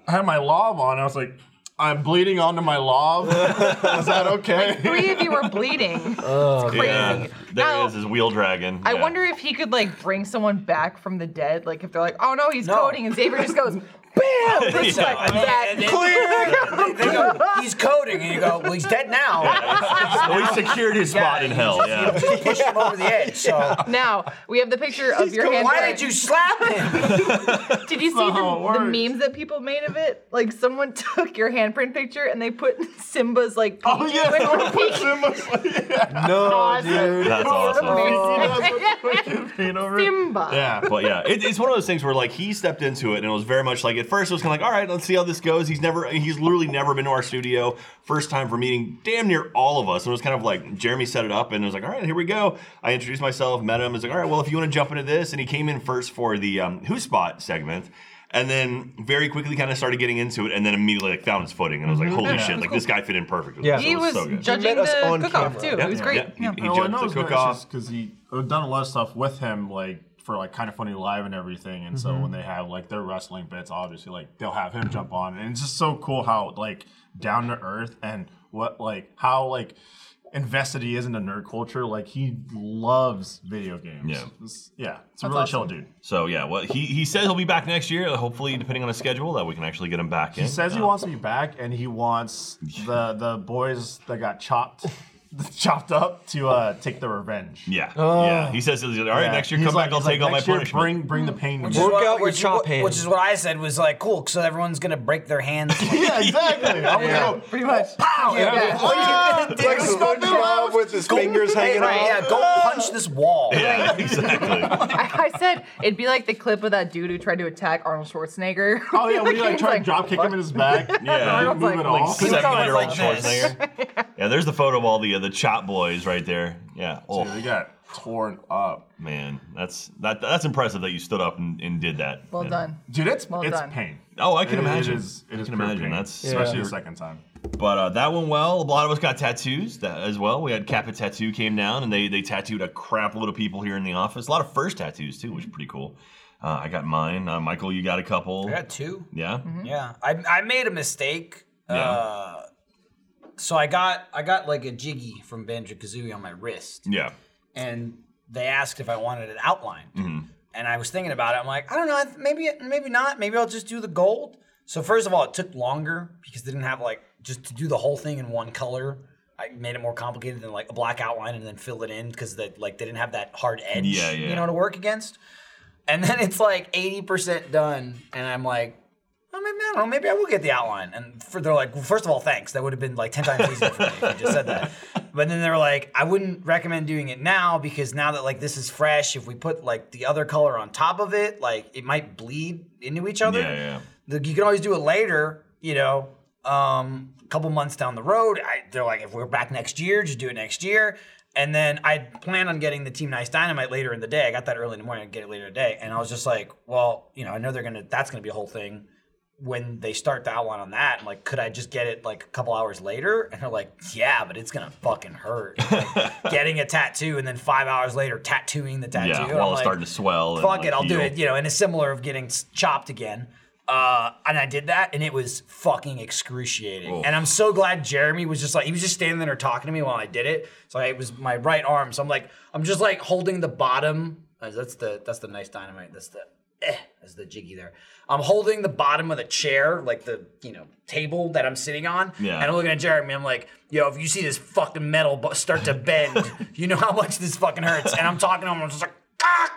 Speaker 2: I had my lob on. I was like, I'm bleeding onto my lav. Is that okay?
Speaker 4: Three of you are bleeding. it's crazy.
Speaker 5: Yeah, there
Speaker 4: Now,
Speaker 5: is his wheel dragon.
Speaker 4: I
Speaker 5: yeah.
Speaker 4: wonder if he could like bring someone back from the dead. Like if they're like, oh no, he's
Speaker 3: No.
Speaker 4: coding, and Xavier just goes, bam, it's
Speaker 5: Yeah.
Speaker 4: like that.
Speaker 3: They- they go, he's coding, and you go, well, he's dead now.
Speaker 5: Well, he secured his spot in hell. Yeah.
Speaker 3: Just push him over the edge. So
Speaker 4: Now we have the picture of your hand.
Speaker 3: why did you slap him?
Speaker 4: Did you see
Speaker 2: not how it
Speaker 4: the, the
Speaker 2: works.
Speaker 4: memes that people made of it? Like someone took your handprint picture and they put Simba's like.
Speaker 2: Oh
Speaker 4: pinky-
Speaker 2: yeah,
Speaker 4: when
Speaker 2: we're
Speaker 4: we're
Speaker 2: putting
Speaker 4: peeking.
Speaker 2: him asleep. Yeah.
Speaker 6: No,
Speaker 4: Awesome.
Speaker 6: dude.
Speaker 5: That's awesome.
Speaker 2: "Oh,
Speaker 4: Simba.
Speaker 2: Yeah.
Speaker 5: But yeah, it, it's one of those things where like he stepped into it and it was very much like at first it was kind of like, all right, let's see how this goes. He's never, he's literally never been to our studio. First time for meeting damn near all of us. And it was kind of like Jeremy set it up and it was like, all right, here we go. I introduced myself, met him. It's like, all right, well, if you want to jump into this, and he came in first for the um, Who Spot segment. And then very quickly kind of started getting into it and then immediately like found his footing and I was like, holy shit, like this guy fit in perfect.
Speaker 6: Yeah.
Speaker 4: Mm-hmm. He
Speaker 5: it
Speaker 4: was
Speaker 5: so good.
Speaker 4: judging
Speaker 6: He met us
Speaker 4: the
Speaker 6: on
Speaker 4: cook-off
Speaker 6: camera.
Speaker 4: too.
Speaker 5: Yeah.
Speaker 4: It was great.
Speaker 5: Yeah.
Speaker 4: Yeah.
Speaker 5: He, he
Speaker 2: No, I
Speaker 5: judged
Speaker 2: know
Speaker 5: the
Speaker 2: it's
Speaker 5: cook
Speaker 2: cook
Speaker 5: off.
Speaker 2: because he I've done a lot of stuff with him, like for like kind of funny live and everything. And
Speaker 5: Mm-hmm.
Speaker 2: so when they have like their wrestling bits, obviously like they'll have him jump on, and it's just so cool how like down to earth and what like how like invested he is into nerd culture. Like he loves video games.
Speaker 5: Yeah.
Speaker 2: it's, yeah, it's a really chill dude.
Speaker 5: So yeah, well, he, he says he'll be back next year. Hopefully, depending on his schedule, that we can actually get him back in.
Speaker 2: He says he wants to be back, and he wants the the boys that got chopped chopped up to uh, take their revenge.
Speaker 5: Yeah, yeah. He says, "All right,
Speaker 2: Oh. Yeah.
Speaker 5: next year,
Speaker 2: He's
Speaker 5: come
Speaker 2: like-
Speaker 5: back. I'll
Speaker 2: he's like,
Speaker 5: take all my
Speaker 2: "Next year,
Speaker 5: punishment."
Speaker 2: Bring bring the pain. to me."
Speaker 6: Work out your
Speaker 3: which is
Speaker 6: chop
Speaker 3: what-
Speaker 6: hand.
Speaker 3: Which is what I said was like, cool, so everyone's gonna break their hands.
Speaker 2: yeah, exactly. Oh, I'm
Speaker 3: Yeah.
Speaker 2: gonna go,
Speaker 4: Pretty much.
Speaker 2: pow! and I'm like,
Speaker 4: Oh,
Speaker 3: All you gotta
Speaker 6: Like
Speaker 3: do is go-
Speaker 6: SpongeBob with his fingers hanging
Speaker 3: Right,
Speaker 6: off.
Speaker 3: yeah, go punch this wall.
Speaker 5: yeah, exactly.
Speaker 4: I, I said it'd be like the clip of that dude who tried to attack Arnold Schwarzenegger.
Speaker 2: Oh yeah, when you like
Speaker 4: He's
Speaker 2: try to drop kick him in his back.
Speaker 5: Yeah.
Speaker 2: didn't move
Speaker 4: Like-
Speaker 2: at
Speaker 5: Like
Speaker 2: all.
Speaker 5: seven-year-old
Speaker 3: like this.
Speaker 5: Schwarzenegger. yeah, there's the photo of all the uh, the chop boys right there. Yeah. Oh
Speaker 2: Dude, he got torn up.
Speaker 5: man, that's that that's impressive that you stood up and, and did that.
Speaker 4: Well
Speaker 5: Yeah.
Speaker 4: done.
Speaker 2: Dude, it's
Speaker 4: Well
Speaker 2: it's
Speaker 4: done.
Speaker 2: pain.
Speaker 5: Oh, I can
Speaker 2: It-
Speaker 5: imagine.
Speaker 2: It is. It is
Speaker 5: I can
Speaker 2: pure
Speaker 5: imagine.
Speaker 2: pain,
Speaker 5: That's
Speaker 2: especially
Speaker 6: Yeah.
Speaker 2: the second time.
Speaker 5: But uh, that one, well, a lot of us got tattoos that, as well. We had Kappa Tattoo came down and they they tattooed a crap load of people here in the office. A lot of first tattoos too, which is pretty cool. Uh, I got mine. Uh, Michael, you got a couple.
Speaker 3: I got two.
Speaker 5: Yeah.
Speaker 3: Yeah, I, I made a mistake.
Speaker 5: Yeah.
Speaker 3: Uh, so I got I got like a jiggy from Banjo Kazooie on my wrist,
Speaker 5: Yeah.
Speaker 3: and they asked if I wanted it outlined,
Speaker 5: Mm-hmm.
Speaker 3: and I was thinking about it. I'm like, I don't know, I th- maybe maybe not. Maybe I'll just do the gold. So first of all, it took longer because they didn't have like just to do the whole thing in one color. I made it more complicated than like a black outline and then fill it in because they like they didn't have that hard edge,
Speaker 5: Yeah, yeah.
Speaker 3: you know, to work against. And then it's like 80% done, and I'm like, well, maybe, I don't know. Maybe I will get the outline. And for, they're like, well, first of all, thanks. That would have been like 10 times easier for me if you just said that. But then they're like, I wouldn't recommend doing it now because now that like this is fresh, if we put like the other color on top of it, like it might bleed into each other.
Speaker 5: Yeah, yeah.
Speaker 3: Like, you can always do it later, you know, um, a couple months down the road. I, they're like, if we're back next year, just do it next year. And then I plan on getting the Team Nice Dynamite later in the day. I got that early in the morning. I get it later today, and I was just like, well, you know, I know they're gonna. That's gonna be a whole thing. When they start the outline on that, I'm like, could I just get it like a couple hours later? And they're like, yeah, but it's gonna fucking hurt. Like, getting a tattoo and then five hours later tattooing the tattoo.
Speaker 5: Yeah,
Speaker 3: And
Speaker 5: while
Speaker 3: I'm
Speaker 5: it's
Speaker 3: like,
Speaker 5: starting to swell. and,
Speaker 3: fuck
Speaker 5: like,
Speaker 3: it, I'll do
Speaker 5: heal.
Speaker 3: it. You know, and it's similar of getting s- chopped again. Uh, and I did that, and it was fucking excruciating.
Speaker 5: Oof.
Speaker 3: And I'm so glad Jeremy was just like he was just standing there talking to me while I did it. So I, it was my right arm. So I'm like I'm just like holding the bottom. uh, That's the that's the nice dynamite. That's the eh, that's the jiggy there. I'm holding the bottom of the chair, like the you know table that I'm sitting on.
Speaker 5: Yeah.
Speaker 3: And I'm looking at Jeremy. I'm like, yo, if you see this fucking metal bu- start to bend, you know how much this fucking hurts. And I'm talking to him. I'm just like. "Ah,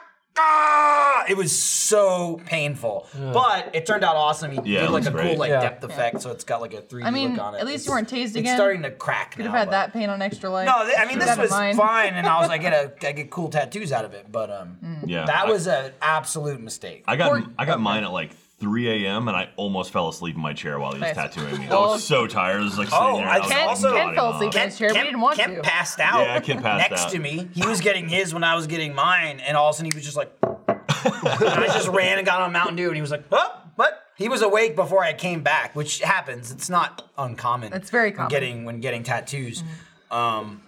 Speaker 3: ah." It was so painful, but it turned out awesome. He
Speaker 5: Yeah, it
Speaker 3: did like
Speaker 5: looks
Speaker 3: a
Speaker 5: great.
Speaker 3: cool like
Speaker 6: Yeah.
Speaker 3: depth effect, so it's got like a three D
Speaker 4: I mean,
Speaker 3: look on it.
Speaker 4: at least you
Speaker 3: It's-
Speaker 4: weren't tased again.
Speaker 3: It's starting to crack.
Speaker 4: Could
Speaker 3: now,
Speaker 4: have had
Speaker 3: but-
Speaker 4: that pain on extra life.
Speaker 3: No, th- I mean this
Speaker 4: Got a
Speaker 3: was
Speaker 4: mind.
Speaker 3: fine, and I was like, I get a, I get cool tattoos out of it, but um,
Speaker 5: Yeah.
Speaker 3: that
Speaker 5: I-
Speaker 3: was an absolute mistake.
Speaker 5: I got
Speaker 4: Or-
Speaker 5: I got mine at like 3 a.m. and I almost fell asleep in my chair while he was
Speaker 4: Nice.
Speaker 5: tattooing me. I
Speaker 4: Well-
Speaker 5: was so tired. I was like
Speaker 3: Oh,
Speaker 5: sitting there.
Speaker 3: I
Speaker 5: was
Speaker 3: Ken-
Speaker 5: like,
Speaker 3: Ken
Speaker 5: nodding
Speaker 4: fell
Speaker 5: off.
Speaker 4: asleep. Kent- chair, we didn't want
Speaker 3: Kemp
Speaker 4: to.
Speaker 3: passed out.
Speaker 5: Yeah, Kemp passed
Speaker 3: next
Speaker 5: out.
Speaker 3: to me. He was getting his when I was getting mine, and all of a sudden he was just like, and I just ran and got on Mountain Dew, and he was like, oh, what? He was awake before I came back, which happens. It's not uncommon.
Speaker 4: It's very
Speaker 3: when
Speaker 4: common. Mm-hmm.
Speaker 3: Getting when getting tattoos. Um,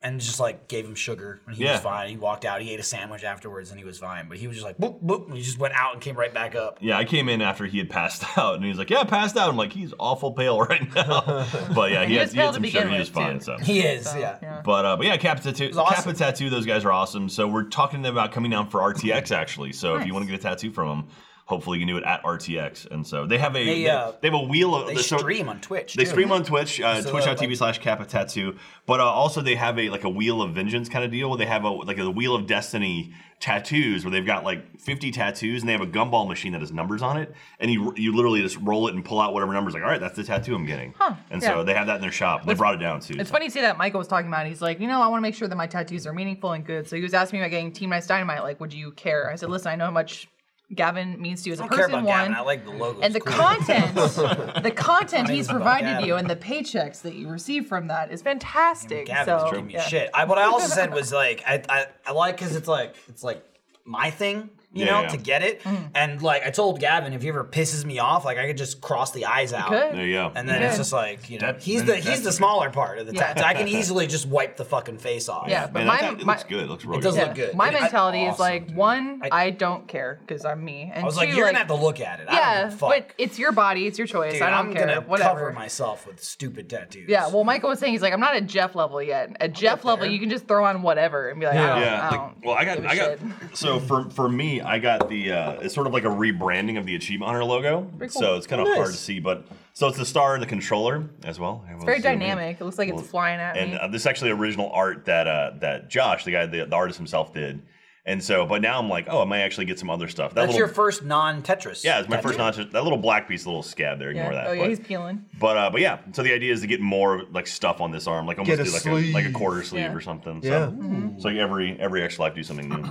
Speaker 3: and just like gave him sugar and he
Speaker 5: Yeah.
Speaker 3: was fine. He walked out, he ate a sandwich afterwards and he was fine. But he was just like boop boop and he just went out and came right back up.
Speaker 5: Yeah, I came in after he had passed out, and he's like, "Yeah, passed out." I'm like, "He's awful pale right now," but yeah, he,
Speaker 4: he
Speaker 5: had,
Speaker 4: was
Speaker 5: he had
Speaker 4: pale to
Speaker 5: some
Speaker 4: begin
Speaker 5: sugar. He was
Speaker 4: with,
Speaker 5: fine.
Speaker 4: too.
Speaker 5: So,
Speaker 3: He is, yeah.
Speaker 4: yeah.
Speaker 5: but uh, but yeah, Kappa Tattoo,
Speaker 3: awesome.
Speaker 5: Kappa Tattoo, those guys are awesome. So we're talking to them about coming down for RTX actually. So if you want to get a tattoo from them, hopefully you can do it at RTX. And so they have a
Speaker 3: They,
Speaker 5: they,
Speaker 3: uh,
Speaker 5: they have a wheel of
Speaker 3: They
Speaker 5: so-
Speaker 3: stream on Twitch.
Speaker 5: They
Speaker 3: too.
Speaker 5: stream on Twitch, uh,
Speaker 3: So, uh,
Speaker 5: twitch.tv
Speaker 3: like-
Speaker 5: slash Kappa Tattoo. But uh, also they have a like a Wheel of Vengeance kind of deal. Where they have a like a Wheel of Destiny tattoos where they've got like 50 tattoos and they have a gumball machine that has numbers on it. And you you literally just roll it and pull out whatever numbers. Like, all right, that's the tattoo I'm getting. And so
Speaker 4: yeah.
Speaker 5: they have that in their shop. and They brought it down too.
Speaker 4: It's funny you say that. Michael was talking about. it. He's like, you know, I want to make sure that my tattoos are meaningful and good. So he was asking me about getting Team Nice Dynamite. Like, would you care? I said, listen, I know how much Gavin means to you as a
Speaker 3: I don't
Speaker 4: person.
Speaker 3: care about
Speaker 4: one,
Speaker 3: Gavin. I like the logo.
Speaker 4: and the
Speaker 3: It's cool.
Speaker 4: content, the content he's
Speaker 3: about
Speaker 4: provided
Speaker 3: Gavin.
Speaker 4: you and the paychecks that you receive from that is fantastic.
Speaker 3: Gavin's
Speaker 4: so,
Speaker 3: giving me
Speaker 4: yeah.
Speaker 3: shit. I, what I also said was like, I, I, I like because it's like it's like my thing, you
Speaker 5: Yeah,
Speaker 3: know,
Speaker 5: yeah.
Speaker 3: to get it.
Speaker 4: Mm-hmm.
Speaker 3: And like I told Gavin, if he ever pisses me off, like I could just cross the eyes out.
Speaker 4: could.
Speaker 5: there you go.
Speaker 3: And then it's just like you know,
Speaker 2: That-
Speaker 3: he's
Speaker 2: then
Speaker 3: the
Speaker 2: that's
Speaker 3: he's the
Speaker 2: good.
Speaker 3: smaller part of the
Speaker 4: Yeah.
Speaker 3: tattoo. I can easily just wipe the fucking face off.
Speaker 4: Yeah.
Speaker 5: Man,
Speaker 4: but
Speaker 5: that
Speaker 4: my-
Speaker 5: tat- it
Speaker 4: my-
Speaker 5: looks good. It looks really
Speaker 3: It does
Speaker 5: good.
Speaker 3: look good.
Speaker 4: My
Speaker 3: Like, I-
Speaker 4: mentality is
Speaker 3: awesome,
Speaker 4: like
Speaker 3: dude.
Speaker 4: one,
Speaker 3: I-
Speaker 4: I, don't care because I'm me, and
Speaker 3: I was
Speaker 4: two,
Speaker 3: like, you're gonna have to look at it. I don't
Speaker 4: yeah,
Speaker 3: give a fuck.
Speaker 4: but it's your body, it's your choice.
Speaker 3: Dude,
Speaker 4: I don't
Speaker 3: am
Speaker 4: care.
Speaker 3: gonna cover
Speaker 4: whatever.
Speaker 3: myself with stupid tattoos.
Speaker 4: Yeah, well, Michael was saying he's like, I'm not at Jeff level yet. At Jeff level,
Speaker 3: there.
Speaker 4: you can just throw on whatever and be like, I don't,
Speaker 5: Yeah,
Speaker 4: I
Speaker 5: like,
Speaker 4: don't
Speaker 5: well, I got,
Speaker 4: give a
Speaker 5: I got.
Speaker 4: shit.
Speaker 5: So for for me, I got the uh, it's sort of like a rebranding of the Achievement Hunter logo. So it's kind of hard to see, but so it's the star and the controller as well. It's
Speaker 4: very dynamic. It looks like it's flying at
Speaker 5: and
Speaker 4: me.
Speaker 5: uh, this is actually original art that uh, that Josh, the guy, the, the artist himself, did. And so, but now I'm like, oh, I might actually get some other stuff. That
Speaker 3: That's
Speaker 5: little,
Speaker 3: your first non-Tetris.
Speaker 5: yeah, it's my first notch. That little black piece, little scab there. Ignore
Speaker 4: Yeah.
Speaker 5: that.
Speaker 4: oh yeah,
Speaker 5: but-
Speaker 4: he's peeling.
Speaker 5: but uh, but yeah, so the idea is to get more like stuff on this arm, like almost
Speaker 6: Get a
Speaker 5: do like
Speaker 6: sleeve.
Speaker 5: a like a quarter sleeve
Speaker 4: Yeah.
Speaker 5: or something.
Speaker 6: Yeah.
Speaker 5: So, so like every every extra life do something new.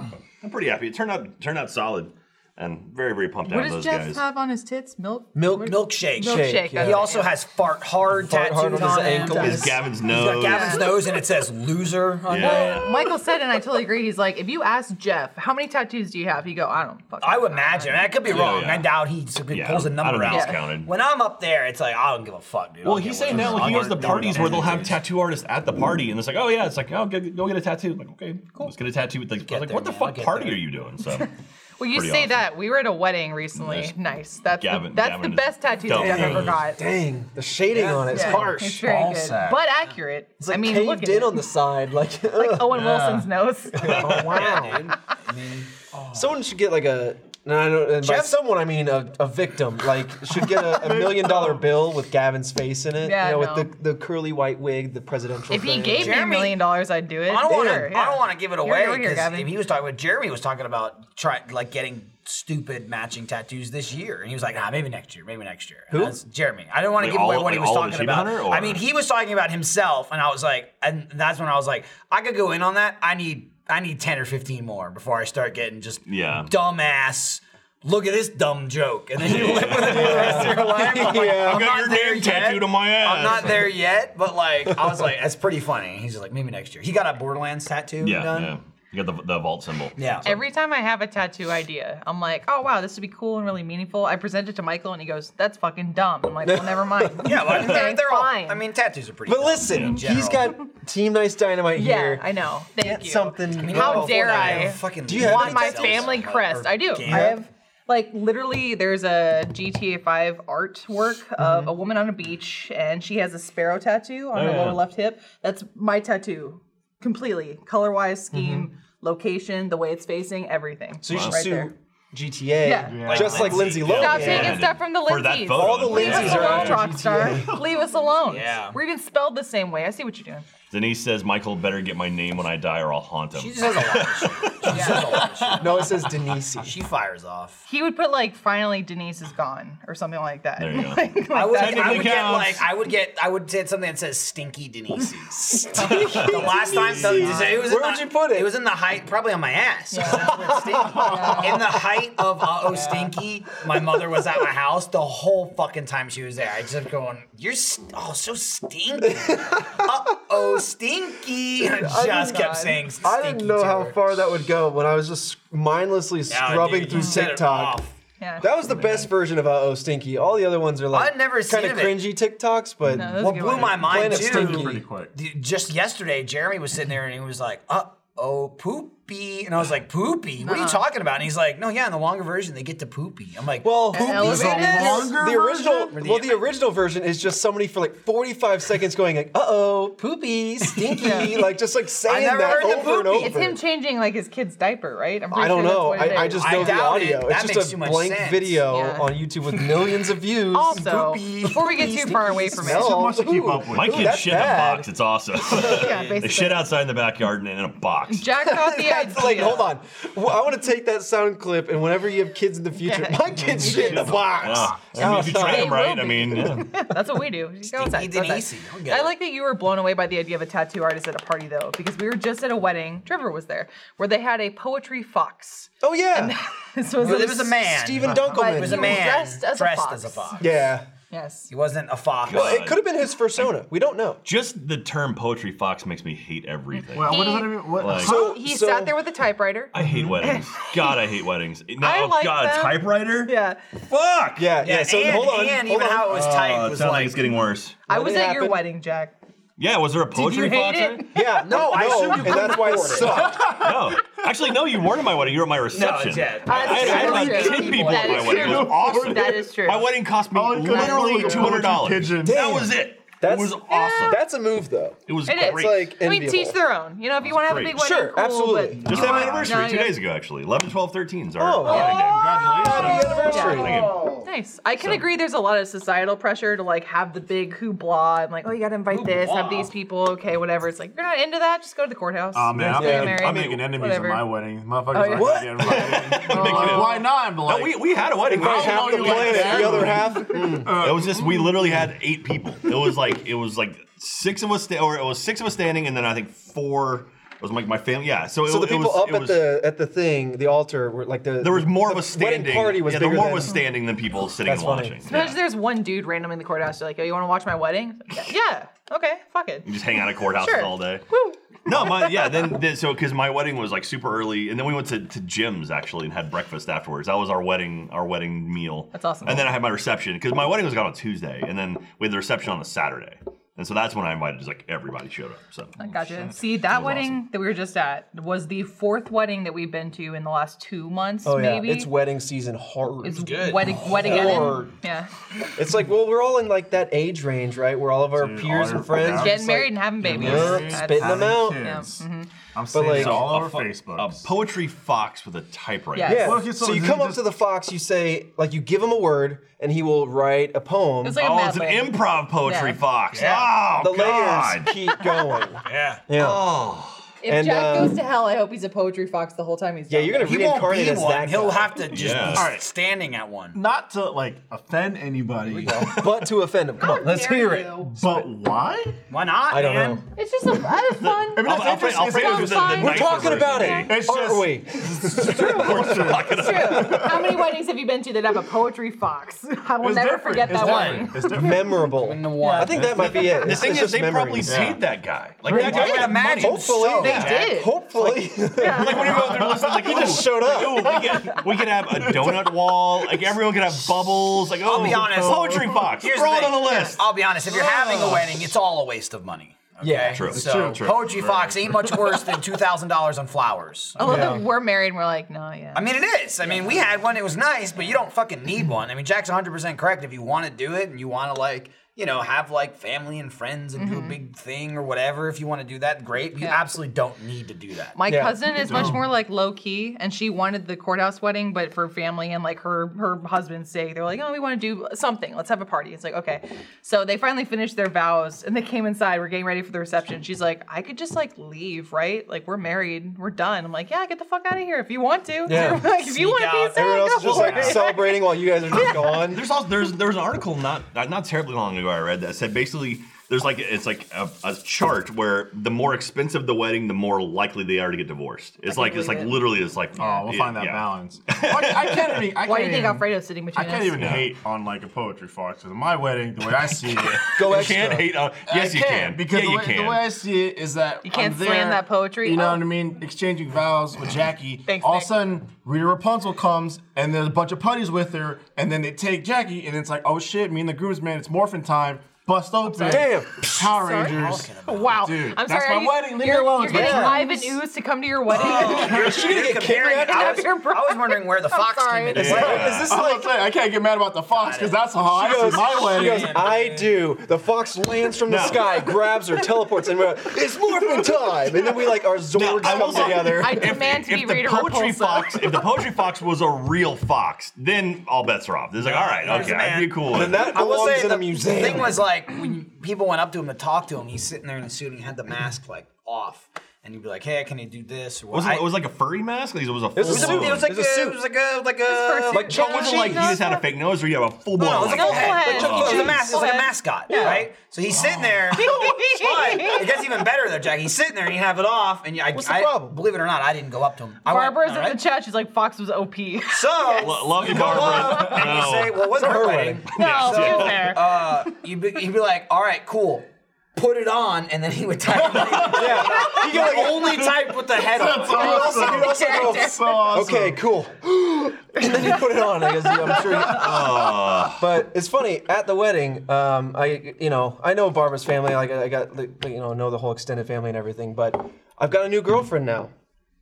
Speaker 5: I'm pretty happy. It turned out turned out solid, and very very pumped
Speaker 4: What
Speaker 5: out of
Speaker 4: does
Speaker 5: those
Speaker 4: Jeff
Speaker 5: guys.
Speaker 4: have on his tits? Milk.
Speaker 6: Milk-
Speaker 4: What-
Speaker 3: milkshake.
Speaker 4: Milkshake.
Speaker 6: Shake, yeah.
Speaker 4: that's
Speaker 3: He
Speaker 4: it.
Speaker 3: also has fart hard
Speaker 6: Fart hard
Speaker 3: tattoos
Speaker 6: on his
Speaker 3: on him.
Speaker 6: ankle.
Speaker 5: is Gavin's
Speaker 3: He's got
Speaker 5: nose.
Speaker 3: Gavin's nose and it says loser on
Speaker 5: Yeah.
Speaker 3: it.
Speaker 4: Michael said, and I totally agree. He's like, if you ask Jeff, how many tattoos do you have? He go, I don't fucking.
Speaker 3: I would imagine. I could be wrong.
Speaker 5: yeah.
Speaker 3: I doubt he s-
Speaker 5: Yeah,
Speaker 3: pulls a
Speaker 5: I don't
Speaker 3: number
Speaker 5: think he's
Speaker 3: out.
Speaker 5: counted.
Speaker 3: When I'm up there, it's like I don't give a fuck, dude. I
Speaker 5: Well,
Speaker 3: don't
Speaker 5: he's
Speaker 3: care
Speaker 5: saying
Speaker 3: what it
Speaker 5: now
Speaker 3: is.
Speaker 5: like, he
Speaker 3: I'll
Speaker 5: has the
Speaker 3: get
Speaker 5: parties
Speaker 3: whatever
Speaker 5: where they'll have
Speaker 3: tattoos.
Speaker 5: tattoo artists at the party, and it's like, oh yeah, it's like, oh go, go get a tattoo. Like okay, cool. Let's get a tattoo with the. I was like,
Speaker 3: there,
Speaker 5: what the
Speaker 3: man, I'll
Speaker 5: fuck
Speaker 3: get
Speaker 5: party
Speaker 3: there.
Speaker 5: are you doing? So
Speaker 4: Well, you
Speaker 5: pretty
Speaker 4: say
Speaker 5: awesome.
Speaker 4: that. We were at a wedding recently.
Speaker 5: Nice.
Speaker 4: Nice. That's
Speaker 5: Gavin-
Speaker 4: the, that's
Speaker 5: Gavin
Speaker 4: the
Speaker 5: is
Speaker 4: best tattoo
Speaker 5: dope.
Speaker 4: I ever got.
Speaker 6: Dang, the shading on it is
Speaker 4: Yeah,
Speaker 6: harsh.
Speaker 4: It's very
Speaker 3: Ball
Speaker 4: good,
Speaker 3: sack.
Speaker 4: but accurate.
Speaker 6: It's like
Speaker 4: I mean,
Speaker 6: caved
Speaker 4: look at
Speaker 6: in
Speaker 4: it.
Speaker 6: on the side. Like,
Speaker 4: like Owen Wilson's nose.
Speaker 6: oh, wow. Someone should get like a. No, I don't, and by
Speaker 3: Jeff-
Speaker 6: someone I mean a, a victim. Like should get a, a million dollar bill with Gavin's face in it.
Speaker 4: Yeah,
Speaker 6: you know,
Speaker 4: no.
Speaker 6: with the, the curly white wig, the presidential.
Speaker 4: if he
Speaker 6: thing.
Speaker 4: gave me
Speaker 3: Jeremy-
Speaker 4: a million dollars, I'd do it.
Speaker 3: I don't want
Speaker 4: Sure,
Speaker 3: to.
Speaker 4: yeah.
Speaker 3: I don't want to give it
Speaker 4: You're
Speaker 3: away
Speaker 4: over here,
Speaker 3: because
Speaker 4: Gavin.
Speaker 3: he was talking. What Jeremy was talking about, try like getting stupid matching tattoos this year, and he was like, ah, maybe next year, maybe next year. And
Speaker 6: Who?
Speaker 3: I was- Jeremy. I didn't want to
Speaker 5: Like
Speaker 3: give away
Speaker 5: all-
Speaker 3: what he
Speaker 5: like
Speaker 3: was
Speaker 5: all of
Speaker 3: talking
Speaker 5: Achievement
Speaker 3: about.
Speaker 5: Hunter, or-
Speaker 3: I mean, he was talking about himself, and I was like, and that's when I was like, I could go in on that. I need, I need ten or fifteen more before I start getting just
Speaker 5: Yeah.
Speaker 3: dumbass. Look at this dumb joke, and then you live with it for the rest of your life. I'm like,
Speaker 6: Yeah.
Speaker 3: I'm
Speaker 5: I got
Speaker 3: not
Speaker 5: your
Speaker 3: there
Speaker 5: name
Speaker 3: yet.
Speaker 5: tattooed on my
Speaker 3: I'm not
Speaker 5: ass.
Speaker 3: there yet, but like, I was like, that's pretty funny. He's just like, maybe next year. He got a Borderlands tattoo
Speaker 5: yeah,
Speaker 3: done.
Speaker 5: yeah. You got the the vault symbol.
Speaker 3: Yeah.
Speaker 4: Every time I have a tattoo idea, I'm like, oh wow, this would be cool and really meaningful. I present it to Michael and he goes, that's fucking dumb. I'm like, well, never mind.
Speaker 3: yeah, well, I mean, they're,
Speaker 4: Okay,
Speaker 3: they're all.
Speaker 4: fine.
Speaker 3: I mean, tattoos are pretty.
Speaker 6: But
Speaker 3: dumb in
Speaker 6: listen, he's
Speaker 3: general.
Speaker 6: got Team Nice Dynamite
Speaker 4: yeah,
Speaker 6: here.
Speaker 4: I know. Thank
Speaker 6: Get
Speaker 4: you.
Speaker 6: something.
Speaker 3: mean,
Speaker 4: How
Speaker 3: well,
Speaker 6: going.
Speaker 4: dare
Speaker 3: before that,
Speaker 4: I
Speaker 3: have fucking
Speaker 6: Do you have
Speaker 4: on
Speaker 6: any
Speaker 4: my
Speaker 6: tattoos?
Speaker 4: family crest. I do.
Speaker 3: Gamma.
Speaker 4: I have like literally there's a GTA 5 artwork
Speaker 6: Mm-hmm.
Speaker 4: of a woman on a beach and she has a sparrow tattoo
Speaker 6: Oh,
Speaker 4: on her
Speaker 5: yeah.
Speaker 4: lower left hip. That's my tattoo completely, color wise,
Speaker 6: Mm-hmm.
Speaker 4: scheme, location, the way it's facing, everything.
Speaker 6: So you should
Speaker 4: right
Speaker 6: sue
Speaker 4: there.
Speaker 6: GTA,
Speaker 4: Yeah. Yeah.
Speaker 6: just like Lindsay Lohan.
Speaker 4: Stop
Speaker 5: Yeah.
Speaker 4: taking stuff from the
Speaker 5: For that
Speaker 4: Lindsays.
Speaker 5: photo,
Speaker 6: All the
Speaker 5: I'm pretty
Speaker 4: Leave us
Speaker 6: Lindsays
Speaker 5: sure.
Speaker 6: are
Speaker 4: alone,
Speaker 6: out.
Speaker 4: Rockstar. Leave us alone.
Speaker 3: Yeah.
Speaker 4: We're even spelled the same way. I see what you're doing.
Speaker 5: Denise says Michael better get my name when I die or I'll haunt him.
Speaker 3: She just has a lot. Of shit. She just has a lot of shit.
Speaker 6: No, it says Denise.
Speaker 3: She fires off.
Speaker 4: He would put like, finally Denise is gone or something like that.
Speaker 5: There you go.
Speaker 4: Like- like
Speaker 3: I would,
Speaker 4: that.
Speaker 3: I would
Speaker 5: Technically
Speaker 3: get
Speaker 5: counts.
Speaker 3: like I would get I would say something that says stinky Denise. the last time the, it was in
Speaker 6: Where would
Speaker 3: the-
Speaker 6: you put it?
Speaker 3: It was in the height, probably on my ass. That's where it's stinky. In the height of uh oh stinky, my mother was at my house the whole fucking time she was there. I just kept going, you're st- oh so stinky. uh oh stinky. I
Speaker 6: I
Speaker 3: just kept
Speaker 6: did not-
Speaker 3: saying. Stinky
Speaker 6: I didn't know
Speaker 3: to
Speaker 6: how
Speaker 3: her.
Speaker 6: far that would go when I was just mindlessly
Speaker 3: Yeah,
Speaker 6: scrubbing
Speaker 3: dude, you
Speaker 6: through
Speaker 3: set it
Speaker 6: TikTok.
Speaker 3: off.
Speaker 4: Yeah.
Speaker 6: That was the best version of uh oh Stinky. All the other ones are like
Speaker 3: I've never
Speaker 6: kind
Speaker 3: seen
Speaker 6: of
Speaker 3: of
Speaker 6: cringy TikToks, but
Speaker 4: No, those
Speaker 3: What
Speaker 4: are good
Speaker 3: blew
Speaker 4: ones.
Speaker 3: my mind
Speaker 6: Planet
Speaker 3: too,
Speaker 6: Stinky.
Speaker 2: pretty quick.
Speaker 3: the- just yesterday, Jeremy was sitting there and he was like, uh oh, poopy. And I was like, poopy? What are
Speaker 6: Uh-uh.
Speaker 3: you talking about? And he's like, no, yeah, in the longer version, they get to poopy. I'm like,
Speaker 6: Well,
Speaker 3: poopy's
Speaker 4: elevated?
Speaker 3: a
Speaker 6: the
Speaker 3: longer
Speaker 6: original.
Speaker 3: version?
Speaker 6: Well, the original version is just somebody for like 45 seconds going like, "Uh oh, poopy, stinky," like just like saying
Speaker 3: never
Speaker 6: that
Speaker 3: heard the
Speaker 6: over and
Speaker 3: poopy.
Speaker 6: over.
Speaker 4: It's him changing like his kid's diaper, right? I'm pretty
Speaker 6: I don't
Speaker 4: sure
Speaker 6: know.
Speaker 4: That's what it
Speaker 6: I, I
Speaker 4: is.
Speaker 6: just
Speaker 3: I
Speaker 6: know the
Speaker 3: doubt it.
Speaker 6: audio.
Speaker 3: That
Speaker 6: It's
Speaker 3: makes
Speaker 6: just
Speaker 3: too
Speaker 6: a
Speaker 3: much
Speaker 6: blank
Speaker 3: sense.
Speaker 6: video
Speaker 4: Yeah. Oh,
Speaker 6: on YouTube with millions of views.
Speaker 4: also
Speaker 3: Poopy.
Speaker 4: before we get too far away from it.
Speaker 6: Smell.
Speaker 2: Too much to keep up with.
Speaker 5: My
Speaker 6: Ooh,
Speaker 5: kids
Speaker 6: that's
Speaker 5: shit
Speaker 6: bad.
Speaker 5: in a box. It's awesome. they
Speaker 4: basically.
Speaker 5: shit outside in the backyard and in a box.
Speaker 4: Jack got the
Speaker 6: That's
Speaker 4: idea.
Speaker 6: like, hold on. Well, I want to take that sound clip, and whenever you have kids in the future,
Speaker 4: Yeah.
Speaker 6: my kids shit in the box.
Speaker 5: Yeah. I mean, if you
Speaker 6: Outside.
Speaker 5: train
Speaker 4: They
Speaker 5: them right,
Speaker 4: will
Speaker 5: I mean, yeah.
Speaker 4: That's what we do. Just go outside, go
Speaker 3: Stinky
Speaker 4: outside.
Speaker 3: Denise, don't get
Speaker 4: I
Speaker 3: it.
Speaker 4: like that you were blown away by the idea of a tattoo artist at a party, though, because we were just at a wedding. Trevor was there, where they had a poetry fox.
Speaker 6: Oh yeah,
Speaker 4: So
Speaker 3: Well, it was a man.
Speaker 6: Stephen
Speaker 4: But
Speaker 6: Dunkelman.
Speaker 4: he
Speaker 3: was
Speaker 4: was
Speaker 3: a man
Speaker 4: dressed as a
Speaker 3: dressed
Speaker 4: fox.
Speaker 3: as a fox.
Speaker 6: Yeah.
Speaker 4: Yes.
Speaker 3: He wasn't a fox.
Speaker 5: God.
Speaker 6: It could have been his persona. We don't know.
Speaker 5: Just the term poetry fox makes me hate everything.
Speaker 2: Well, what does that even? What?
Speaker 5: Like-
Speaker 6: So-
Speaker 4: He
Speaker 6: so-
Speaker 4: sat there with a typewriter.
Speaker 5: I hate weddings. God, I hate weddings. No,
Speaker 4: I like
Speaker 5: God,
Speaker 4: them.
Speaker 5: typewriter?
Speaker 4: yeah.
Speaker 5: Fuck!
Speaker 6: Yeah, yeah.
Speaker 3: Yeah,
Speaker 6: so
Speaker 3: and,
Speaker 6: hold on.
Speaker 3: and
Speaker 6: hold
Speaker 3: even
Speaker 6: on.
Speaker 3: how it was
Speaker 5: Oh,
Speaker 3: tight
Speaker 5: it
Speaker 3: was
Speaker 5: sounds
Speaker 3: like,
Speaker 5: like it's getting worse.
Speaker 4: I was
Speaker 6: it
Speaker 4: at your
Speaker 6: happen.
Speaker 4: wedding, Jack.
Speaker 5: Yeah, was there a
Speaker 4: Did you
Speaker 5: poetry
Speaker 4: hate
Speaker 5: fox?
Speaker 4: it?
Speaker 6: yeah, no, I
Speaker 3: assumed
Speaker 6: know,
Speaker 3: you
Speaker 6: and
Speaker 3: couldn't
Speaker 6: that's why it
Speaker 3: afford it.
Speaker 6: sucked.
Speaker 5: No. Actually, no, you weren't at my wedding. You were at my reception.
Speaker 7: Ted.
Speaker 5: I, I had
Speaker 4: That
Speaker 5: like
Speaker 4: is true.
Speaker 5: 10 people at
Speaker 4: That
Speaker 5: my
Speaker 4: is
Speaker 5: wedding. It was
Speaker 4: true.
Speaker 5: awesome.
Speaker 4: That is true.
Speaker 5: My wedding cost me
Speaker 2: Oh, it could've
Speaker 5: literally
Speaker 2: been a
Speaker 5: $200.
Speaker 2: pigeon.
Speaker 5: That
Speaker 2: Damn.
Speaker 5: was it.
Speaker 6: That's-
Speaker 5: it was awesome.
Speaker 6: That's a move, though.
Speaker 5: it was
Speaker 4: It is.
Speaker 5: great.
Speaker 6: like
Speaker 4: I mean,
Speaker 6: enviable.
Speaker 4: teach their own. You know, if you want to have a
Speaker 5: Great.
Speaker 4: big wedding,
Speaker 6: Sure,
Speaker 4: cool,
Speaker 6: absolutely.
Speaker 4: But
Speaker 5: Just had my anniversary
Speaker 4: No,
Speaker 5: two
Speaker 4: yeah.
Speaker 5: days ago, actually. 11, 12, 13 is our
Speaker 6: Oh.
Speaker 5: wedding day.
Speaker 2: Congratulations.
Speaker 6: Happy anniversary.
Speaker 4: Nice. I
Speaker 5: So-
Speaker 4: can agree. There's a lot of societal pressure to like have the big hoopla and like, oh, you got to invite this, have these people, okay, whatever. It's like you're not into that. Just go to the courthouse.
Speaker 2: Oh man, I'm,
Speaker 6: Yeah.
Speaker 2: making,
Speaker 4: Married.
Speaker 2: I'm making enemies
Speaker 4: Whatever.
Speaker 2: at my wedding. Motherfuckers
Speaker 4: yeah?
Speaker 2: are
Speaker 6: What?
Speaker 2: what? getting invited. Like, Why not? I'm like,
Speaker 5: No, we, we had a wedding.
Speaker 2: Invite
Speaker 5: We
Speaker 2: half the
Speaker 5: all know you
Speaker 2: planet,
Speaker 5: like that.
Speaker 6: The other half.
Speaker 2: Hmm.
Speaker 5: It was just we literally had eight people. It was like it was like six of us, sta- or it was six of us standing, and then I think four it was like my family. Yeah, so it,
Speaker 6: So the
Speaker 5: it
Speaker 6: people
Speaker 5: was,
Speaker 6: up
Speaker 5: it
Speaker 6: at
Speaker 5: was,
Speaker 6: the at the thing, the altar, were like the
Speaker 5: there was more of
Speaker 6: the
Speaker 5: us standing.
Speaker 6: Wedding party was
Speaker 5: yeah, there
Speaker 6: bigger
Speaker 5: were more
Speaker 6: than,
Speaker 5: of us standing than people sitting
Speaker 6: That's
Speaker 5: and
Speaker 6: funny.
Speaker 5: watching.
Speaker 4: Imagine
Speaker 5: Yeah.
Speaker 4: there's one dude random in the courthouse. You're like, oh, you want to watch my wedding? Yeah, yeah. Okay. Fuck it.
Speaker 5: You just hang out at courthouses
Speaker 4: Sure.
Speaker 5: all day.
Speaker 4: Woo.
Speaker 5: No, my yeah. Then, then so because my wedding was like super early, and then we went to, to Jim's actually and had breakfast afterwards. That was our wedding our wedding meal.
Speaker 4: That's awesome.
Speaker 5: And then I had my reception because my wedding was on a Tuesday, and then we had the reception on a Saturday, and so that's when I invited just like everybody showed up. So
Speaker 4: Gotcha. See, that wedding that we were just at was the fourth wedding that we've been to in the last two months,
Speaker 6: Oh yeah,
Speaker 4: maybe.
Speaker 6: it's wedding season hard.
Speaker 4: It's
Speaker 6: It's,
Speaker 7: good.
Speaker 4: Wedding, wedding again.
Speaker 6: Hard.
Speaker 4: Yeah.
Speaker 6: like well, we're all in like that age range, right? Where all of our
Speaker 2: Dude,
Speaker 6: peers
Speaker 2: all
Speaker 6: and
Speaker 2: your-
Speaker 6: friends
Speaker 2: yeah.
Speaker 6: just,
Speaker 4: Getting
Speaker 6: like,
Speaker 4: married and having babies.
Speaker 6: Yep,
Speaker 4: That's-
Speaker 6: spitting them out.
Speaker 2: Kids.
Speaker 4: Yeah,
Speaker 2: I'm saying
Speaker 6: like,
Speaker 2: it all
Speaker 5: a
Speaker 2: over
Speaker 5: fu-
Speaker 2: Facebook.
Speaker 5: A poetry fox with a typewriter.
Speaker 4: Yeah.
Speaker 6: Yeah.
Speaker 2: Well, okay,
Speaker 6: so,
Speaker 2: so
Speaker 6: you
Speaker 2: is
Speaker 6: come
Speaker 2: it
Speaker 6: up
Speaker 2: just-
Speaker 6: to the fox, you say like you give him a word, and he will write a poem.
Speaker 4: It's like a
Speaker 5: Oh,
Speaker 4: Mad
Speaker 5: it's an
Speaker 4: Lib.
Speaker 5: improv poetry
Speaker 4: Yeah.
Speaker 5: fox.
Speaker 6: the
Speaker 5: Oh, God.
Speaker 6: layers keep going.
Speaker 5: Yeah.
Speaker 6: Yeah.
Speaker 5: Oh.
Speaker 4: If
Speaker 6: And,
Speaker 4: Jack
Speaker 6: uh,
Speaker 4: goes to hell, I hope he's a poetry fox the whole time he's
Speaker 6: yeah,
Speaker 4: down
Speaker 6: you're gonna
Speaker 3: he won't
Speaker 6: reincarnate
Speaker 3: be
Speaker 6: as
Speaker 3: one.
Speaker 6: that
Speaker 3: He'll
Speaker 6: guy.
Speaker 3: have to just
Speaker 5: Yeah.
Speaker 3: be
Speaker 5: All right.
Speaker 3: standing at one.
Speaker 2: Not to like offend anybody,
Speaker 6: but to offend him. Come on, let's hear it.
Speaker 2: but why?
Speaker 3: Why not?
Speaker 6: I don't
Speaker 3: man?
Speaker 6: know.
Speaker 4: It's just a, a fun.
Speaker 2: I mean, that's
Speaker 5: I'll, I'll,
Speaker 2: interesting.
Speaker 5: I'll,
Speaker 2: It's
Speaker 5: I'll,
Speaker 4: just-
Speaker 5: the
Speaker 6: We're
Speaker 5: nicer
Speaker 6: talking
Speaker 5: version
Speaker 6: about
Speaker 5: of
Speaker 6: it,
Speaker 5: me.
Speaker 2: It's
Speaker 6: aren't
Speaker 2: just-
Speaker 6: we?
Speaker 4: true. How many weddings have you been to that have a poetry fox? I will
Speaker 2: It's
Speaker 4: never
Speaker 2: different.
Speaker 4: forget
Speaker 2: It's
Speaker 4: that
Speaker 2: different.
Speaker 4: one.
Speaker 2: It's different.
Speaker 6: Memorable. I think that might be it.
Speaker 5: The
Speaker 6: It's-
Speaker 5: thing
Speaker 6: it's
Speaker 5: is,
Speaker 6: just
Speaker 5: they probably
Speaker 6: memories.
Speaker 5: paid that guy. Like, that
Speaker 3: I
Speaker 5: guy
Speaker 3: would
Speaker 5: got money.
Speaker 3: imagine.
Speaker 6: Hopefully,
Speaker 3: so,
Speaker 4: They
Speaker 3: Jack.
Speaker 4: did.
Speaker 6: Hopefully,
Speaker 5: Like, when you go out there listening, like, he
Speaker 6: just showed
Speaker 5: Like,
Speaker 6: up.
Speaker 5: oh, we, could, we could have a donut wall. Like, everyone could have bubbles. Like, oh,
Speaker 3: I'll be honest.
Speaker 5: poetry fox.
Speaker 3: Here's
Speaker 5: Throw
Speaker 3: the
Speaker 5: it
Speaker 3: thing.
Speaker 5: on the list.
Speaker 3: I'll be honest. If you're having a wedding, it's all a waste of money. Okay?
Speaker 6: Yeah,
Speaker 5: true. It's
Speaker 3: So
Speaker 5: true, true.
Speaker 3: poetry fox ain't much worse than two thousand dollars on flowers.
Speaker 4: I love that we're married and we're like, no, yeah.
Speaker 3: I mean, it is. I mean, we had one. It was nice, but you don't fucking need one. I mean, Jack's 100% correct. If you want to do it and you want to, like, you know, have, like, family and friends and do a big thing or whatever, if you want to do that, great. You absolutely don't need to do that.
Speaker 4: My
Speaker 6: Yeah.
Speaker 4: cousin is
Speaker 2: Oh.
Speaker 4: much more like low key, and she wanted the courthouse wedding, but for family and like her her husband's sake, they're like, oh, we want to do something. Let's have a party. It's like okay. So they finally finished their vows, and they came inside. We're getting ready for the reception. She's like, I could just like leave, right? Like we're married, we're done. I'm like, yeah, get the fuck out of here if you want to.
Speaker 6: Yeah.
Speaker 4: Like, if you
Speaker 3: Sneak
Speaker 4: want to be
Speaker 3: out.
Speaker 4: inside,
Speaker 6: everyone else
Speaker 4: go
Speaker 6: is just
Speaker 4: for
Speaker 6: like
Speaker 4: it.
Speaker 6: celebrating while you guys are just gone.
Speaker 5: There's also there's there was an article not not terribly long ago I read that said basically there's like it's like a, a chart where the more expensive the wedding, the more likely they are to get divorced. It's like it's
Speaker 4: believe
Speaker 5: like
Speaker 4: it.
Speaker 5: literally it's like
Speaker 2: Oh, we'll
Speaker 5: yeah,
Speaker 2: find that
Speaker 5: yeah.
Speaker 2: balance. I, I can't even. I
Speaker 4: Why
Speaker 2: can't
Speaker 4: do you think
Speaker 2: even-
Speaker 4: Alfredo's sitting between
Speaker 2: I can't
Speaker 4: us?
Speaker 2: even hate on like a poetry fox because my wedding, the way I see it,
Speaker 6: Go
Speaker 5: You
Speaker 6: extra.
Speaker 5: can't hate on. Yes,
Speaker 2: I
Speaker 5: you can.
Speaker 2: because
Speaker 5: yeah,
Speaker 2: the,
Speaker 5: you
Speaker 2: way,
Speaker 5: can.
Speaker 2: the way I see it is that
Speaker 4: You can't
Speaker 2: I'm there,
Speaker 4: slam that poetry.
Speaker 2: You know
Speaker 4: Oh.
Speaker 2: what I mean? Exchanging vows with Jackie.
Speaker 4: Thanks,
Speaker 2: All of a
Speaker 4: Nick.
Speaker 2: sudden, Rita Rapunzel comes, and there's a bunch of putties with her, and then they take Jackie, and it's like, oh shit, me and the groomsman, it's morphin' time. Bust open.
Speaker 6: Damn.
Speaker 2: Power Rangers.
Speaker 4: Wow.
Speaker 2: Dude,
Speaker 4: I'm
Speaker 2: that's
Speaker 4: sorry.
Speaker 2: my
Speaker 4: are you-
Speaker 2: wedding. Leave me
Speaker 4: you're-
Speaker 2: alone. Oh.
Speaker 4: You're
Speaker 2: It's my
Speaker 4: getting
Speaker 2: wedding.
Speaker 4: live and ooze to come to your wedding.
Speaker 6: Is she gonna get
Speaker 3: Comparing-
Speaker 6: kidnapped?
Speaker 3: I
Speaker 4: Kidnap
Speaker 3: was,
Speaker 4: your brother.
Speaker 3: I was wondering where the
Speaker 4: I'm
Speaker 3: fox came
Speaker 4: sorry.
Speaker 3: into this.
Speaker 6: Like, is this
Speaker 2: I'm
Speaker 6: like?
Speaker 2: like, I can't get mad about the fox because that's how I
Speaker 6: She goes,
Speaker 2: see my
Speaker 6: she
Speaker 2: wedding.
Speaker 6: goes, I do. The fox lands from the sky, grabs her, teleports, and we're like, it's morphin' time. And then we like our zords
Speaker 5: I will
Speaker 6: come
Speaker 5: say-
Speaker 6: together.
Speaker 4: I demand to be
Speaker 5: if the
Speaker 4: Rita
Speaker 5: poetry
Speaker 4: Repulsa.
Speaker 5: fox, if the poetry fox was a real fox, then all bets are off. It's like, all right, okay, I'd be cool.
Speaker 6: and that
Speaker 3: I will
Speaker 6: belongs
Speaker 3: say
Speaker 6: in
Speaker 3: the
Speaker 6: a museum.
Speaker 3: thing was like when people went up to him to talk to him, he's sitting there in the suit and he had the mask like off, and he'd be like, "Hey, can you do this?or what?"
Speaker 5: was
Speaker 3: I-
Speaker 5: it, was it like a furry mask? Like, it was a full
Speaker 6: was a suit.
Speaker 3: It was like
Speaker 6: There's a
Speaker 3: a,
Speaker 6: suit.
Speaker 3: it was like a like
Speaker 4: first
Speaker 3: a
Speaker 4: suit.
Speaker 3: like
Speaker 5: It wasn't like you just had a fake nose, or you have a full blown.
Speaker 3: No, it's
Speaker 5: like,
Speaker 3: like a full
Speaker 4: full
Speaker 3: head.
Speaker 4: head.
Speaker 3: Like Chuck E. Cheese. It was a mask. It was like a
Speaker 4: Full head.
Speaker 3: mascot, right? So he's sitting there. but it gets even better though, Jack. He's sitting there and you have it off. And I,
Speaker 6: What's the
Speaker 3: I-
Speaker 6: problem?
Speaker 3: Believe it or not, I didn't go up to him. I went,
Speaker 4: Barbara's
Speaker 3: "All
Speaker 4: in
Speaker 3: right."
Speaker 4: the chat. She's like, Fox was OP. no,
Speaker 3: So
Speaker 5: Lo- love you,
Speaker 3: go up
Speaker 5: Barbara.
Speaker 3: And you
Speaker 5: No.
Speaker 3: say, "Well, it wasn't her wedding."
Speaker 4: she was there.
Speaker 2: Oh.
Speaker 3: Uh, you'd, be, you'd be like, "All right, cool." Put it on, and then he would type.
Speaker 6: yeah. You get like a-
Speaker 3: only type with the head
Speaker 2: That's
Speaker 3: on.
Speaker 2: awesome.
Speaker 6: you also go,
Speaker 2: So awesome.
Speaker 6: Okay, cool. and then you put it on. I guess yeah, I'm sure. You,
Speaker 5: Oh,
Speaker 6: But it's funny at the wedding. Um, I you know I know Barbara's family. Like I got like, you know know the whole extended family and everything. But I've got a new girlfriend now.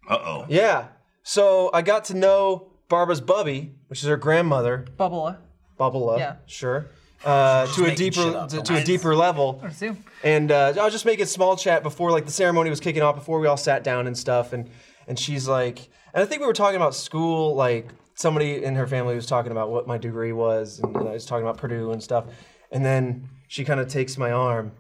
Speaker 5: Uh oh.
Speaker 6: Yeah. So I got to know Barbara's bubby, which is her grandmother,
Speaker 4: Bubble.
Speaker 6: Bubba.
Speaker 4: Yeah.
Speaker 6: Sure. Uh, to a
Speaker 3: making shit
Speaker 6: deeper
Speaker 3: up,
Speaker 6: to,
Speaker 3: don't
Speaker 6: to a
Speaker 3: worry.
Speaker 6: deeper level.
Speaker 4: Zoom.
Speaker 6: And uh, I was just making small chat before like the ceremony was kicking off, before we all sat down and stuff. And and she's like, and I think we were talking about school. Like somebody in her family was talking about what my degree was, and, and I was talking about Purdue and stuff. And then she kind of takes my arm,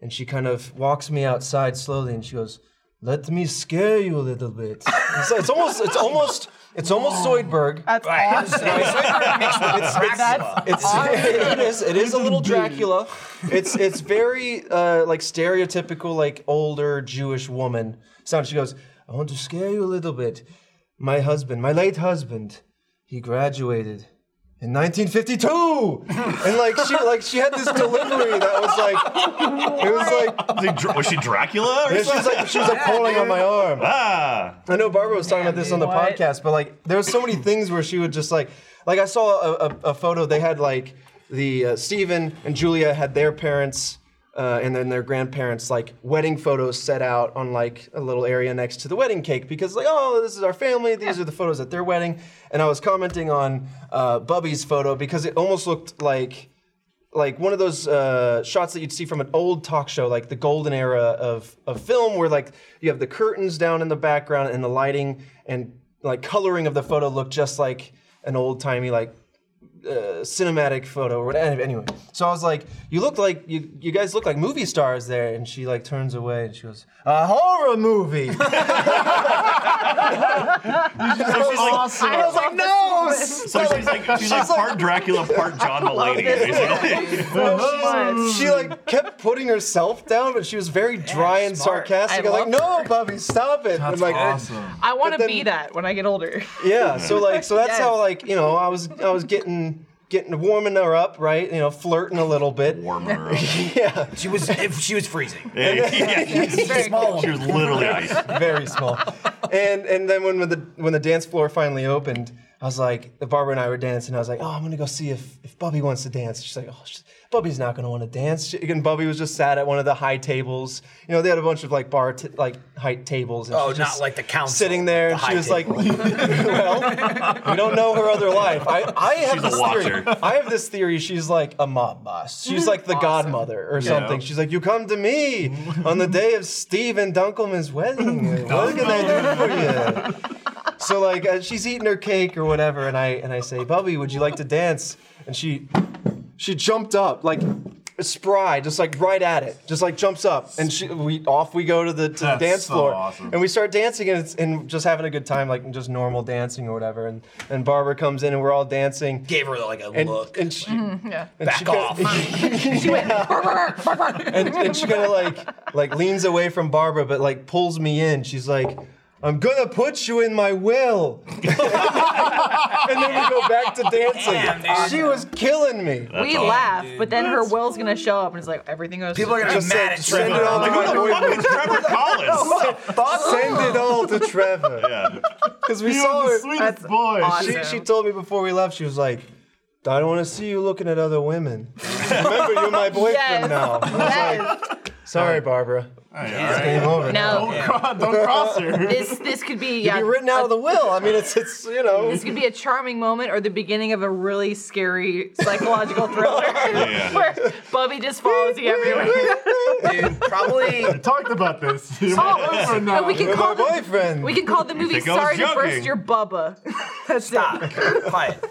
Speaker 6: and she kind of walks me outside slowly, and she goes, "Let me scare you a little bit." it's, it's almost, it's almost, it's almost Zoidberg.
Speaker 4: That's awesome. That's
Speaker 6: It's it is it is a little Dracula. It's it's very uh, like stereotypical like older Jewish woman sound. She goes, I want to scare you a little bit. My husband, my late husband, he graduated in 1952, and like she like she had this delivery that was like it was like
Speaker 5: Was, he Dr- was she Dracula or
Speaker 6: and she
Speaker 5: something?
Speaker 6: was like she was like pulling on my arm.
Speaker 5: Ah.
Speaker 6: I know Barbara was talking about this on the
Speaker 4: What?
Speaker 6: podcast, but like there was so many things where she would just like, like I saw a, a, a photo they had like the uh, Stephen and Julia had their parents uh, and then their grandparents like wedding photos set out on like a little area next to the wedding cake because like oh this is our family these are the photos at their wedding and I was commenting on uh, Bubby's photo because it almost looked like like one of those uh, shots that you'd see from an old talk show, like the golden era of, of film, where like you have the curtains down in the background and the lighting and like coloring of the photo look just like an old timey like uh, cinematic photo or whatever. Anyway, so I was like, you look like you you guys look like movie stars there, and she like turns away and she goes, a horror movie.
Speaker 5: So she's like,
Speaker 4: awesome. I was like, no.
Speaker 5: so she's like, she's like part Dracula, part John Mulaney. basically.
Speaker 6: No, she's- she like kept putting herself down, but she was very dry and
Speaker 3: smart.
Speaker 6: sarcastic.
Speaker 4: I
Speaker 6: I'm like,
Speaker 4: love
Speaker 6: no, Bubby, stop it. I'm
Speaker 2: That's
Speaker 6: like,
Speaker 2: awesome.
Speaker 4: I want
Speaker 6: But
Speaker 4: to
Speaker 6: then-
Speaker 4: be that when I get older.
Speaker 6: yeah. So like, so that's
Speaker 4: Yes.
Speaker 6: how like you know I was I was getting getting warming her up, right? You know, flirting a little bit.
Speaker 5: Warmer. Hey,
Speaker 3: She was if she was freezing.
Speaker 5: yeah.
Speaker 3: She's a small
Speaker 5: She
Speaker 3: woman.
Speaker 5: was literally ice.
Speaker 6: very small. And and then when the when the dance floor finally opened, I was like, Barbara and I were dancing. I was like, oh, I'm gonna go see if if Bubby wants to dance. She's like, oh, sh Bubby's not gonna want to dance. She, and Bubby was just sat at one of the high tables. You know, they had a bunch of like bar t- like height tables. And
Speaker 3: Oh,
Speaker 6: she's
Speaker 3: not
Speaker 6: just
Speaker 3: like the council,
Speaker 6: sitting there.
Speaker 3: the
Speaker 6: and she
Speaker 3: high
Speaker 6: was like, well, we don't know her other life. I I have
Speaker 5: She's a
Speaker 6: this theory.
Speaker 5: watcher.
Speaker 6: I have this theory. She's like a mob boss. She's like the godmother or something. She's like, you come to me on the day of Steve and Dunkelman's wedding. what can I do for you? So like, uh, she's eating her cake or whatever, and I and I say, Bubby, would you like to dance? And she she jumped up like. spry, just like right at it, just like jumps up, and she, we off we go to the, to the
Speaker 2: That's
Speaker 6: dance
Speaker 2: so
Speaker 6: floor,
Speaker 2: awesome.
Speaker 6: and we start dancing and, it's, and just having a good time, like just normal dancing or whatever. And and Barbara comes in and we're all dancing,
Speaker 3: Gave her like a
Speaker 6: and
Speaker 3: look.
Speaker 6: and she
Speaker 4: Mm-hmm, Yeah.
Speaker 6: and she
Speaker 3: Back off.
Speaker 6: Goes, and, and she kind of like like leans away from Barbara, but like pulls me in. She's like. I'm gonna put you in my will, and then we go back to dancing.
Speaker 3: Damn, dude.
Speaker 6: she was killing me.
Speaker 4: we
Speaker 5: awesome.
Speaker 4: laugh, but then her will's gonna show up and it's like everything goes.
Speaker 3: People are gonna be
Speaker 6: Just
Speaker 3: mad at
Speaker 6: said, send it
Speaker 3: Trevor.
Speaker 6: all to
Speaker 3: Like,
Speaker 6: my boyfriend.
Speaker 5: It's Trevor Collins.
Speaker 3: thoughts?
Speaker 6: Send it all to Trevor.
Speaker 5: Yeah.
Speaker 6: Because we
Speaker 2: He
Speaker 6: saw
Speaker 2: was the
Speaker 6: her.
Speaker 2: sweetest boy.
Speaker 4: awesome.
Speaker 6: She, she told me before we left, she was like, I don't want to see you looking at other women. Remember, you're my boyfriend
Speaker 4: Yes.
Speaker 6: now. I was
Speaker 4: Yes.
Speaker 6: like, Sorry, Barbara. Um, Game over.
Speaker 4: No,
Speaker 2: God, don't cross her.
Speaker 4: this this could be yeah,
Speaker 6: You're written out
Speaker 4: a-
Speaker 6: of the will. I mean, it's, it's you know.
Speaker 4: This could be a charming moment or the beginning of a really scary psychological thriller
Speaker 5: yeah.
Speaker 4: where Bubby just follows you everywhere.
Speaker 3: Dude, probably.
Speaker 2: Talked about this.
Speaker 4: Oh,
Speaker 2: Or not.
Speaker 4: we can
Speaker 6: You're my
Speaker 4: call the,
Speaker 6: boyfriend.
Speaker 4: we can call the movie
Speaker 5: think I was
Speaker 4: "Sorry to Burst
Speaker 5: joking.
Speaker 4: Your Bubba." That's
Speaker 3: Stop.
Speaker 4: It.
Speaker 3: Quiet.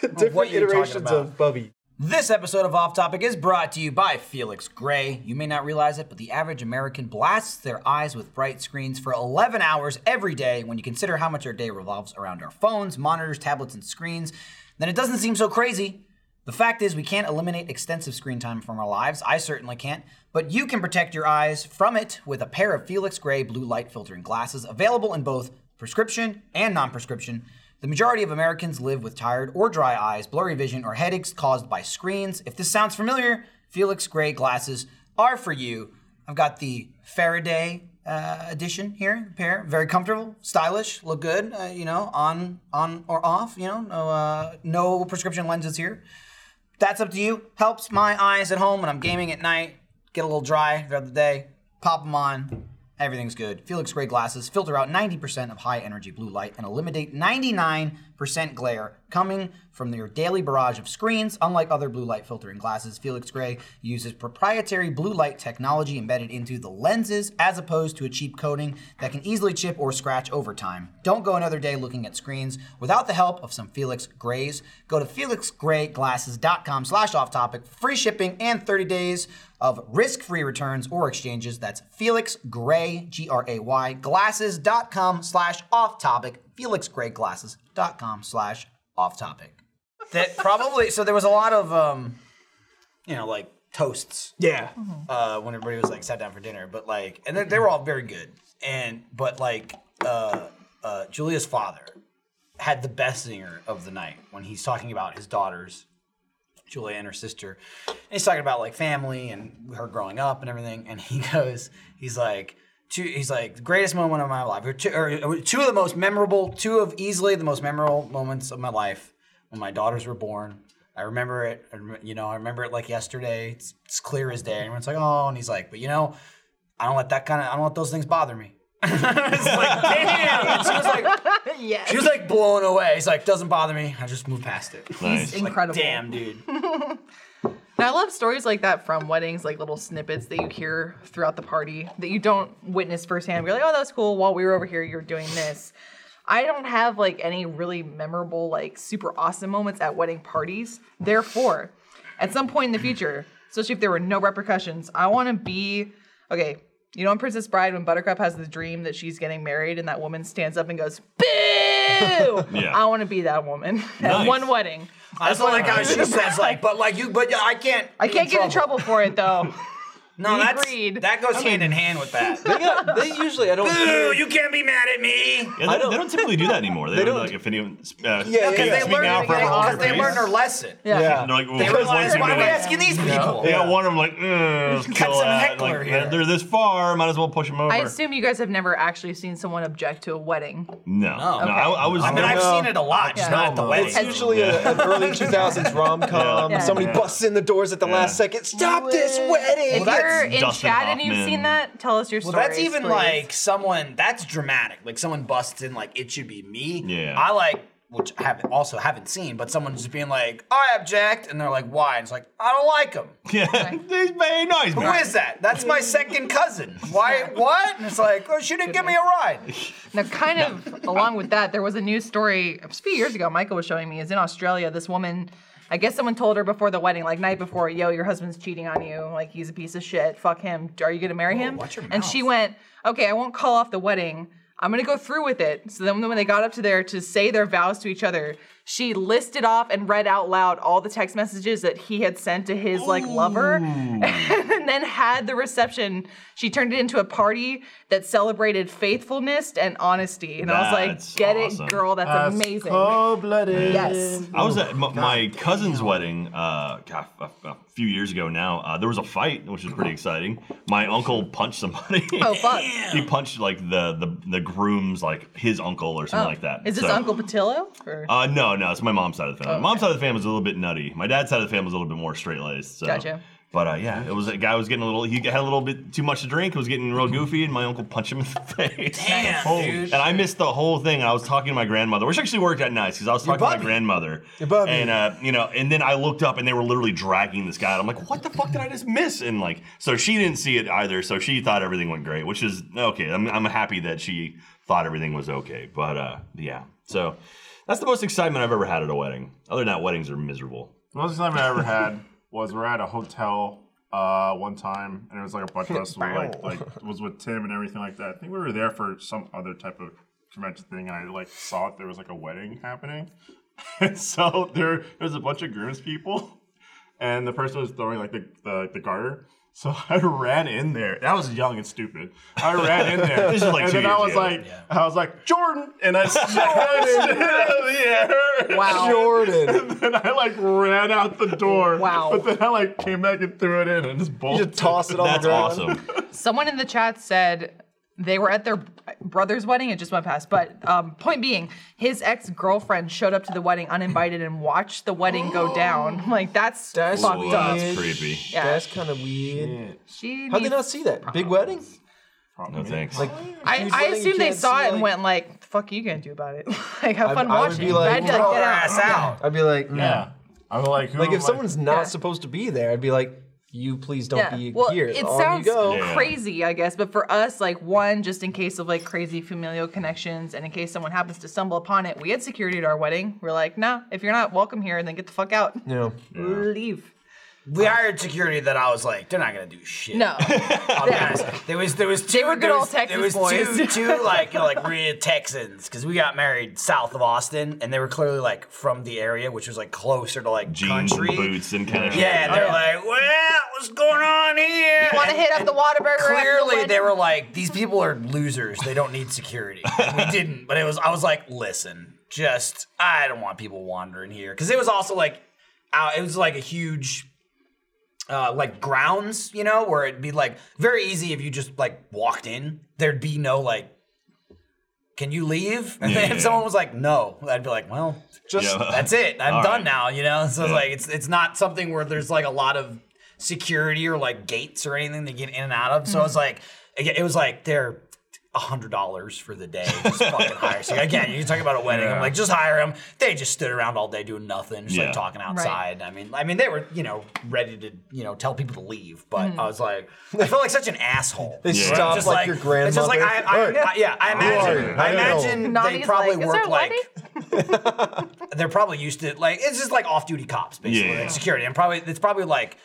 Speaker 6: Different
Speaker 3: what you're talking
Speaker 6: iterations
Speaker 3: about.
Speaker 6: of Bubby.
Speaker 3: This episode of Off Topic is brought to you by Felix Gray. You may not realize it, but the average American blasts their eyes with bright screens for 11 hours every day when you consider how much our day revolves around our phones, monitors, tablets, and screens. Then it doesn't seem so crazy. The fact is, we can't eliminate extensive screen time from our lives. I certainly can't. But you can protect your eyes from it with a pair of Felix Gray blue light filtering glasses available in both prescription and non prescription. The majority of Americans live with tired or dry eyes, blurry vision, or headaches caused by screens. If this sounds familiar, Felix Gray glasses are for you. I've got the Faraday uh, edition here, pair, very comfortable, stylish, look good, uh, you know, on on or off, you know, no uh, no prescription lenses here. That's up to you. Helps my eyes at home when I'm gaming at night, get a little dry throughout the day. Pop them on, Everything's good. Felix Gray glasses filter out 90% of high energy blue light and eliminate 99% glare coming from your daily barrage of screens. Unlike other blue light filtering glasses, Felix Gray uses proprietary blue light technology embedded into the lenses as opposed to a cheap coating that can easily chip or scratch over time. Don't go another day looking at screens without the help of some Felix Grays. Go to felixgrayglasses.com slash off topic for free shipping and 30 days of risk-free returns or exchanges. That's Felix Gray, G-R-A-Y, glasses.com slash off-topic, felixgrayglasses.com slash off-topic. That probably, so there was a lot of, um, you know, like toasts
Speaker 6: Yeah.
Speaker 3: uh, when everybody was like sat down for dinner, but like, and they, they were all very good. And, but like, uh, uh, Julia's father had the best singer of the night when he's talking about his daughters Julia and her sister. And he's talking about like family and her growing up and everything. And he goes, he's like, two, he's like, the greatest moment of my life, or two, or two of the most memorable, two of easily the most memorable moments of my life when my daughters were born. I remember it, I rem- you know, I remember it like yesterday. It's, it's clear as day. Everyone's like, oh, and he's like, but you know, I don't let that kind of, I don't let those things bother me. it's like, damn. And she was like,
Speaker 4: yes.
Speaker 3: she was like blown away. He's like, doesn't bother me. I just move past it.
Speaker 5: Nice.
Speaker 3: Like,
Speaker 4: Incredible.
Speaker 3: damn, dude.
Speaker 4: And I love stories like that from weddings, like little snippets that you hear throughout the party that you don't witness firsthand. You're like, oh, that was cool. While we were over here, you're doing this. I don't have like any really memorable, like super awesome moments at wedding parties. Therefore, at some point in the future, especially if there were no repercussions, I want to be okay. You know, in Princess Bride, when Buttercup has the dream that she's getting married, and that woman stands up and goes, "Boo!" I want to be that woman at
Speaker 5: Nice.
Speaker 4: one wedding.
Speaker 3: I also like how she says like, but like you, but yeah, I can't.
Speaker 4: I can't get in trouble for it though.
Speaker 3: No, that's
Speaker 4: Agreed.
Speaker 3: that goes hand in hand with that.
Speaker 6: Yeah, they usually, I don't.
Speaker 3: Boo! You can't be mad at me.
Speaker 5: Yeah, they, they don't typically do that anymore. They, don't, like if anyone. Uh,
Speaker 6: yeah,
Speaker 5: speak
Speaker 6: yeah.
Speaker 5: speak
Speaker 6: They
Speaker 5: now
Speaker 4: learned-
Speaker 5: for
Speaker 4: they-
Speaker 5: a longer
Speaker 3: Because they
Speaker 5: piece.
Speaker 3: learned their lesson.
Speaker 4: Yeah.
Speaker 6: Yeah.
Speaker 5: They're like, well,
Speaker 3: They
Speaker 5: where's
Speaker 3: realized
Speaker 5: Lindsay
Speaker 3: why are we
Speaker 5: Lohan?
Speaker 3: asking these people?
Speaker 5: They got one of them like, "Mm, let's kill
Speaker 3: some
Speaker 5: that.
Speaker 3: heckler
Speaker 5: Like,
Speaker 3: here.
Speaker 5: they're this far, might as well push them over.
Speaker 4: I assume you guys have never actually seen someone object to a wedding.
Speaker 5: no, no, I, I was.
Speaker 3: Oh, I mean, I've
Speaker 6: No.
Speaker 3: seen it a lot, just not at the
Speaker 6: It's
Speaker 3: wedding.
Speaker 6: usually a, an early 2000s rom com.
Speaker 4: Yeah.
Speaker 6: Somebody busts in the doors at the last second. Stop this wedding!
Speaker 4: If you're in
Speaker 5: Dustin
Speaker 4: chat and you've
Speaker 5: Hoffman.
Speaker 4: seen that, tell us your
Speaker 3: Well,
Speaker 4: story.
Speaker 3: that's even like someone that's dramatic. Like someone busts in, like it should be me.
Speaker 5: Yeah.
Speaker 3: I like, which I haven't also haven't seen, but someone just being like, I object, and they're like, why? And it's like, I don't like him.
Speaker 5: yeah, he's very nice,
Speaker 3: Who is that? That's my second cousin. Why? What? And it's like, oh, she didn't give me a ride.
Speaker 4: Now, kind of along with that, there was a news story a few years ago. Michael was showing me is in Australia. This woman I guess someone told her before the wedding, like night before, yo, your husband's cheating on you. Like he's a piece of shit. Fuck him. Are you gonna marry him?
Speaker 3: watch your
Speaker 4: And she
Speaker 3: mouth.
Speaker 4: went, okay, I won't call off the wedding. I'm gonna go through with it. So then when they got up to there to say their vows to each other, she listed off and read out loud all the text messages that he had sent to his like lover and then had the reception. She turned it into a party that celebrated faithfulness and honesty. And I was
Speaker 5: That's
Speaker 4: like, get
Speaker 5: awesome.
Speaker 4: it, girl. That's, amazing.
Speaker 2: Cold-blooded.
Speaker 4: Yes.
Speaker 5: I was at my, my cousin's wedding uh, God, a, a few years ago now. Uh, there was a fight, which was pretty exciting. My uncle punched somebody.
Speaker 4: Oh, fuck.
Speaker 5: he punched like the, the the groom's like his uncle or something like that.
Speaker 4: Oh. Is this
Speaker 5: So-
Speaker 4: Uncle Oh, Patillo? Or?
Speaker 5: Uh, no, no, it's my mom's side of the family. Mom's side of the family was a little bit nutty. My dad's side of the family was a little bit more straight laced. So.
Speaker 4: Gotcha.
Speaker 5: But uh, yeah, it was a guy was getting a little. He had a little bit too much to drink. was getting real goofy, and my uncle punched him in the face.
Speaker 3: Damn, dude.
Speaker 5: And I missed the whole thing. And I was talking to my grandmother, which actually worked out nice because I was talking to my
Speaker 6: bubby.
Speaker 5: grandmother.
Speaker 6: Your bubby.
Speaker 5: And uh, you know, and then I looked up, and they were literally dragging this guy. out. I'm like, what the fuck did I just miss? And like, so she didn't see it either. So she thought everything went great, which is okay. I'm, I'm happy that she thought everything was okay. But uh, yeah, so that's the most excitement I've ever had at a wedding. Other than that, weddings are miserable.
Speaker 2: The most excitement I ever had was we were at a hotel uh, one time, and it was like a bunch of us. we were like, like it was with Tim and everything like that. I think we were there for some other type of convention thing, and I like saw that there was like a wedding happening, and so there, there was a bunch of groomspeople, and the person was throwing like the the, the garter. So I ran in there. I was young and stupid. I ran in there,
Speaker 5: This is like
Speaker 2: and
Speaker 5: two
Speaker 2: then I
Speaker 5: years
Speaker 2: was
Speaker 5: ago.
Speaker 2: like, I was like Jordan, and I smashed it in the air.
Speaker 4: Wow.
Speaker 6: Jordan.
Speaker 2: And I like ran out the door.
Speaker 4: Wow.
Speaker 2: But then I like came back and threw it in and just
Speaker 6: You
Speaker 2: bolted.
Speaker 6: just toss it on
Speaker 5: That's
Speaker 6: the ground.
Speaker 5: awesome.
Speaker 4: Someone in the chat said they were at their brother's wedding. It just went past. But um, point being, his ex girlfriend showed up to the wedding uninvited and watched the wedding go down. Like, that's,
Speaker 6: That's
Speaker 4: fucked
Speaker 5: Ooh,
Speaker 4: up.
Speaker 5: that's creepy.
Speaker 4: Yeah.
Speaker 6: That's kind of weird.
Speaker 4: She
Speaker 6: How'd they
Speaker 4: needs-
Speaker 6: not see that? Big wedding?
Speaker 5: Oh, No thanks.
Speaker 6: Like,
Speaker 4: I,
Speaker 6: huge
Speaker 4: I
Speaker 6: wedding, you
Speaker 4: assume they
Speaker 6: can't
Speaker 4: saw
Speaker 6: see,
Speaker 4: it and
Speaker 6: like-
Speaker 4: went like, "The fuck are you gonna do about it? like, have
Speaker 6: I-
Speaker 4: fun
Speaker 6: I would
Speaker 4: watching."
Speaker 6: be like,
Speaker 4: I'd be like,
Speaker 6: "Roll
Speaker 4: "Get
Speaker 6: our
Speaker 4: out."
Speaker 3: ass out.
Speaker 6: I'd be like, mm.
Speaker 2: Yeah. I was like, who
Speaker 6: Like
Speaker 2: am
Speaker 6: if
Speaker 2: I-
Speaker 6: someone's not
Speaker 4: Yeah.
Speaker 6: supposed to be there, I'd be like, you please don't
Speaker 4: Yeah.
Speaker 6: be
Speaker 4: Well,
Speaker 6: here.
Speaker 4: it
Speaker 6: On
Speaker 4: sounds
Speaker 6: you go.
Speaker 5: Yeah.
Speaker 4: crazy, I guess, but for us, like one, just in case of like crazy familial connections, and in case someone happens to stumble upon it, we had security at our wedding. We're like, nah, if you're not welcome here, then get the fuck out,
Speaker 6: You know,
Speaker 4: leave.
Speaker 3: We hired security that I was like, they're not gonna do shit.
Speaker 4: Uh, No,
Speaker 3: I'll be honest. There was there was two
Speaker 4: were good
Speaker 3: there
Speaker 4: old
Speaker 3: was, there
Speaker 4: Texas
Speaker 3: was Two,
Speaker 4: boys.
Speaker 3: two like you know, like real Texans because we got married south of Austin and they were clearly like from the area, which was like closer to like
Speaker 5: Jeans
Speaker 3: country.
Speaker 5: and boots and kind of
Speaker 3: Yeah,
Speaker 4: Oh,
Speaker 3: and they're like, well, what's going on here?
Speaker 4: want to hit up the Waterburger?
Speaker 3: Clearly, they were like, these people are losers. They don't need security. And we didn't, but it was. I was like, listen, just I don't want people wandering here because it was also like, out, it was like a huge. Uh, like grounds, you know, where it'd be like very easy if you just like walked in. There'd be no like, can you leave? And then
Speaker 5: Yeah.
Speaker 3: if someone was like, no, I'd be like, well,
Speaker 6: just
Speaker 5: Yeah.
Speaker 3: that's it. I'm
Speaker 5: All
Speaker 3: done
Speaker 5: right.
Speaker 3: now. You know, so it's
Speaker 5: Yeah.
Speaker 3: like it's it's not something where there's like a lot of security or like gates or anything to get in and out of. So
Speaker 4: Mm-hmm.
Speaker 3: it's like again, it was like they're a hundred dollars for the day. Just fucking hire. So again, you talk about a wedding. I'm like, just hire them. They just stood around all day doing nothing, just
Speaker 5: Yeah.
Speaker 3: like talking outside. I mean, I mean, they were you know ready to you know tell people to leave, but
Speaker 4: Mm-hmm.
Speaker 3: I was like, I felt like such an asshole.
Speaker 6: They
Speaker 5: Yeah.
Speaker 6: stop
Speaker 3: Just
Speaker 6: like, your grandmother.
Speaker 3: It's just like I, I,
Speaker 6: Alright.
Speaker 3: I- yeah. I imagine. I
Speaker 6: Right.
Speaker 3: imagine they
Speaker 4: Nani's
Speaker 3: probably
Speaker 4: like, "Is
Speaker 3: work
Speaker 4: there a
Speaker 3: like
Speaker 4: wedding?"
Speaker 3: they're probably used to like it's just like off-duty cops basically
Speaker 5: Yeah.
Speaker 3: like security and probably it's probably like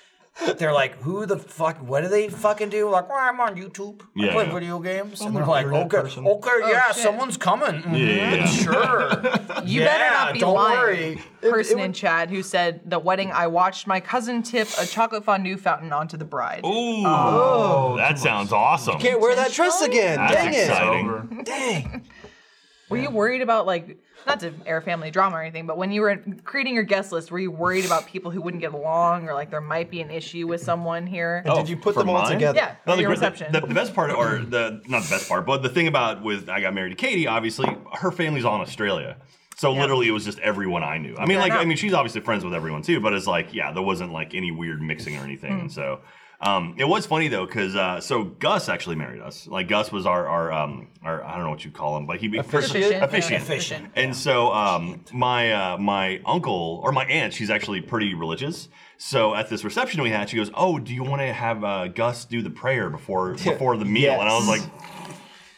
Speaker 3: they're like who the fuck what do they fucking do like well, I'm on YouTube
Speaker 5: Yeah,
Speaker 3: I play
Speaker 5: yeah.
Speaker 3: video games and they're like okay
Speaker 5: person.
Speaker 3: okay yeah
Speaker 4: Oh, shit.
Speaker 3: someone's coming Mhm,
Speaker 5: yeah, yeah.
Speaker 3: sure
Speaker 4: You
Speaker 3: yeah,
Speaker 4: better not be
Speaker 3: don't
Speaker 4: lying.
Speaker 3: worry
Speaker 4: Person in chat who said the wedding I watched my cousin tip a chocolate fondue fountain onto the bride.
Speaker 5: Ooh,
Speaker 6: Oh,
Speaker 5: that sounds awesome.
Speaker 6: can't wear that dress again.
Speaker 5: That's
Speaker 6: Dang it.
Speaker 5: exciting.
Speaker 3: dang
Speaker 4: Were you worried about like not to air family drama or anything, but when you were creating your guest list, were you worried about people who wouldn't get along or like there might be an issue with someone here?
Speaker 5: Oh,
Speaker 6: Did you put
Speaker 5: for
Speaker 6: them all
Speaker 5: mine?
Speaker 6: together?
Speaker 4: Yeah,
Speaker 5: No,
Speaker 4: for your
Speaker 5: the, the-
Speaker 4: reception.
Speaker 5: The, the best part, or the not the best part, but the thing about with I got married to Katie. Obviously, her family's all in Australia, so literally it was just everyone I knew. I mean, like
Speaker 4: no.
Speaker 5: I mean, she's obviously friends with everyone too, but it's like yeah, there wasn't like any weird mixing or anything.
Speaker 4: Mm.
Speaker 5: And so um, it was funny though, because uh, so Gus actually married us. Like Gus was our our, um, our I don't know what you call him, but he
Speaker 6: Officiant?
Speaker 5: officiant.
Speaker 3: Officiant.
Speaker 5: And so um, my uh, my uncle or my aunt, she's actually pretty religious. So at this reception we had, she goes, "Oh, do you want to have uh, Gus do the prayer before before the meal?" And I was like,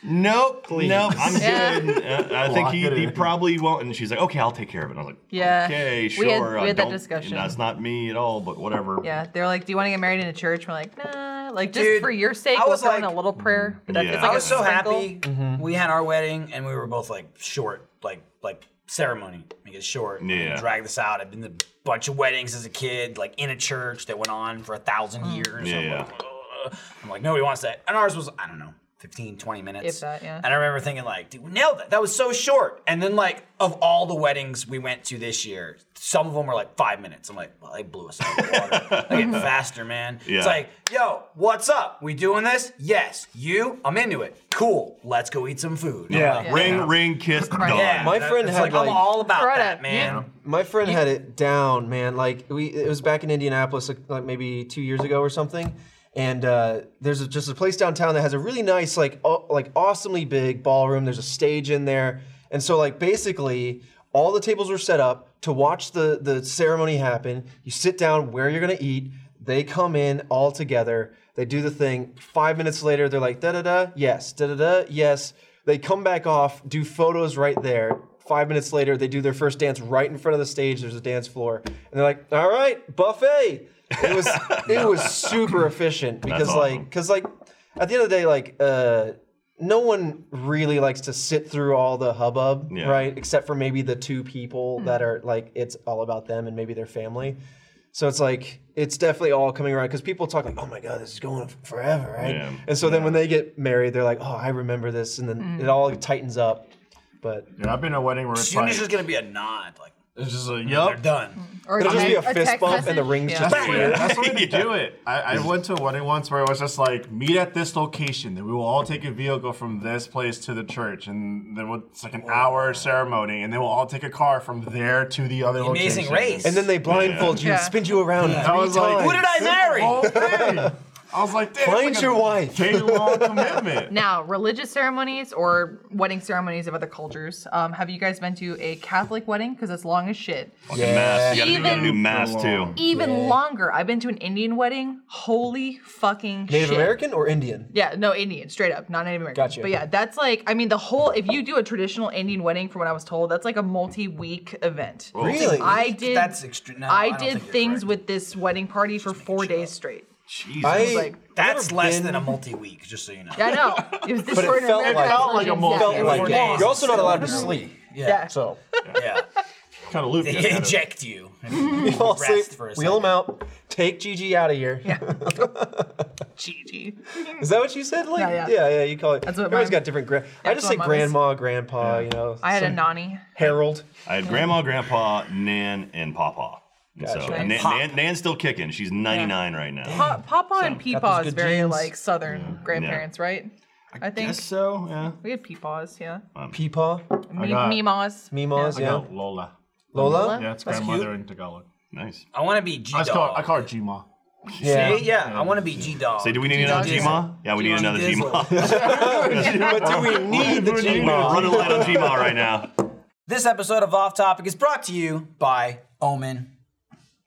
Speaker 5: Nope, nope, I'm
Speaker 4: Yeah.
Speaker 5: good. Uh, I think he,
Speaker 2: Lock it
Speaker 5: he
Speaker 2: in.
Speaker 5: probably won't. And she's like, okay, I'll take care of it. And I was like,
Speaker 4: Yeah.
Speaker 5: okay, sure.
Speaker 4: We had- we
Speaker 5: I
Speaker 4: had that
Speaker 5: don't-
Speaker 4: discussion.
Speaker 5: That's not me at all, but whatever.
Speaker 4: Yeah, they were like, "Do you want to get married in a church?" We're like, "Nah." Like just
Speaker 3: Dude,
Speaker 4: for your sake,
Speaker 3: I
Speaker 4: we'll
Speaker 3: was
Speaker 4: throw in
Speaker 3: like-
Speaker 4: a little prayer. But that,
Speaker 5: Yeah.
Speaker 4: it's like
Speaker 5: I
Speaker 3: I
Speaker 4: a
Speaker 3: was so
Speaker 4: sprinkle.
Speaker 3: happy
Speaker 5: Mm-hmm.
Speaker 3: we had our wedding and we were both like short, like like ceremony. Make it short.
Speaker 5: Yeah.
Speaker 3: Drag this out. I've been to a bunch of weddings as a kid, like in a church that went on for a thousand
Speaker 4: Hmm.
Speaker 3: years.
Speaker 5: Yeah,
Speaker 3: I'm,
Speaker 5: yeah.
Speaker 3: Like, "Ugh." I'm like, nobody wants that. And ours was, I don't know, 15, 20 minutes.
Speaker 4: If that, yeah.
Speaker 3: And I remember thinking like, dude, we nailed it. That was so short. And then like of all the weddings we went to this year, some of them were like five minutes. I'm like, well, they blew us out of the water. They get faster, man.
Speaker 5: Yeah.
Speaker 3: It's like, yo, what's up? We doing this? Yes. You? I'm into it. Cool. Let's go eat some food. I'm like,
Speaker 6: Yeah.
Speaker 5: Ring, ring, kiss, done.
Speaker 3: yeah.
Speaker 6: My
Speaker 3: that-
Speaker 6: friend
Speaker 3: it's
Speaker 6: had,
Speaker 3: like,
Speaker 6: like-
Speaker 3: I'm all about
Speaker 4: Right
Speaker 3: that,
Speaker 4: up.
Speaker 3: man.
Speaker 4: Yeah.
Speaker 6: My friend had it down, man. Like we, it was back in Indianapolis, like, like maybe two years ago or something. And uh, there's a, just a place downtown that has a really nice, like, aw- like awesomely big ballroom. There's a stage in there, and so like basically all the tables were set up to watch the the ceremony happen. You sit down where you're gonna eat. They come in all together. They do the thing. Five minutes later, they're like da da da yes da da da yes. They come back off, do photos right there. Five minutes later, they do their first dance right in front of the stage. There's a dance floor, and they're like, "All right, buffet." It was it was super efficient because like
Speaker 5: awesome.
Speaker 6: because like at the end of the day, like uh, no one really likes to sit through all the hubbub,
Speaker 5: Yeah.
Speaker 6: right? Except for maybe the two people that are like it's all about them and maybe their family. So it's like it's definitely all coming around because people talk like, "Oh my god, this is going forever," right?
Speaker 5: Yeah.
Speaker 6: And so then when they get married, they're like, "Oh, I remember this," and then it all tightens up. But
Speaker 2: Yeah, I've been to a wedding where it's
Speaker 3: Soon
Speaker 2: like,
Speaker 3: as there's gonna be a nod, like
Speaker 2: it's just like,
Speaker 3: they're
Speaker 6: Oh.
Speaker 2: yup.
Speaker 3: done.
Speaker 4: Or
Speaker 6: it'll just be a
Speaker 4: text-
Speaker 6: fist
Speaker 4: text
Speaker 6: bump and the
Speaker 4: message.
Speaker 6: ring's
Speaker 4: Yeah.
Speaker 6: just
Speaker 2: Yeah, that's the way to do it. I, I went to a wedding once where it was just like, meet at this location, then we will all take a vehicle from this place to the church, and then we'll, it's like an hour ceremony, and then we'll all take a car from there to the other location.
Speaker 3: Amazing race.
Speaker 6: And then they blindfold you,
Speaker 4: Yeah.
Speaker 6: and spin you around.
Speaker 2: I was
Speaker 6: three
Speaker 2: like,
Speaker 6: times.
Speaker 3: Who did I marry?
Speaker 2: Whole thing. I was like, damn, it's
Speaker 6: Find
Speaker 2: like
Speaker 6: your
Speaker 2: a
Speaker 6: wife.
Speaker 2: Day-long commitment.
Speaker 4: Now, religious ceremonies or wedding ceremonies of other cultures. Um, have you guys been to a Catholic wedding? Because it's long as shit.
Speaker 5: Fucking mass. You gotta, do- you gotta do
Speaker 4: Even-
Speaker 5: mass too.
Speaker 4: Even longer. I've been to an Indian wedding. Holy fucking shit.
Speaker 6: Native American or Indian?
Speaker 4: Yeah, no, Indian, straight up, not Native American.
Speaker 6: Gotcha.
Speaker 4: But yeah, that's like, I mean, the whole, if you do a traditional Indian wedding, from what I was told, that's like a multi week event.
Speaker 6: Really?
Speaker 4: I did.
Speaker 3: That's extreme. No, I
Speaker 4: I
Speaker 3: don't
Speaker 4: did
Speaker 3: think you're
Speaker 4: things
Speaker 3: correct.
Speaker 4: with this wedding party for four days straight.
Speaker 5: Jesus.
Speaker 6: I
Speaker 4: like,
Speaker 3: That's
Speaker 6: never
Speaker 3: less
Speaker 6: been-
Speaker 3: than a multi-week, just so you know.
Speaker 4: Yeah, I know. It was this
Speaker 6: But it
Speaker 4: short
Speaker 6: felt like- It
Speaker 2: felt like a multi-
Speaker 6: felt
Speaker 3: it was
Speaker 6: like
Speaker 3: four
Speaker 6: it.
Speaker 3: days.
Speaker 6: You're also not allowed to sleep.
Speaker 3: Yeah.
Speaker 6: So
Speaker 3: yeah.
Speaker 2: kind of looped.
Speaker 3: They
Speaker 2: it.
Speaker 3: inject you.
Speaker 6: we all
Speaker 3: Rest
Speaker 6: sleep.
Speaker 3: for a
Speaker 6: Wheel them
Speaker 3: second.
Speaker 6: out. Take Gigi out of here. Is
Speaker 4: Gigi.
Speaker 6: that what you said? Like,
Speaker 4: Yeah, yeah.
Speaker 6: you call it.
Speaker 4: That's what
Speaker 6: Everybody's
Speaker 4: mine-
Speaker 6: got different. Gra- I just
Speaker 4: what
Speaker 6: say
Speaker 4: mine was.
Speaker 6: grandma, grandpa. You know.
Speaker 4: I had a
Speaker 6: some-
Speaker 4: nanny.
Speaker 6: Harold.
Speaker 5: I had grandma, grandpa, Nan, and Papa. And So
Speaker 6: Gotcha.
Speaker 5: and Nan, Nan, Nan's still kicking. She's 99 right now.
Speaker 6: hmm.
Speaker 4: Pa- Papa and Peepaw is
Speaker 6: good
Speaker 4: very
Speaker 6: genes.
Speaker 4: like southern
Speaker 2: Mm,
Speaker 4: grandparents, right? I think
Speaker 5: Guess so. Yeah.
Speaker 4: we had Peepaws, yeah.
Speaker 6: Peepaw.
Speaker 4: Me-
Speaker 2: got-
Speaker 4: Mimaws.
Speaker 6: Mimaws.
Speaker 4: Yeah.
Speaker 6: Yeah.
Speaker 2: No, Lola.
Speaker 6: Lola.
Speaker 2: Yeah, it's
Speaker 6: That's
Speaker 2: grandmother
Speaker 6: cute.
Speaker 2: in Tagalog.
Speaker 5: Nice.
Speaker 3: I want to be
Speaker 2: I
Speaker 3: G
Speaker 2: just call,
Speaker 3: dog.
Speaker 2: I call her G-Ma.
Speaker 6: Yeah.
Speaker 3: yeah, I want to be Oh, G dog.
Speaker 5: Say, do we need another
Speaker 4: Dizzle.
Speaker 5: Gma? Yeah, we need another
Speaker 3: Dizzle.
Speaker 5: Gma.
Speaker 6: but do we need the Gma?
Speaker 5: Run a light on Gma right now.
Speaker 3: This episode of Off Topic is brought to you by Omen.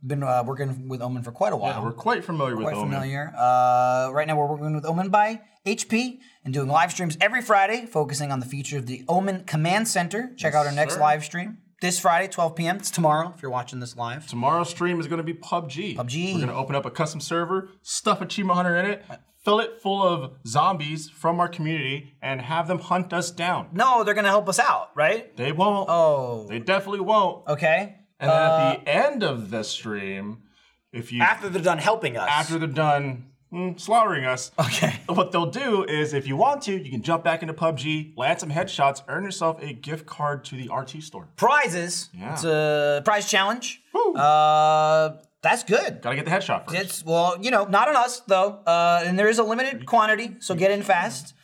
Speaker 3: Been uh, working with Omen for quite a while.
Speaker 2: We're quite familiar with
Speaker 3: quite
Speaker 2: Omen.
Speaker 3: familiar. Uh, right now, we're working with Omen by HP and doing live streams every Friday, focusing on the future of the Omen Command Center. Check out our next live stream this Friday, 12 p.m. It's tomorrow if you're watching this live.
Speaker 2: Tomorrow's stream is going to be PUBG.
Speaker 3: PUBG.
Speaker 2: We're going to open up a custom server, stuff a Chima Hunter in it, fill it full of zombies from our community, and have them hunt us down.
Speaker 3: No, they're going to help us out, right?
Speaker 2: They won't.
Speaker 3: Oh.
Speaker 2: They definitely won't.
Speaker 3: Okay.
Speaker 2: And then at the end of the stream, if you
Speaker 3: After they're done helping us.
Speaker 2: after they're done mm, slaughtering us,
Speaker 3: Okay.
Speaker 2: what they'll do is if you want to, you can jump back into PUBG, land some headshots, earn yourself a gift card to the RT store.
Speaker 3: prizes.
Speaker 2: Yeah.
Speaker 3: It's a prize challenge.
Speaker 2: Woo.
Speaker 3: Uh, that's good.
Speaker 2: Gotta get the headshot first.
Speaker 3: It's well, you know, not on us though, uh, and there is a limited quantity, so get in fast.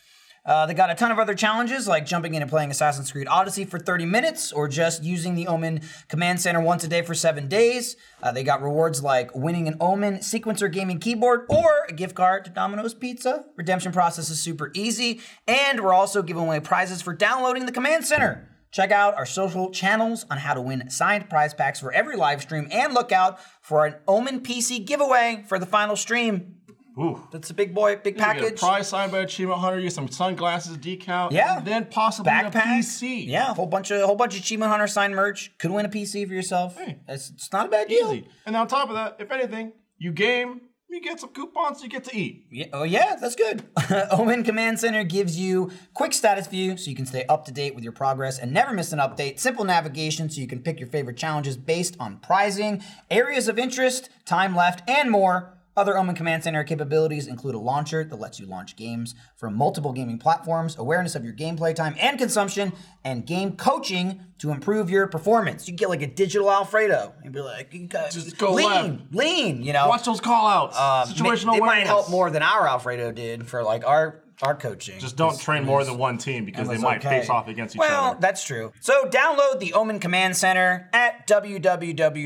Speaker 3: Uh, they got a ton of other challenges, like jumping in and playing Assassin's Creed Odyssey for 30 minutes, or just using the Omen Command Center once a day for seven days. Uh, they got rewards like winning an Omen sequencer gaming keyboard or a gift card to Domino's Pizza. Redemption process is super easy, and we're also giving away prizes for downloading the Command Center. Check out our social channels on how to win signed prize packs for every live stream and look out for an Omen PC giveaway for the final stream.
Speaker 2: Ooh.
Speaker 3: That's a big boy, big
Speaker 2: You get a
Speaker 3: package.
Speaker 2: prize signed by Achievement Hunter. You get some sunglasses, decal.
Speaker 3: Yeah.
Speaker 2: And then possibly a
Speaker 3: Backpacks.
Speaker 2: PC.
Speaker 3: Yeah, a whole bunch of whole bunch of Achievement Hunter signed merch. Could win a PC for yourself. That's it's not a bad deal.
Speaker 2: Easy. And on top of that, if anything, you game, you get some coupons, you get to eat.
Speaker 3: Yeah, oh yeah, that's good. Omen Command Center gives you quick status view so you can stay up to date with your progress and never miss an update. Simple navigation so you can pick your favorite challenges based on prizing, areas of interest, time left, and more. Other Omen Command Center capabilities include a launcher that lets you launch games from multiple gaming platforms, awareness of your gameplay time and consumption, and game coaching to improve your performance. You get like a digital Alfredo and be like, you got-
Speaker 2: Just go
Speaker 3: lean,
Speaker 2: left.
Speaker 3: lean, you know.
Speaker 2: Watch those call outs. Situational
Speaker 3: It Um, might
Speaker 2: awareness.
Speaker 3: help more than our Alfredo did for like our our coaching.
Speaker 2: Just don't train more than one team because they might
Speaker 3: Okay.
Speaker 2: face off against each
Speaker 3: well,
Speaker 2: other.
Speaker 3: that's true. So download the Omen Command Center at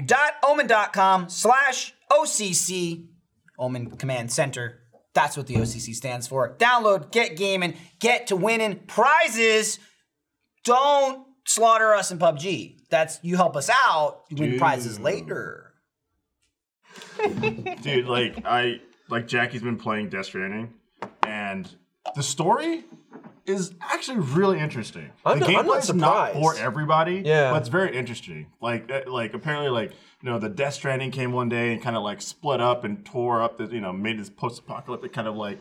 Speaker 3: www.omen.com slash OCC, Omen Command Center. That's what the OCC stands for. Download, get gaming, get to winning prizes. Don't slaughter us in PUBG. That's you help us out. You win prizes later.
Speaker 2: Dude, like I like Jackie's been playing Death Stranding, and the story is actually really interesting.
Speaker 6: I'm
Speaker 2: the
Speaker 6: not- I'm not
Speaker 2: gameplay's not
Speaker 6: surprised.
Speaker 2: for everybody.
Speaker 6: Yeah.
Speaker 2: but it's very interesting. Like uh, like apparently like you know the Death Stranding came one day and kind of like split up and tore up the you know made this post apocalyptic kind of like.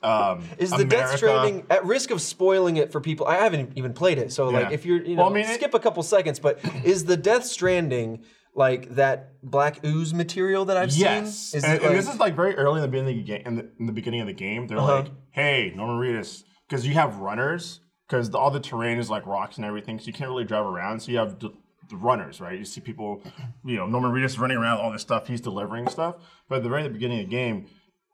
Speaker 2: Um,
Speaker 6: Is the
Speaker 2: America.
Speaker 6: Death Stranding at risk of spoiling it for people? I haven't even played it, so like
Speaker 2: Yeah.
Speaker 6: if you're you know
Speaker 2: Well, I mean, it-
Speaker 6: skip a couple seconds, but is the Death Stranding like that black ooze material that I've
Speaker 2: Yes,
Speaker 6: seen?
Speaker 2: and,
Speaker 6: it
Speaker 2: and this is like very early in the beginning of the game. In the, in the beginning of the game, they're
Speaker 6: Uh-huh.
Speaker 2: like, "Hey, Norman Reedus, because you have runners, because all the terrain is like rocks and everything, so you can't really drive around. So you have d- the runners, right? You see people, you know, Norman Reedus running around, all this stuff. He's delivering stuff. But at the very beginning of the game,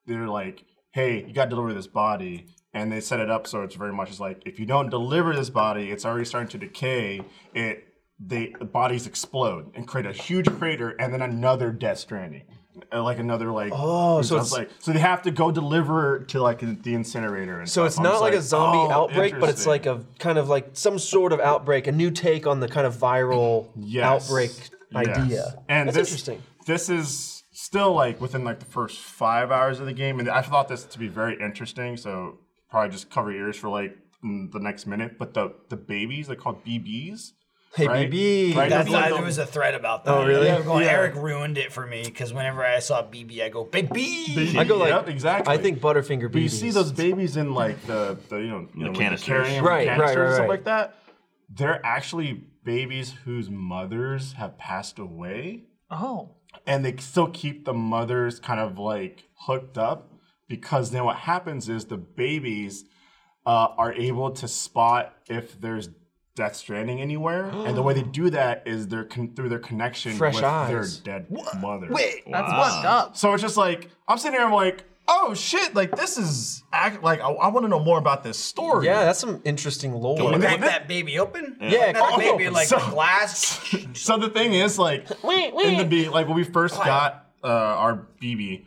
Speaker 2: they're like, "Hey, you got to deliver this body." And they set it up so it's very much as like if you don't deliver this body, it's already starting to decay. It they the bodies explode and create a huge crater, and then another Death Stranding, Uh, like another like oh,
Speaker 6: so it's-
Speaker 2: like so they have to go deliver to like the incinerator. And
Speaker 6: so
Speaker 2: stuff.
Speaker 6: it's
Speaker 2: I'm
Speaker 6: not
Speaker 2: just
Speaker 6: like, a zombie
Speaker 2: "Oh,
Speaker 6: outbreak, but it's like
Speaker 2: interesting."
Speaker 6: a kind of like some sort of outbreak, a new take on the kind of viral
Speaker 2: Yes.
Speaker 6: outbreak
Speaker 2: Yes.
Speaker 6: idea.
Speaker 2: And
Speaker 6: that's
Speaker 2: this,
Speaker 6: interesting.
Speaker 2: This is still like within like the first five hours of the game, and I thought this to be very interesting. So probably just cover your ears for like mm, the next minute. But the the babies, they're called BBs.
Speaker 6: Hey,
Speaker 2: right?
Speaker 6: BB.
Speaker 2: Right?
Speaker 3: That's
Speaker 2: Those are
Speaker 3: not,
Speaker 2: the-
Speaker 3: there was a thread about that.
Speaker 6: Oh, really?
Speaker 3: Yeah, going,
Speaker 6: Yeah.
Speaker 3: Eric ruined it for me because whenever I saw BB, I go baby.
Speaker 6: I go like
Speaker 2: Yep, exactly.
Speaker 6: I think Butterfinger.
Speaker 2: But you
Speaker 6: BBs.
Speaker 2: see those babies in like the, the you know, you know, with
Speaker 5: canisters.
Speaker 2: carrying them in
Speaker 6: Right, right,
Speaker 2: canisters and stuff
Speaker 6: right, right.
Speaker 2: like that. They're actually babies whose mothers have passed away,
Speaker 4: Oh.
Speaker 2: and they still keep the mothers kind of like hooked up because then what happens is the babies uh, are able to spot if there's Death Stranding anywhere, and the way they do that is they're con- through their connection
Speaker 6: Fresh
Speaker 2: with
Speaker 6: eyes.
Speaker 2: their dead mother.
Speaker 4: That's
Speaker 3: Ah.
Speaker 4: fucked up.
Speaker 2: So it's just like I'm sitting here, I'm like, oh shit, like this is act- like I, I want to know more about this story.
Speaker 6: Yeah, that's some interesting lore.
Speaker 5: Don't
Speaker 3: Crack that baby open.
Speaker 6: Yeah,
Speaker 3: Crack that
Speaker 6: oh,
Speaker 3: baby like
Speaker 2: so-
Speaker 3: the glass.
Speaker 2: So the thing is, like, in the be like when we first got uh, our BB,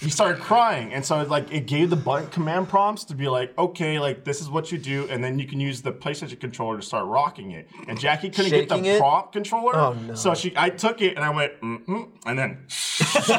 Speaker 2: he started crying, and so like it gave the button command prompts to be like, okay, like this is what you do, and then you can use the PlayStation controller to start rocking it. And Jackie couldn't get
Speaker 6: Shaking
Speaker 2: the
Speaker 6: it?
Speaker 2: prompt controller,
Speaker 6: Oh, no.
Speaker 2: so she I took it and I went, mm-hmm, and then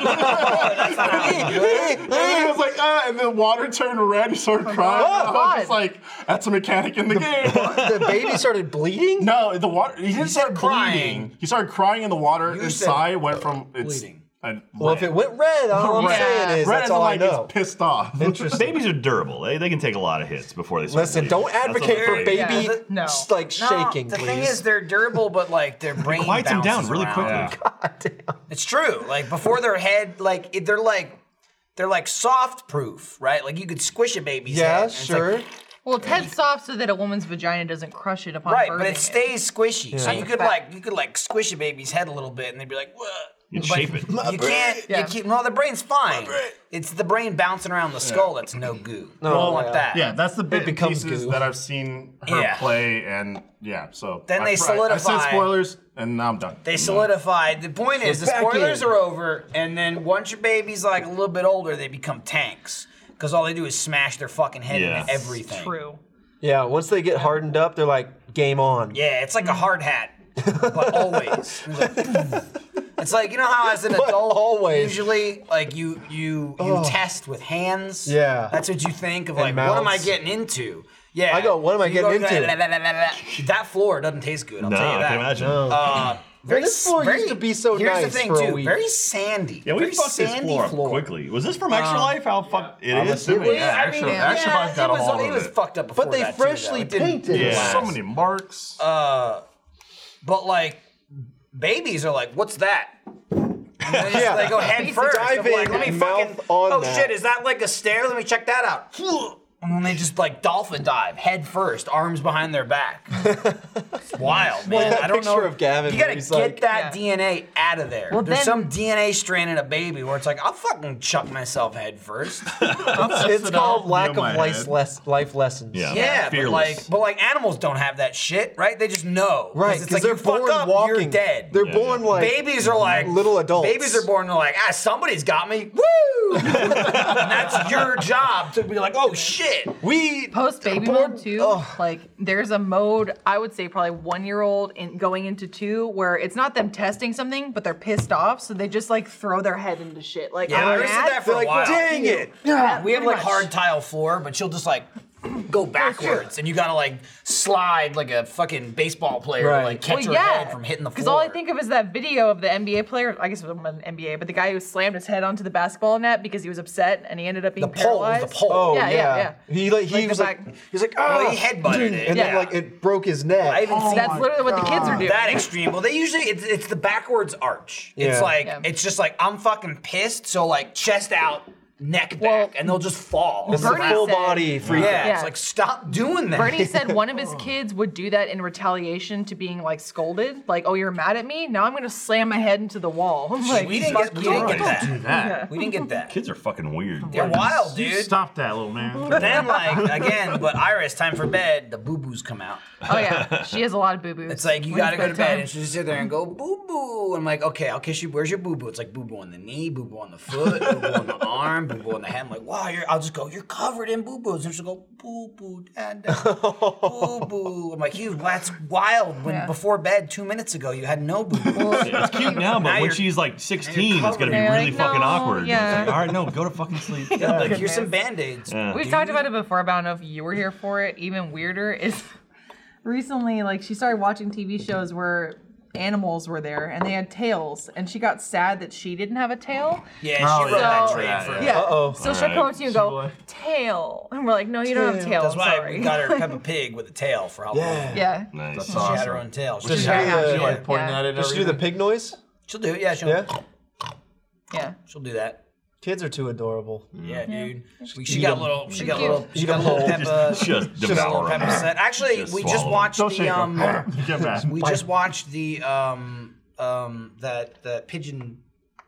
Speaker 2: And then it was like, ah, and then water turned red, he started crying. I
Speaker 4: Oh,
Speaker 2: was just
Speaker 4: God.
Speaker 2: like, that's a mechanic in the, game.
Speaker 6: the baby started bleeding.
Speaker 2: no, the water, he didn't start
Speaker 3: crying.
Speaker 2: bleeding. He started crying, and the water
Speaker 3: You said,
Speaker 2: inside went from it's,
Speaker 3: bleeding.
Speaker 2: and
Speaker 6: Well, if
Speaker 2: red.
Speaker 6: it went red, all I'm
Speaker 2: Red.
Speaker 6: saying is
Speaker 2: red
Speaker 6: that's
Speaker 2: isn't
Speaker 6: all I
Speaker 2: like
Speaker 6: know.
Speaker 2: it's pissed off.
Speaker 6: Interesting.
Speaker 5: Babies are durable. They, they can take a lot of hits before they. Start
Speaker 6: Listen,
Speaker 5: bleeding.
Speaker 6: don't
Speaker 5: That's what
Speaker 6: advocate
Speaker 5: I'm
Speaker 6: for
Speaker 5: saying.
Speaker 6: baby
Speaker 4: Yeah. No.
Speaker 6: s- like shaking,
Speaker 3: the
Speaker 6: please.
Speaker 3: thing is, they're durable, but like their brain
Speaker 5: Quiets them down
Speaker 3: bounces
Speaker 5: really
Speaker 3: around.
Speaker 5: quickly.
Speaker 3: It's true. Like before their head, like it- they're like they're like soft proof, right? Like you could squish a baby's head.
Speaker 6: yeah,
Speaker 3: and it's like-
Speaker 6: sure.
Speaker 4: Well, it's head soft so that a woman's vagina doesn't crush it upon
Speaker 3: right, but
Speaker 4: birthing
Speaker 3: it stays squishy. So you
Speaker 4: That's a
Speaker 3: could
Speaker 4: fact.
Speaker 3: like you could like squish a baby's head a little bit, and they'd be like, "What?"
Speaker 5: You'd
Speaker 3: But
Speaker 5: shape it.
Speaker 3: You can't.
Speaker 4: Yeah.
Speaker 3: You keep. No, the brain's fine. It's the brain bouncing around the skull. That's no goo. No, don't want
Speaker 6: yeah.
Speaker 3: that.
Speaker 2: yeah, that's the bit and
Speaker 6: becomes
Speaker 2: pieces
Speaker 6: goo.
Speaker 2: that I've seen her
Speaker 3: Yeah.
Speaker 2: play, and yeah, so.
Speaker 3: Then they
Speaker 2: tried- I
Speaker 3: solidify.
Speaker 2: said spoilers, and now I'm done.
Speaker 3: They solidified. The point is, the
Speaker 6: back
Speaker 3: spoilers
Speaker 6: in.
Speaker 3: are over, and then once your baby's like a little bit older, they become tanks because all they do is smash their fucking head
Speaker 5: Yeah.
Speaker 3: into everything.
Speaker 4: True.
Speaker 6: Yeah, once they get hardened up, they're like game on.
Speaker 3: Yeah, it's like a hard hat, but always. It's like, It's like you know how as an adult,
Speaker 6: always.
Speaker 3: usually like you you you test with hands.
Speaker 6: Yeah.
Speaker 3: that's what you think of.
Speaker 6: And
Speaker 3: Like, what am I
Speaker 6: mouths.
Speaker 3: getting into? Yeah,
Speaker 6: I go, what am I
Speaker 3: You
Speaker 6: getting
Speaker 3: go,
Speaker 6: into?
Speaker 3: That floor doesn't taste good. I'll
Speaker 5: No,
Speaker 3: tell
Speaker 5: I
Speaker 3: you that.
Speaker 5: can imagine.
Speaker 3: Uh, very,
Speaker 6: this floor
Speaker 3: very-
Speaker 6: used to be so
Speaker 3: here's
Speaker 6: nice
Speaker 3: the thing
Speaker 6: for a
Speaker 3: too.
Speaker 6: week.
Speaker 3: Very sandy.
Speaker 5: Yeah, we
Speaker 3: very
Speaker 5: fucked this
Speaker 3: sandy
Speaker 5: floor up quickly. Was this from Extra Life? How fuck it
Speaker 2: I'm
Speaker 5: is to
Speaker 2: assuming-
Speaker 5: me.
Speaker 2: Yeah,
Speaker 3: I mean,
Speaker 2: actually-
Speaker 3: yeah,
Speaker 2: actually, I've got
Speaker 3: it was,
Speaker 2: all
Speaker 3: it
Speaker 2: of
Speaker 3: was
Speaker 2: it.
Speaker 3: fuckly fucked up before
Speaker 6: But they
Speaker 3: that, too, though.
Speaker 6: freshly
Speaker 3: It didn't-
Speaker 6: painted.
Speaker 5: Yeah.
Speaker 6: it.
Speaker 2: So many marks.
Speaker 3: But like, babies are like, what's that? And they, just,
Speaker 6: Yeah.
Speaker 3: they go head first. I'm
Speaker 6: Dive
Speaker 3: like,
Speaker 6: in,
Speaker 3: let me
Speaker 6: mouth
Speaker 3: fucking.
Speaker 6: on
Speaker 3: oh
Speaker 6: that.
Speaker 3: shit, is that like a stair? Let me check that out. And then they just like dolphin dive, head first, arms behind their back. It's wild, man.
Speaker 6: that
Speaker 3: I don't know.
Speaker 6: picture of Gavin
Speaker 3: you
Speaker 6: where
Speaker 3: gotta
Speaker 6: he's
Speaker 3: get
Speaker 6: like-
Speaker 3: that DNA out of there.
Speaker 4: Well,
Speaker 3: There's
Speaker 4: then-
Speaker 3: some DNA strand in a baby where it's like, I'll fucking chuck myself head first. yeah,
Speaker 6: It's called lack
Speaker 2: my
Speaker 6: of life,
Speaker 2: head.
Speaker 6: less, life lessons.
Speaker 5: Yeah.
Speaker 3: but
Speaker 5: Fearless.
Speaker 3: like, but like animals don't have that shit, right? They just know.
Speaker 6: Right,
Speaker 3: It's
Speaker 6: because
Speaker 3: like
Speaker 6: they're
Speaker 3: you fuck
Speaker 6: born
Speaker 3: up,
Speaker 6: walking.
Speaker 3: you're dead.
Speaker 6: They're
Speaker 5: Yeah.
Speaker 6: born like
Speaker 3: babies are like
Speaker 6: little adults.
Speaker 3: Babies are born. They're like, ah, somebody's got me. Woo! and that's your job to be like, oh shit.
Speaker 6: We
Speaker 4: Post baby
Speaker 6: born-
Speaker 4: mode too,
Speaker 6: Oh.
Speaker 4: like there's a mode I would say probably one year old and going into two where it's not them testing something, but they're pissed off, so they just like throw their head into shit. Like
Speaker 3: Yeah,
Speaker 4: I'm
Speaker 3: I already said
Speaker 4: mad.
Speaker 3: that for a
Speaker 6: like,
Speaker 3: while.
Speaker 6: dang it.
Speaker 4: Yeah,
Speaker 3: We have
Speaker 4: pretty
Speaker 3: like
Speaker 4: much.
Speaker 3: hard tile floor, but she'll just like go backwards, and you gotta like slide like a fucking baseball player, to,
Speaker 6: Right.
Speaker 3: like catch
Speaker 4: Well,
Speaker 3: her
Speaker 4: yeah,
Speaker 3: head from hitting the floor.
Speaker 4: Because all I think of is that video of the NBA player. I guess it was an NBA, but the guy who slammed his head onto the basketball net because he was upset and he ended up being
Speaker 3: the pole, the
Speaker 4: paralyzed.
Speaker 3: pole.
Speaker 6: Oh
Speaker 4: Yeah,
Speaker 6: yeah,
Speaker 4: yeah, yeah.
Speaker 6: He like he
Speaker 4: Like the
Speaker 6: was
Speaker 4: back-
Speaker 6: like he's like ah,
Speaker 3: Well, he headbutted it.
Speaker 6: and then
Speaker 4: Yeah.
Speaker 6: like it broke his neck.
Speaker 3: I haven't seen
Speaker 4: That's literally what the kids are doing.
Speaker 3: Oh that extreme. Well, they usually it's, it's the backwards arch. It's
Speaker 6: Yeah.
Speaker 3: like
Speaker 4: Yeah.
Speaker 3: it's just like I'm fucking pissed, so like chest out, neck back,
Speaker 4: Well,
Speaker 3: and they'll just fall.
Speaker 6: This is
Speaker 4: Oh, Bernie
Speaker 6: full
Speaker 4: said-
Speaker 6: body freak.
Speaker 3: Yeah,
Speaker 4: Yeah.
Speaker 3: it's like stop doing that.
Speaker 4: Bernie said one of his kids would do that in retaliation to being like scolded, like, "Oh, you're mad at me? Now I'm gonna slam my head into the wall." I'm like,
Speaker 3: we didn't get, we didn't
Speaker 2: Don't
Speaker 3: get
Speaker 2: do
Speaker 3: that.
Speaker 2: that.
Speaker 3: We didn't get that.
Speaker 5: Kids are fucking weird.
Speaker 3: They're wild,
Speaker 2: You
Speaker 3: dude.
Speaker 2: Stop that, little man.
Speaker 3: But then, like again, but Iris, time for bed. The boo boos come out.
Speaker 4: oh yeah, she has a lot of boo boos.
Speaker 3: It's like you gotta go to bed, and she just sit there and go boo boo. I'm like, okay, I'll kiss you. Where's your boo boo? It's like boo boo on the knee, boo boo on the foot, boo boo on the arm, boo boo on the head. I'm like, wow, you're. I'll just go. You're covered in boo boos, and she'll go boo boo, dad, boo boo. I'm like, you. That's wild. When
Speaker 4: Yeah.
Speaker 3: before bed, two minutes ago, you had no boo boos.
Speaker 4: It's
Speaker 5: Cute now,
Speaker 3: Now
Speaker 5: but when
Speaker 3: you're-
Speaker 5: she's like 16, it's gonna be
Speaker 4: covered.
Speaker 5: really
Speaker 4: Like,
Speaker 5: fucking
Speaker 4: no,
Speaker 5: awkward. It's
Speaker 4: yeah.
Speaker 5: like, all right, no, go to fucking sleep.
Speaker 3: like, here's some band aids.
Speaker 4: We've talked about it before, but I don't know if you were here for it. Even weirder is recently, like she started watching TV shows where animals were there and they had tails, and she got sad that she didn't have a tail.
Speaker 3: Yeah,
Speaker 2: Oh,
Speaker 3: she wrote that
Speaker 4: yeah.
Speaker 3: trade for.
Speaker 4: Yeah.
Speaker 6: Uh-oh.
Speaker 4: So she'll come up to you and go,
Speaker 2: Boy.
Speaker 4: tail. And we're like, no, you don't have a tail.
Speaker 3: That's
Speaker 4: I'm
Speaker 3: why
Speaker 4: sorry.
Speaker 3: we got her Peppa Pig with a tail for how long.
Speaker 6: Yeah.
Speaker 4: yeah.
Speaker 5: Nice.
Speaker 3: She had her own tail. She
Speaker 6: Does she,
Speaker 3: had her
Speaker 6: do
Speaker 3: own
Speaker 6: the-
Speaker 3: tail.
Speaker 2: Like pointing
Speaker 4: Yeah.
Speaker 2: at it. and
Speaker 6: Does she do the
Speaker 2: everything.
Speaker 6: pig noise?
Speaker 3: She'll do it. Yeah, she'll.
Speaker 6: Yeah.
Speaker 4: Yeah.
Speaker 3: She'll do that.
Speaker 6: Kids are too adorable.
Speaker 3: Yeah, dude. She, she got little. She got
Speaker 4: Cute.
Speaker 3: little. She
Speaker 6: Eat
Speaker 3: got
Speaker 6: them
Speaker 3: little
Speaker 6: whole.
Speaker 3: Peppa.
Speaker 5: Just- just
Speaker 3: she got a little
Speaker 5: devour 'em.
Speaker 3: Peppa set. Actually,
Speaker 5: Just
Speaker 3: we just
Speaker 5: swallow 'em.
Speaker 3: watched
Speaker 2: Don't
Speaker 3: the
Speaker 2: shake
Speaker 3: um.
Speaker 2: them. Get back.
Speaker 3: we just watched the um um that that pigeon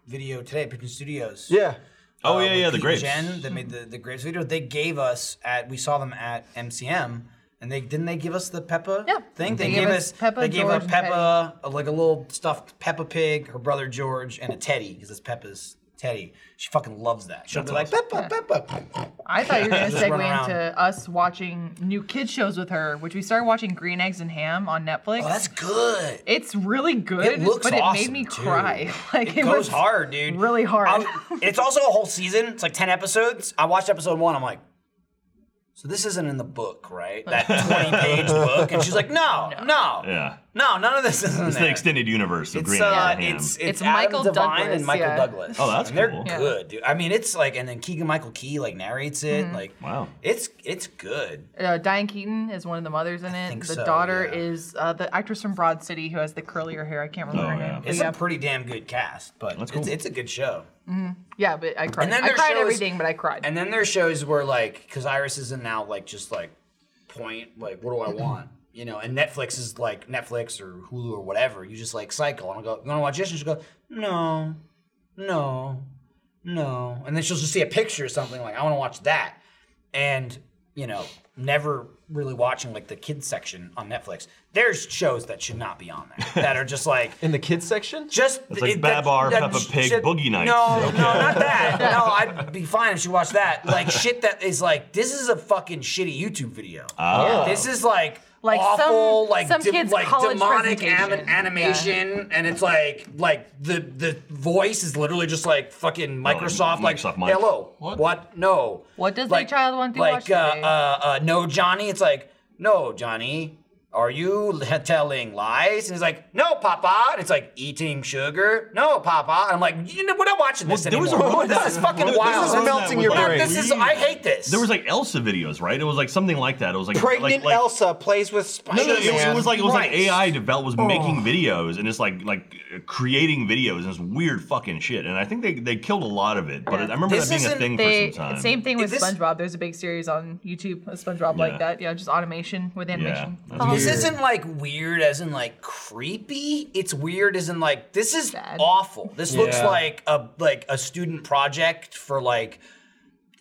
Speaker 3: video today. Pigeon Studios.
Speaker 6: Yeah.
Speaker 5: Oh
Speaker 3: uh,
Speaker 5: yeah,
Speaker 3: with
Speaker 5: yeah, the
Speaker 3: Pete
Speaker 5: grapes.
Speaker 3: and Jen that made the the grapes video. They gave us at we saw them at MCM. And they didn't they give us the Peppa
Speaker 4: Yeah.
Speaker 3: thing? They, gave us
Speaker 4: Peppa,
Speaker 3: they gave
Speaker 4: George,
Speaker 3: us
Speaker 4: and
Speaker 3: Peppa uh, like a little stuffed Peppa pig, her brother George, and a Teddy because it's Peppa's Teddy. She fucking loves that. She'll be like Peppa, Peppa.
Speaker 4: I thought you were going to
Speaker 3: Just run
Speaker 4: segue
Speaker 3: around.
Speaker 4: into us watching new kid shows with her, which we started watching Green Eggs and Ham on Netflix.
Speaker 3: Oh, that's good.
Speaker 4: it's really good,
Speaker 3: It looks
Speaker 4: but it made
Speaker 3: awesome,
Speaker 4: me
Speaker 3: dude.
Speaker 4: cry. Like
Speaker 3: It,
Speaker 4: it,
Speaker 3: goes
Speaker 4: was
Speaker 3: hard, dude.
Speaker 4: really hard.
Speaker 3: I'm- it's also a whole season. It's like ten episodes. I watched episode one. I'm like, so this isn't in the book, right? That 20 page book. And she's like, no, no, no,
Speaker 5: Yeah.
Speaker 3: none of this is in
Speaker 5: It's
Speaker 3: there.
Speaker 5: the extended universe of
Speaker 3: It's
Speaker 5: Green
Speaker 3: uh,
Speaker 5: Eggs and Ham.
Speaker 3: it's it's
Speaker 4: It's
Speaker 3: Michael
Speaker 4: Michael
Speaker 3: Devine
Speaker 4: Douglas,
Speaker 3: and Michael
Speaker 4: yeah.
Speaker 3: Douglas.
Speaker 5: Oh, that's
Speaker 3: and they're
Speaker 5: cool.
Speaker 4: Yeah.
Speaker 3: good, dude. I mean, it's like, and then Keegan Michael Key like narrates it.
Speaker 4: Mm-hmm.
Speaker 3: Like,
Speaker 5: Wow.
Speaker 3: it's it's good.
Speaker 4: Uh, Diane Keaton is one of the mothers in it.
Speaker 3: think
Speaker 4: The
Speaker 3: so,
Speaker 4: daughter
Speaker 3: yeah.
Speaker 4: is uh, the actress from Broad City who has the curlier hair. I can't remember
Speaker 5: Oh,
Speaker 4: her
Speaker 5: yeah.
Speaker 4: name. But
Speaker 3: It's
Speaker 4: yeah,
Speaker 3: a pretty damn good cast, but it's,
Speaker 5: That's cool.
Speaker 3: it's a good show.
Speaker 4: yeah, but I cried.
Speaker 3: And then
Speaker 4: I
Speaker 3: their
Speaker 4: cried
Speaker 3: show is-
Speaker 4: everything, but I cried.
Speaker 3: And then there's shows where like, because Iris isn't now like just like point like what do I want, you know? And Netflix is like Netflix or Hulu or whatever. You just like cycle and I'll go, you want to watch this? And she'll go, no, no, no. And then she'll just see a picture or something like, I want to watch that. And you know, never really watching like the kids section on Netflix. There's shows that should not be on there that are just like
Speaker 6: In the kids section?
Speaker 3: just
Speaker 5: It's like
Speaker 3: it- that-
Speaker 5: Babar,
Speaker 3: that
Speaker 5: Peppa
Speaker 3: sh-
Speaker 5: Pig,
Speaker 3: shit-
Speaker 5: Boogie Nights.
Speaker 3: No, no, not that. No, I'd be fine if she watched that. Like shit that is like this is a fucking shitty YouTube video.
Speaker 5: Oh.
Speaker 3: This is like
Speaker 4: Like
Speaker 3: awful,
Speaker 4: some
Speaker 3: like
Speaker 4: some
Speaker 3: de-
Speaker 4: kids
Speaker 3: like
Speaker 4: college
Speaker 3: demonic am-
Speaker 4: presentation. Yeah.
Speaker 3: animation, and it's like like the the voice is literally just like fucking Microsoft, like
Speaker 5: Oh, Microsoft Mike.
Speaker 3: hello,
Speaker 5: What?
Speaker 3: what? No.
Speaker 4: What does that child want to
Speaker 3: like,
Speaker 4: watch
Speaker 3: uh,
Speaker 4: today?
Speaker 3: uh, uh, no, Johnny. It's like no, Johnny. Are you l- telling lies? And he's like, no, Papa. And it's like eating sugar. No, Papa. And I'm like, you know, we're not watching this
Speaker 5: there was a
Speaker 3: anymore.
Speaker 5: road
Speaker 3: this
Speaker 5: that-
Speaker 3: is fucking
Speaker 5: there was a
Speaker 3: wild.
Speaker 5: road that
Speaker 6: melting
Speaker 5: was
Speaker 6: your
Speaker 5: like
Speaker 6: brain.
Speaker 3: This is I hate this.
Speaker 5: There was like Elsa videos, right? It was like something like that. It was like
Speaker 6: Pregnant
Speaker 5: like, like,
Speaker 6: Elsa plays with
Speaker 5: No,
Speaker 6: spiders.
Speaker 5: no, it was, it was like it was like
Speaker 3: Right. Oh.
Speaker 5: AI developed was making videos and it's like like uh, creating videos and it's weird fucking shit. And I think they, they killed a lot of it, but I remember
Speaker 3: This
Speaker 5: that being a
Speaker 3: isn't-
Speaker 5: thing
Speaker 4: They
Speaker 5: for some time.
Speaker 4: same thing with
Speaker 3: This-
Speaker 4: SpongeBob. There's a big series on YouTube, of SpongeBob
Speaker 5: Yeah.
Speaker 4: like that. Yeah, just automation with animation.
Speaker 5: that's
Speaker 4: Oh.
Speaker 3: This isn't like weird as in like creepy. It's weird as in like this is
Speaker 4: Bad.
Speaker 3: awful. This looks
Speaker 6: Yeah.
Speaker 3: like a like a student project for like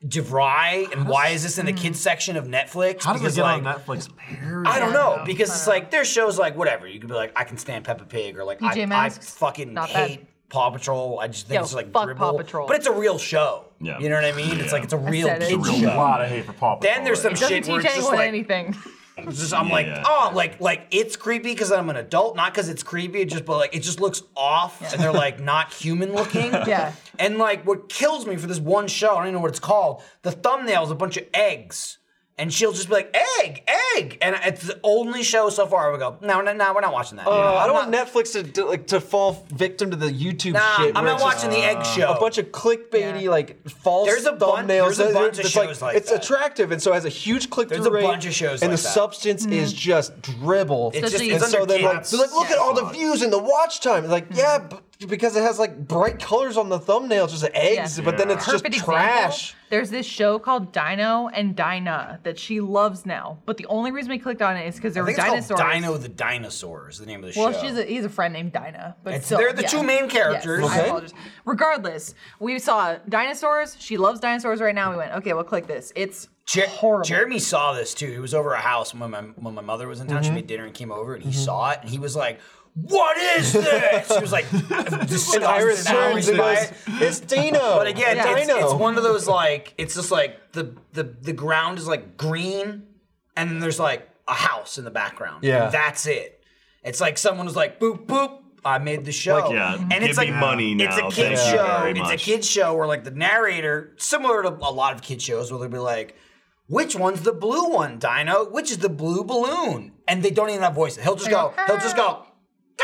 Speaker 3: DeVry and why is this in the
Speaker 5: Hmm.
Speaker 3: kids section of Netflix?
Speaker 2: How does it
Speaker 3: because
Speaker 2: get
Speaker 3: like
Speaker 2: on Netflix? Parody?
Speaker 3: I don't know because
Speaker 4: uh,
Speaker 3: it's like there's shows like whatever you could be like I can stand Peppa Pig or like
Speaker 4: PJ
Speaker 3: I, I
Speaker 4: Masks,
Speaker 3: fucking
Speaker 4: not
Speaker 3: hate
Speaker 4: bad.
Speaker 3: Paw Patrol. I just think
Speaker 4: Yo,
Speaker 3: it's like
Speaker 4: fuck Paw
Speaker 3: dribble.
Speaker 4: Patrol.
Speaker 3: but it's a real show.
Speaker 5: Yeah.
Speaker 3: You know what I mean? It's
Speaker 5: Yeah.
Speaker 3: like it's a real
Speaker 4: said it.
Speaker 3: kids
Speaker 5: It's a real
Speaker 2: a
Speaker 3: show.
Speaker 2: lot of hate for Paw Patrol.
Speaker 3: Then there's some
Speaker 2: right
Speaker 4: Doesn't
Speaker 3: shit where
Speaker 4: teach
Speaker 3: it's just
Speaker 4: anyone
Speaker 3: like
Speaker 4: anything.
Speaker 3: It's just, I'm like,
Speaker 5: Yeah.
Speaker 3: oh, like, like it's creepy because I'm an adult, not because it's creepy, just but like it just looks off, and they're like not human looking.
Speaker 4: Yeah.
Speaker 3: And like, what kills me for this one show, I don't even know what it's called. The thumbnail is a bunch of eggs, and she'll just be like, egg, egg, and it's the only show so far. I would go, no, no, no, we're not watching that.
Speaker 6: Uh, I
Speaker 3: I'm
Speaker 6: don't
Speaker 3: not-
Speaker 6: want Netflix to, to like to fall victim to the YouTube
Speaker 3: Nah,
Speaker 6: shit.
Speaker 3: I'm not
Speaker 6: where it's just
Speaker 3: watching the egg show.
Speaker 6: A bunch of clickbaity,
Speaker 4: Ah. Yeah.
Speaker 6: like false
Speaker 3: There's a bun-
Speaker 6: thumbnails.
Speaker 3: there's a bunch of
Speaker 6: It's
Speaker 3: shows like
Speaker 6: it's
Speaker 3: that.
Speaker 6: attractive, and so it has a huge click
Speaker 3: There's
Speaker 6: through
Speaker 3: a
Speaker 6: rate.
Speaker 3: bunch of shows
Speaker 6: and
Speaker 3: like
Speaker 6: the
Speaker 3: that.
Speaker 6: substance
Speaker 4: Mm-hmm.
Speaker 6: is just dribble.
Speaker 3: It's just
Speaker 4: Especially-
Speaker 3: it's
Speaker 6: and so
Speaker 3: under
Speaker 6: they're like,
Speaker 3: kids.
Speaker 6: they're like, look at all the views and the watch time. It's
Speaker 4: Mm-hmm.
Speaker 6: like, yeah, but because it has like bright colors on the thumbnail, it's just eggs,
Speaker 4: Yeah.
Speaker 6: but then it's just
Speaker 4: Perfect
Speaker 6: trash.
Speaker 4: example. There's this show called Dino and Dinah that she loves now, but the only reason we clicked on it is because there
Speaker 3: I
Speaker 4: were
Speaker 3: think it's
Speaker 4: dinosaurs.
Speaker 3: called Dino the Dinosaur is the name of the
Speaker 4: Well,
Speaker 3: show.
Speaker 4: she's a, he's a friend named Dinah, but
Speaker 3: It's-
Speaker 4: still,
Speaker 3: they're the
Speaker 4: yeah.
Speaker 3: two main
Speaker 4: Yes,
Speaker 3: characters.
Speaker 4: I
Speaker 6: Okay.
Speaker 4: apologize. Regardless, we saw dinosaurs. She loves dinosaurs right now. We went, okay, we'll click this. It's
Speaker 3: Jer-
Speaker 4: horrible.
Speaker 3: Jeremy saw this too. He was over at our house when my when my mother was in town. She made dinner and came over, and he saw it, and he was like, "What is this?" he was like, disgusted.
Speaker 6: And Iris
Speaker 3: and
Speaker 6: turns and
Speaker 3: outraged
Speaker 6: goes,
Speaker 3: by it.
Speaker 6: "It's Dino."
Speaker 3: But again,
Speaker 4: Yeah.
Speaker 3: it's,
Speaker 6: Dino.
Speaker 3: it's one of those like it's just like the the the ground is like green, and then there's like a house in the background.
Speaker 6: Yeah.
Speaker 3: that's it. It's like someone was like, "Boop boop." I made the show,
Speaker 5: Like, yeah,
Speaker 3: and
Speaker 5: give
Speaker 3: it's like
Speaker 5: me money now,
Speaker 3: It's a
Speaker 5: thank
Speaker 3: kids
Speaker 5: you
Speaker 3: show.
Speaker 5: very
Speaker 3: It's
Speaker 5: much.
Speaker 3: a kids show where like the narrator, similar to a lot of kids shows, where they'll be like, "Which one's the blue one, Dino? Which is the blue balloon?" And they don't even have voices. He'll just go. He'll just go.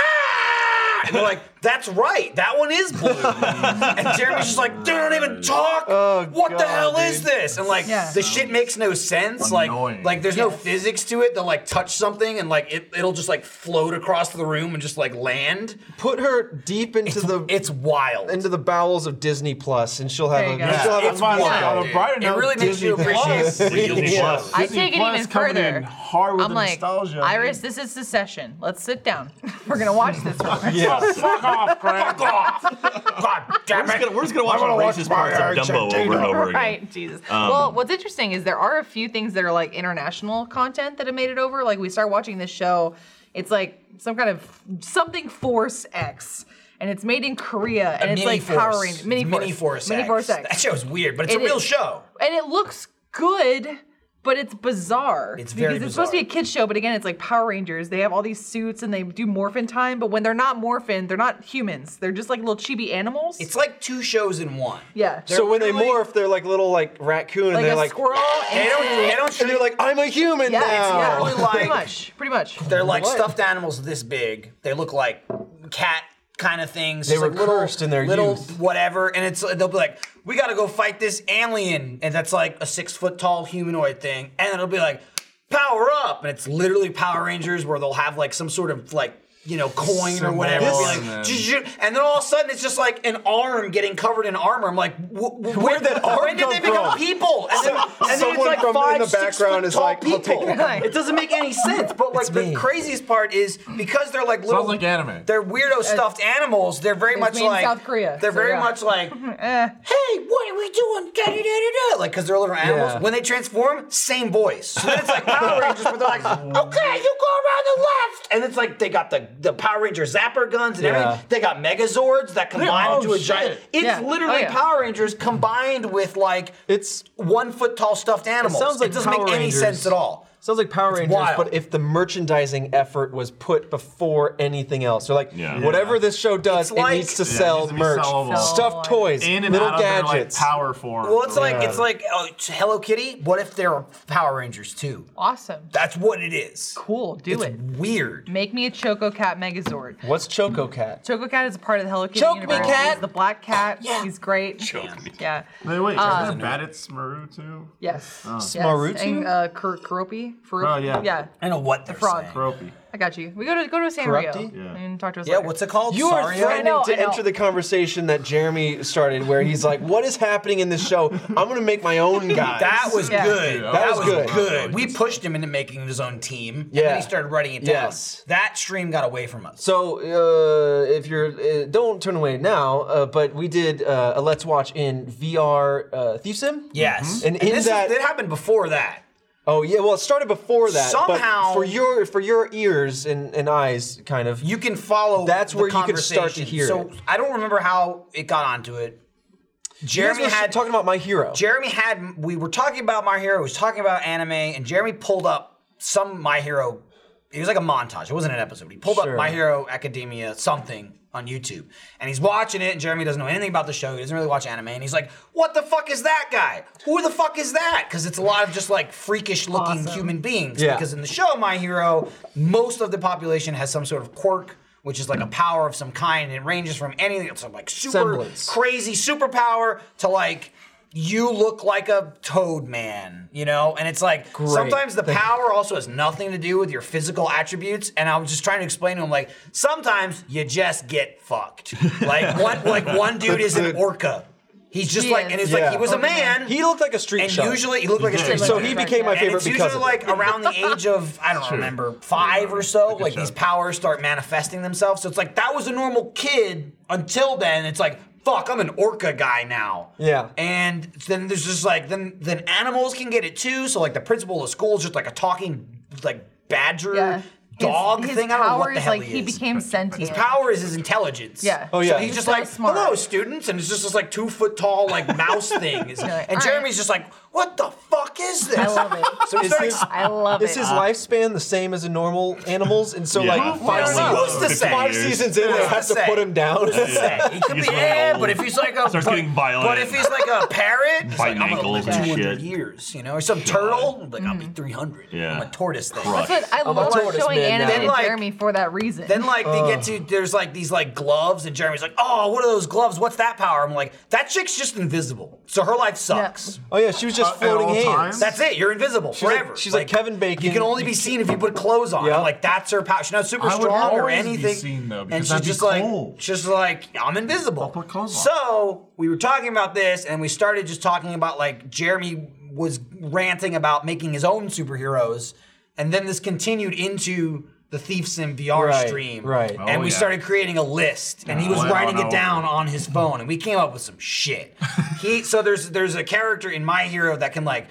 Speaker 3: "Ah!" And they're like, that's right, that one is blue. and Jeremy's just like, they don't even talk. what the
Speaker 6: God,
Speaker 3: hell is
Speaker 6: dude.
Speaker 3: this? And like,
Speaker 4: Yeah.
Speaker 3: the shit makes no sense. Like,
Speaker 2: Annoying.
Speaker 3: like there's no physics to it. They'll like touch something and like it, it'll just like float across the room and just like land.
Speaker 6: put her deep into
Speaker 3: It's,
Speaker 6: the
Speaker 3: it's wild.
Speaker 6: into the bowels of Disney Plus, and she'll have
Speaker 4: There
Speaker 6: a
Speaker 4: you go.
Speaker 6: she'll have
Speaker 2: That's why I
Speaker 6: a
Speaker 2: was like,
Speaker 6: wild-
Speaker 2: on a brighter
Speaker 3: it
Speaker 2: note,
Speaker 3: really makes
Speaker 2: Disney
Speaker 3: you appreciate
Speaker 2: Plus.
Speaker 5: Disney Plus.
Speaker 4: I
Speaker 2: Disney
Speaker 4: take it
Speaker 2: Plus
Speaker 4: even
Speaker 2: coming
Speaker 4: further.
Speaker 2: in hard with
Speaker 4: I'm
Speaker 2: the
Speaker 4: like,
Speaker 2: nostalgia.
Speaker 4: Iris, this is the session. Let's sit down. We're gonna watch this. real quick.
Speaker 2: Oh, fuck off, Greg.
Speaker 3: Fuck off. God damn
Speaker 5: We're just
Speaker 3: it.
Speaker 5: gonna, we're just gonna watch the racist parts of Dumbo over and over again.
Speaker 4: Right, Jesus. well, what's interesting is there are a few things that are like international content that have made it over. Like we start watching this show, it's like some kind of something Force X, and it's made in Korea, and it's like
Speaker 3: Mini-Force.
Speaker 4: Power Rangers, Mini
Speaker 3: Mini-Force
Speaker 4: Force, Mini
Speaker 3: X.
Speaker 4: Force
Speaker 3: That
Speaker 4: X,
Speaker 3: show's weird, but it's
Speaker 4: It
Speaker 3: a real
Speaker 4: is.
Speaker 3: show.
Speaker 4: and it looks good. But it's bizarre.
Speaker 3: It's very
Speaker 4: because it's supposed to be a
Speaker 3: bizarre.
Speaker 4: kids show, but again, it's like Power Rangers. They have all these suits and they do morphin time, but when they're not morphin, they're not humans. They're just like little chibi animals.
Speaker 3: It's like two shows in one.
Speaker 4: yeah.
Speaker 6: So when they
Speaker 3: They're really-
Speaker 6: morph, they're like little like raccoon, and
Speaker 4: like
Speaker 6: they're
Speaker 4: a
Speaker 6: like,
Speaker 4: squirrel.
Speaker 3: They
Speaker 4: And
Speaker 3: don't, they don't
Speaker 6: and they're
Speaker 3: treat-
Speaker 6: like, I'm a human
Speaker 4: Yeah,
Speaker 6: now.
Speaker 4: it's, yeah,
Speaker 3: Like-
Speaker 4: pretty much, pretty much.
Speaker 3: They're like
Speaker 6: What?
Speaker 3: stuffed animals this big. They look like cat kind of things. They
Speaker 6: were
Speaker 3: like little,
Speaker 6: cursed in their
Speaker 3: little
Speaker 6: youth.
Speaker 3: whatever, and it's they'll be like, "We got to go fight this alien," and that's like a six foot tall humanoid thing, and it'll be like, "Power up!" and it's literally Power Rangers where they'll have like some sort of like. You know, coin or whatever,
Speaker 6: This-
Speaker 3: be like, "Zzz-zzz," and then all of a sudden it's just like an arm getting covered in armor. I'm like, wh- wh- where did
Speaker 6: that arm
Speaker 3: When did
Speaker 6: come
Speaker 3: they become
Speaker 6: from?
Speaker 3: people? And then, and then it's
Speaker 6: Someone
Speaker 3: like
Speaker 6: from in
Speaker 3: five,
Speaker 6: the
Speaker 3: six
Speaker 6: background
Speaker 3: foot
Speaker 6: is
Speaker 3: tall
Speaker 6: like, "I'll
Speaker 3: people.
Speaker 6: take that
Speaker 4: Like-
Speaker 3: It doesn't make any sense. But like
Speaker 6: It's
Speaker 3: the
Speaker 6: me.
Speaker 3: craziest part is because they're like little,
Speaker 2: Sounds like anime.
Speaker 3: They're weirdo stuffed animals. They're very much
Speaker 4: made in
Speaker 3: like
Speaker 4: South Korea,
Speaker 3: They're
Speaker 4: so
Speaker 3: very
Speaker 4: yeah. Eh.
Speaker 3: much like, hey, what are we doing? Da, da, da, da, da. Like because they're little animals.
Speaker 6: Yeah.
Speaker 3: When they transform, same voice. So then it's like Power Rangers, but they're like, okay, you go around the left, and it's like they got the the Power Ranger zapper guns and
Speaker 6: Yeah.
Speaker 3: everything. They got Megazords that combine
Speaker 2: oh,
Speaker 3: into a
Speaker 2: shit.
Speaker 3: giant. It's
Speaker 4: Yeah. Oh,
Speaker 3: literally
Speaker 4: yeah.
Speaker 3: Power Rangers combined with like
Speaker 6: It's
Speaker 3: one foot tall stuffed animals.
Speaker 6: sounds like
Speaker 3: it doesn't
Speaker 6: Power
Speaker 3: make any
Speaker 6: Rangers.
Speaker 3: sense at all.
Speaker 6: Sounds like Power Rangers,
Speaker 3: wild.
Speaker 6: but if the merchandising effort was put before anything else, so like
Speaker 5: Yeah.
Speaker 6: whatever this show does,
Speaker 3: It's like-
Speaker 6: it needs to
Speaker 2: Yeah, it
Speaker 6: sell
Speaker 2: needs to be
Speaker 6: merch,
Speaker 2: sellable.
Speaker 6: stuffed toys,
Speaker 2: In and
Speaker 6: little
Speaker 2: out of their, like,
Speaker 6: gadgets.
Speaker 2: power form.
Speaker 3: Well, it's like
Speaker 6: Yeah.
Speaker 3: it's like oh, it's Hello Kitty. What if they're Power Rangers too?
Speaker 4: Awesome.
Speaker 3: That's what it is.
Speaker 4: Cool. Do
Speaker 3: It's
Speaker 4: it.
Speaker 3: weird.
Speaker 4: Make me a Choco Cat Megazord.
Speaker 6: What's Choco Cat?
Speaker 4: Choco Cat is a part of the Hello Kitty
Speaker 3: Choke me,
Speaker 4: universe.
Speaker 3: cat!
Speaker 4: He's the black cat. He's great. Yeah.
Speaker 2: Wait, wait,
Speaker 3: um,
Speaker 2: isn't that bad at Smaru too?
Speaker 4: Yes.
Speaker 3: Oh.
Speaker 4: yes.
Speaker 6: Smarutu?
Speaker 4: And uh, Kur- Kuropi. Furu-
Speaker 2: Oh, yeah.
Speaker 4: Yeah.
Speaker 3: I don't know what they're
Speaker 4: frog.
Speaker 3: saying.
Speaker 2: Ropey.
Speaker 4: I got you. We go to go to Sanrio
Speaker 6: Corrupti?
Speaker 2: Yeah.
Speaker 4: and talk to us.
Speaker 3: Yeah,
Speaker 4: later.
Speaker 3: what's it called?
Speaker 6: You are
Speaker 3: Saria?
Speaker 6: threatening
Speaker 4: know, I
Speaker 6: to
Speaker 4: know.
Speaker 6: enter the conversation that Jeremy started, where he's like, "What is happening in this show? I'm going to make my own guy."
Speaker 3: That was
Speaker 4: Yeah.
Speaker 3: good.
Speaker 2: That
Speaker 6: was good.
Speaker 3: We pushed him into making his own team. And
Speaker 6: Yeah.
Speaker 3: then he started writing it down.
Speaker 6: Yes.
Speaker 3: That stream got away from us.
Speaker 6: So uh, if you're, uh, don't turn away now. Uh, but we did uh, a Let's Watch in VR uh, Thief Sim. Mm-hmm.
Speaker 3: yes.
Speaker 6: And in
Speaker 3: this
Speaker 6: that-
Speaker 3: is, it happened before that.
Speaker 6: Oh yeah. Well, it started before that.
Speaker 3: Somehow-
Speaker 6: but for your for your ears and, and eyes, kind of.
Speaker 3: You can follow
Speaker 6: That's
Speaker 3: the
Speaker 6: where you can start to
Speaker 3: conversation.
Speaker 6: hear
Speaker 3: So
Speaker 6: it.
Speaker 3: I don't remember how it got onto it.
Speaker 6: You guys
Speaker 3: Jeremy
Speaker 6: were
Speaker 3: had
Speaker 6: talking about my hero.
Speaker 3: Jeremy had we were talking about My Hero, he was talking about anime, and Jeremy pulled up some My Hero. It was like a montage. It wasn't an episode. He pulled
Speaker 6: Sure.
Speaker 3: up My Hero Academia something on YouTube, and he's watching it. And Jeremy doesn't know anything about the show. He doesn't really watch anime, and he's like, "What the fuck is that guy? Who the fuck is that?" Because it's a lot of just like freakish looking human beings.
Speaker 6: Yeah.
Speaker 3: Because in the show My Hero, most of the population has some sort of quirk. Which is like a power of some kind, and it ranges from anything from like super
Speaker 6: Semblance.
Speaker 3: crazy superpower to like you look like a toad man, you know? And it's like sometimes the power also has nothing to do with your physical attributes. And I was just trying to explain to him like sometimes you just get fucked. Like one like one dude is an orca. He's just
Speaker 4: He
Speaker 3: like
Speaker 4: is.
Speaker 3: and it's
Speaker 6: Yeah.
Speaker 3: like he was a
Speaker 4: Orca man.
Speaker 3: man.
Speaker 6: he looked like a street.
Speaker 3: and
Speaker 6: shark.
Speaker 3: usually he looked like a
Speaker 2: did.
Speaker 3: street
Speaker 2: So
Speaker 3: shark.
Speaker 2: he
Speaker 6: Mhm. became my
Speaker 3: And
Speaker 6: favorite
Speaker 3: it's
Speaker 6: because
Speaker 3: usually
Speaker 6: of
Speaker 3: like around the age of I don't remember five or so. Like
Speaker 2: job.
Speaker 3: these powers start manifesting themselves. So it's like that was a normal kid until then. It's like fuck, I'm an orca guy now.
Speaker 6: Yeah.
Speaker 3: And then there's just like then then animals can get it too. So like the principal of school is just like a talking like badger
Speaker 4: Yeah.
Speaker 3: dog
Speaker 4: his, his
Speaker 3: thing. I don't know
Speaker 4: power
Speaker 3: what the
Speaker 4: is,
Speaker 3: hell
Speaker 4: like
Speaker 3: he
Speaker 4: he
Speaker 3: is.
Speaker 4: became sentient.
Speaker 3: his power is his intelligence.
Speaker 4: Yeah.
Speaker 6: Oh, yeah.
Speaker 3: So he's just
Speaker 4: So
Speaker 3: like,
Speaker 4: smart.
Speaker 3: hello, students, and it's just this like two foot tall like mouse thing. It's-
Speaker 4: like,
Speaker 3: and
Speaker 4: "All
Speaker 3: Jeremy's
Speaker 4: right."
Speaker 3: just like, what the fuck is this?
Speaker 4: I love it.
Speaker 3: So he
Speaker 6: Is
Speaker 3: started
Speaker 6: his-
Speaker 4: I love
Speaker 6: Is
Speaker 4: it.
Speaker 6: his lifespan the same as a normal animal's? And so,
Speaker 5: Yeah.
Speaker 6: like,
Speaker 5: Who
Speaker 6: five,
Speaker 3: knows? Uh, Who's
Speaker 6: seasons,
Speaker 3: to say?
Speaker 6: five seasons in, they
Speaker 3: Who's
Speaker 6: have
Speaker 3: to
Speaker 6: to
Speaker 3: say?
Speaker 6: put him down.
Speaker 3: upset. He could
Speaker 5: He's
Speaker 3: be
Speaker 5: really
Speaker 3: yeah,
Speaker 5: old.
Speaker 3: but if he's like a
Speaker 5: Starts
Speaker 3: but,
Speaker 5: getting violent.
Speaker 3: But if he's like a parrot, he's like,
Speaker 5: Biting
Speaker 3: I'm gonna live
Speaker 5: ankles and
Speaker 3: 200
Speaker 5: shit.
Speaker 3: years, you know, or some turtle, like I'll be
Speaker 4: Mm.
Speaker 3: 300.
Speaker 5: Yeah.
Speaker 3: I'm a tortoise thing.
Speaker 5: Right.
Speaker 4: But I
Speaker 6: I'm a
Speaker 4: love
Speaker 6: tortoise
Speaker 4: showing
Speaker 6: man
Speaker 4: anime
Speaker 6: now.
Speaker 4: to
Speaker 3: Then, like-
Speaker 4: Jeremy for that reason.
Speaker 3: Then like they get to there's like these like gloves and Jeremy's like oh what are those gloves what's that power I'm like that chick's just invisible so her life sucks
Speaker 6: Oh, yeah, she was
Speaker 2: Uh,
Speaker 6: just
Speaker 2: at
Speaker 6: floating
Speaker 2: all
Speaker 6: hands.
Speaker 2: times?
Speaker 3: that's it you're invisible
Speaker 6: like-
Speaker 3: forever
Speaker 6: she's like Kevin Bacon.
Speaker 3: you can only be seen if you put clothes on
Speaker 6: Yeah.
Speaker 3: I'm like that's her power she's not super
Speaker 2: I would
Speaker 3: strong or
Speaker 2: always be
Speaker 3: anything
Speaker 2: seen, though,
Speaker 3: and
Speaker 2: because
Speaker 3: she's
Speaker 2: I'd be
Speaker 3: just
Speaker 2: cold.
Speaker 3: like she's just like I'm invisible
Speaker 2: I'll put clothes on.
Speaker 3: so we were talking about this and we started just talking about like Jeremy was ranting about making his own superheroes and then this continued into the Thieves in VR
Speaker 6: Right,
Speaker 3: stream
Speaker 6: right.
Speaker 3: and
Speaker 2: Oh,
Speaker 3: we
Speaker 2: yeah.
Speaker 3: started creating a list and he was
Speaker 2: Oh, yeah.
Speaker 3: writing
Speaker 2: Oh,
Speaker 3: it
Speaker 2: no.
Speaker 3: down on his phone and we came up with some shit he so there's there's a character in my hero that can like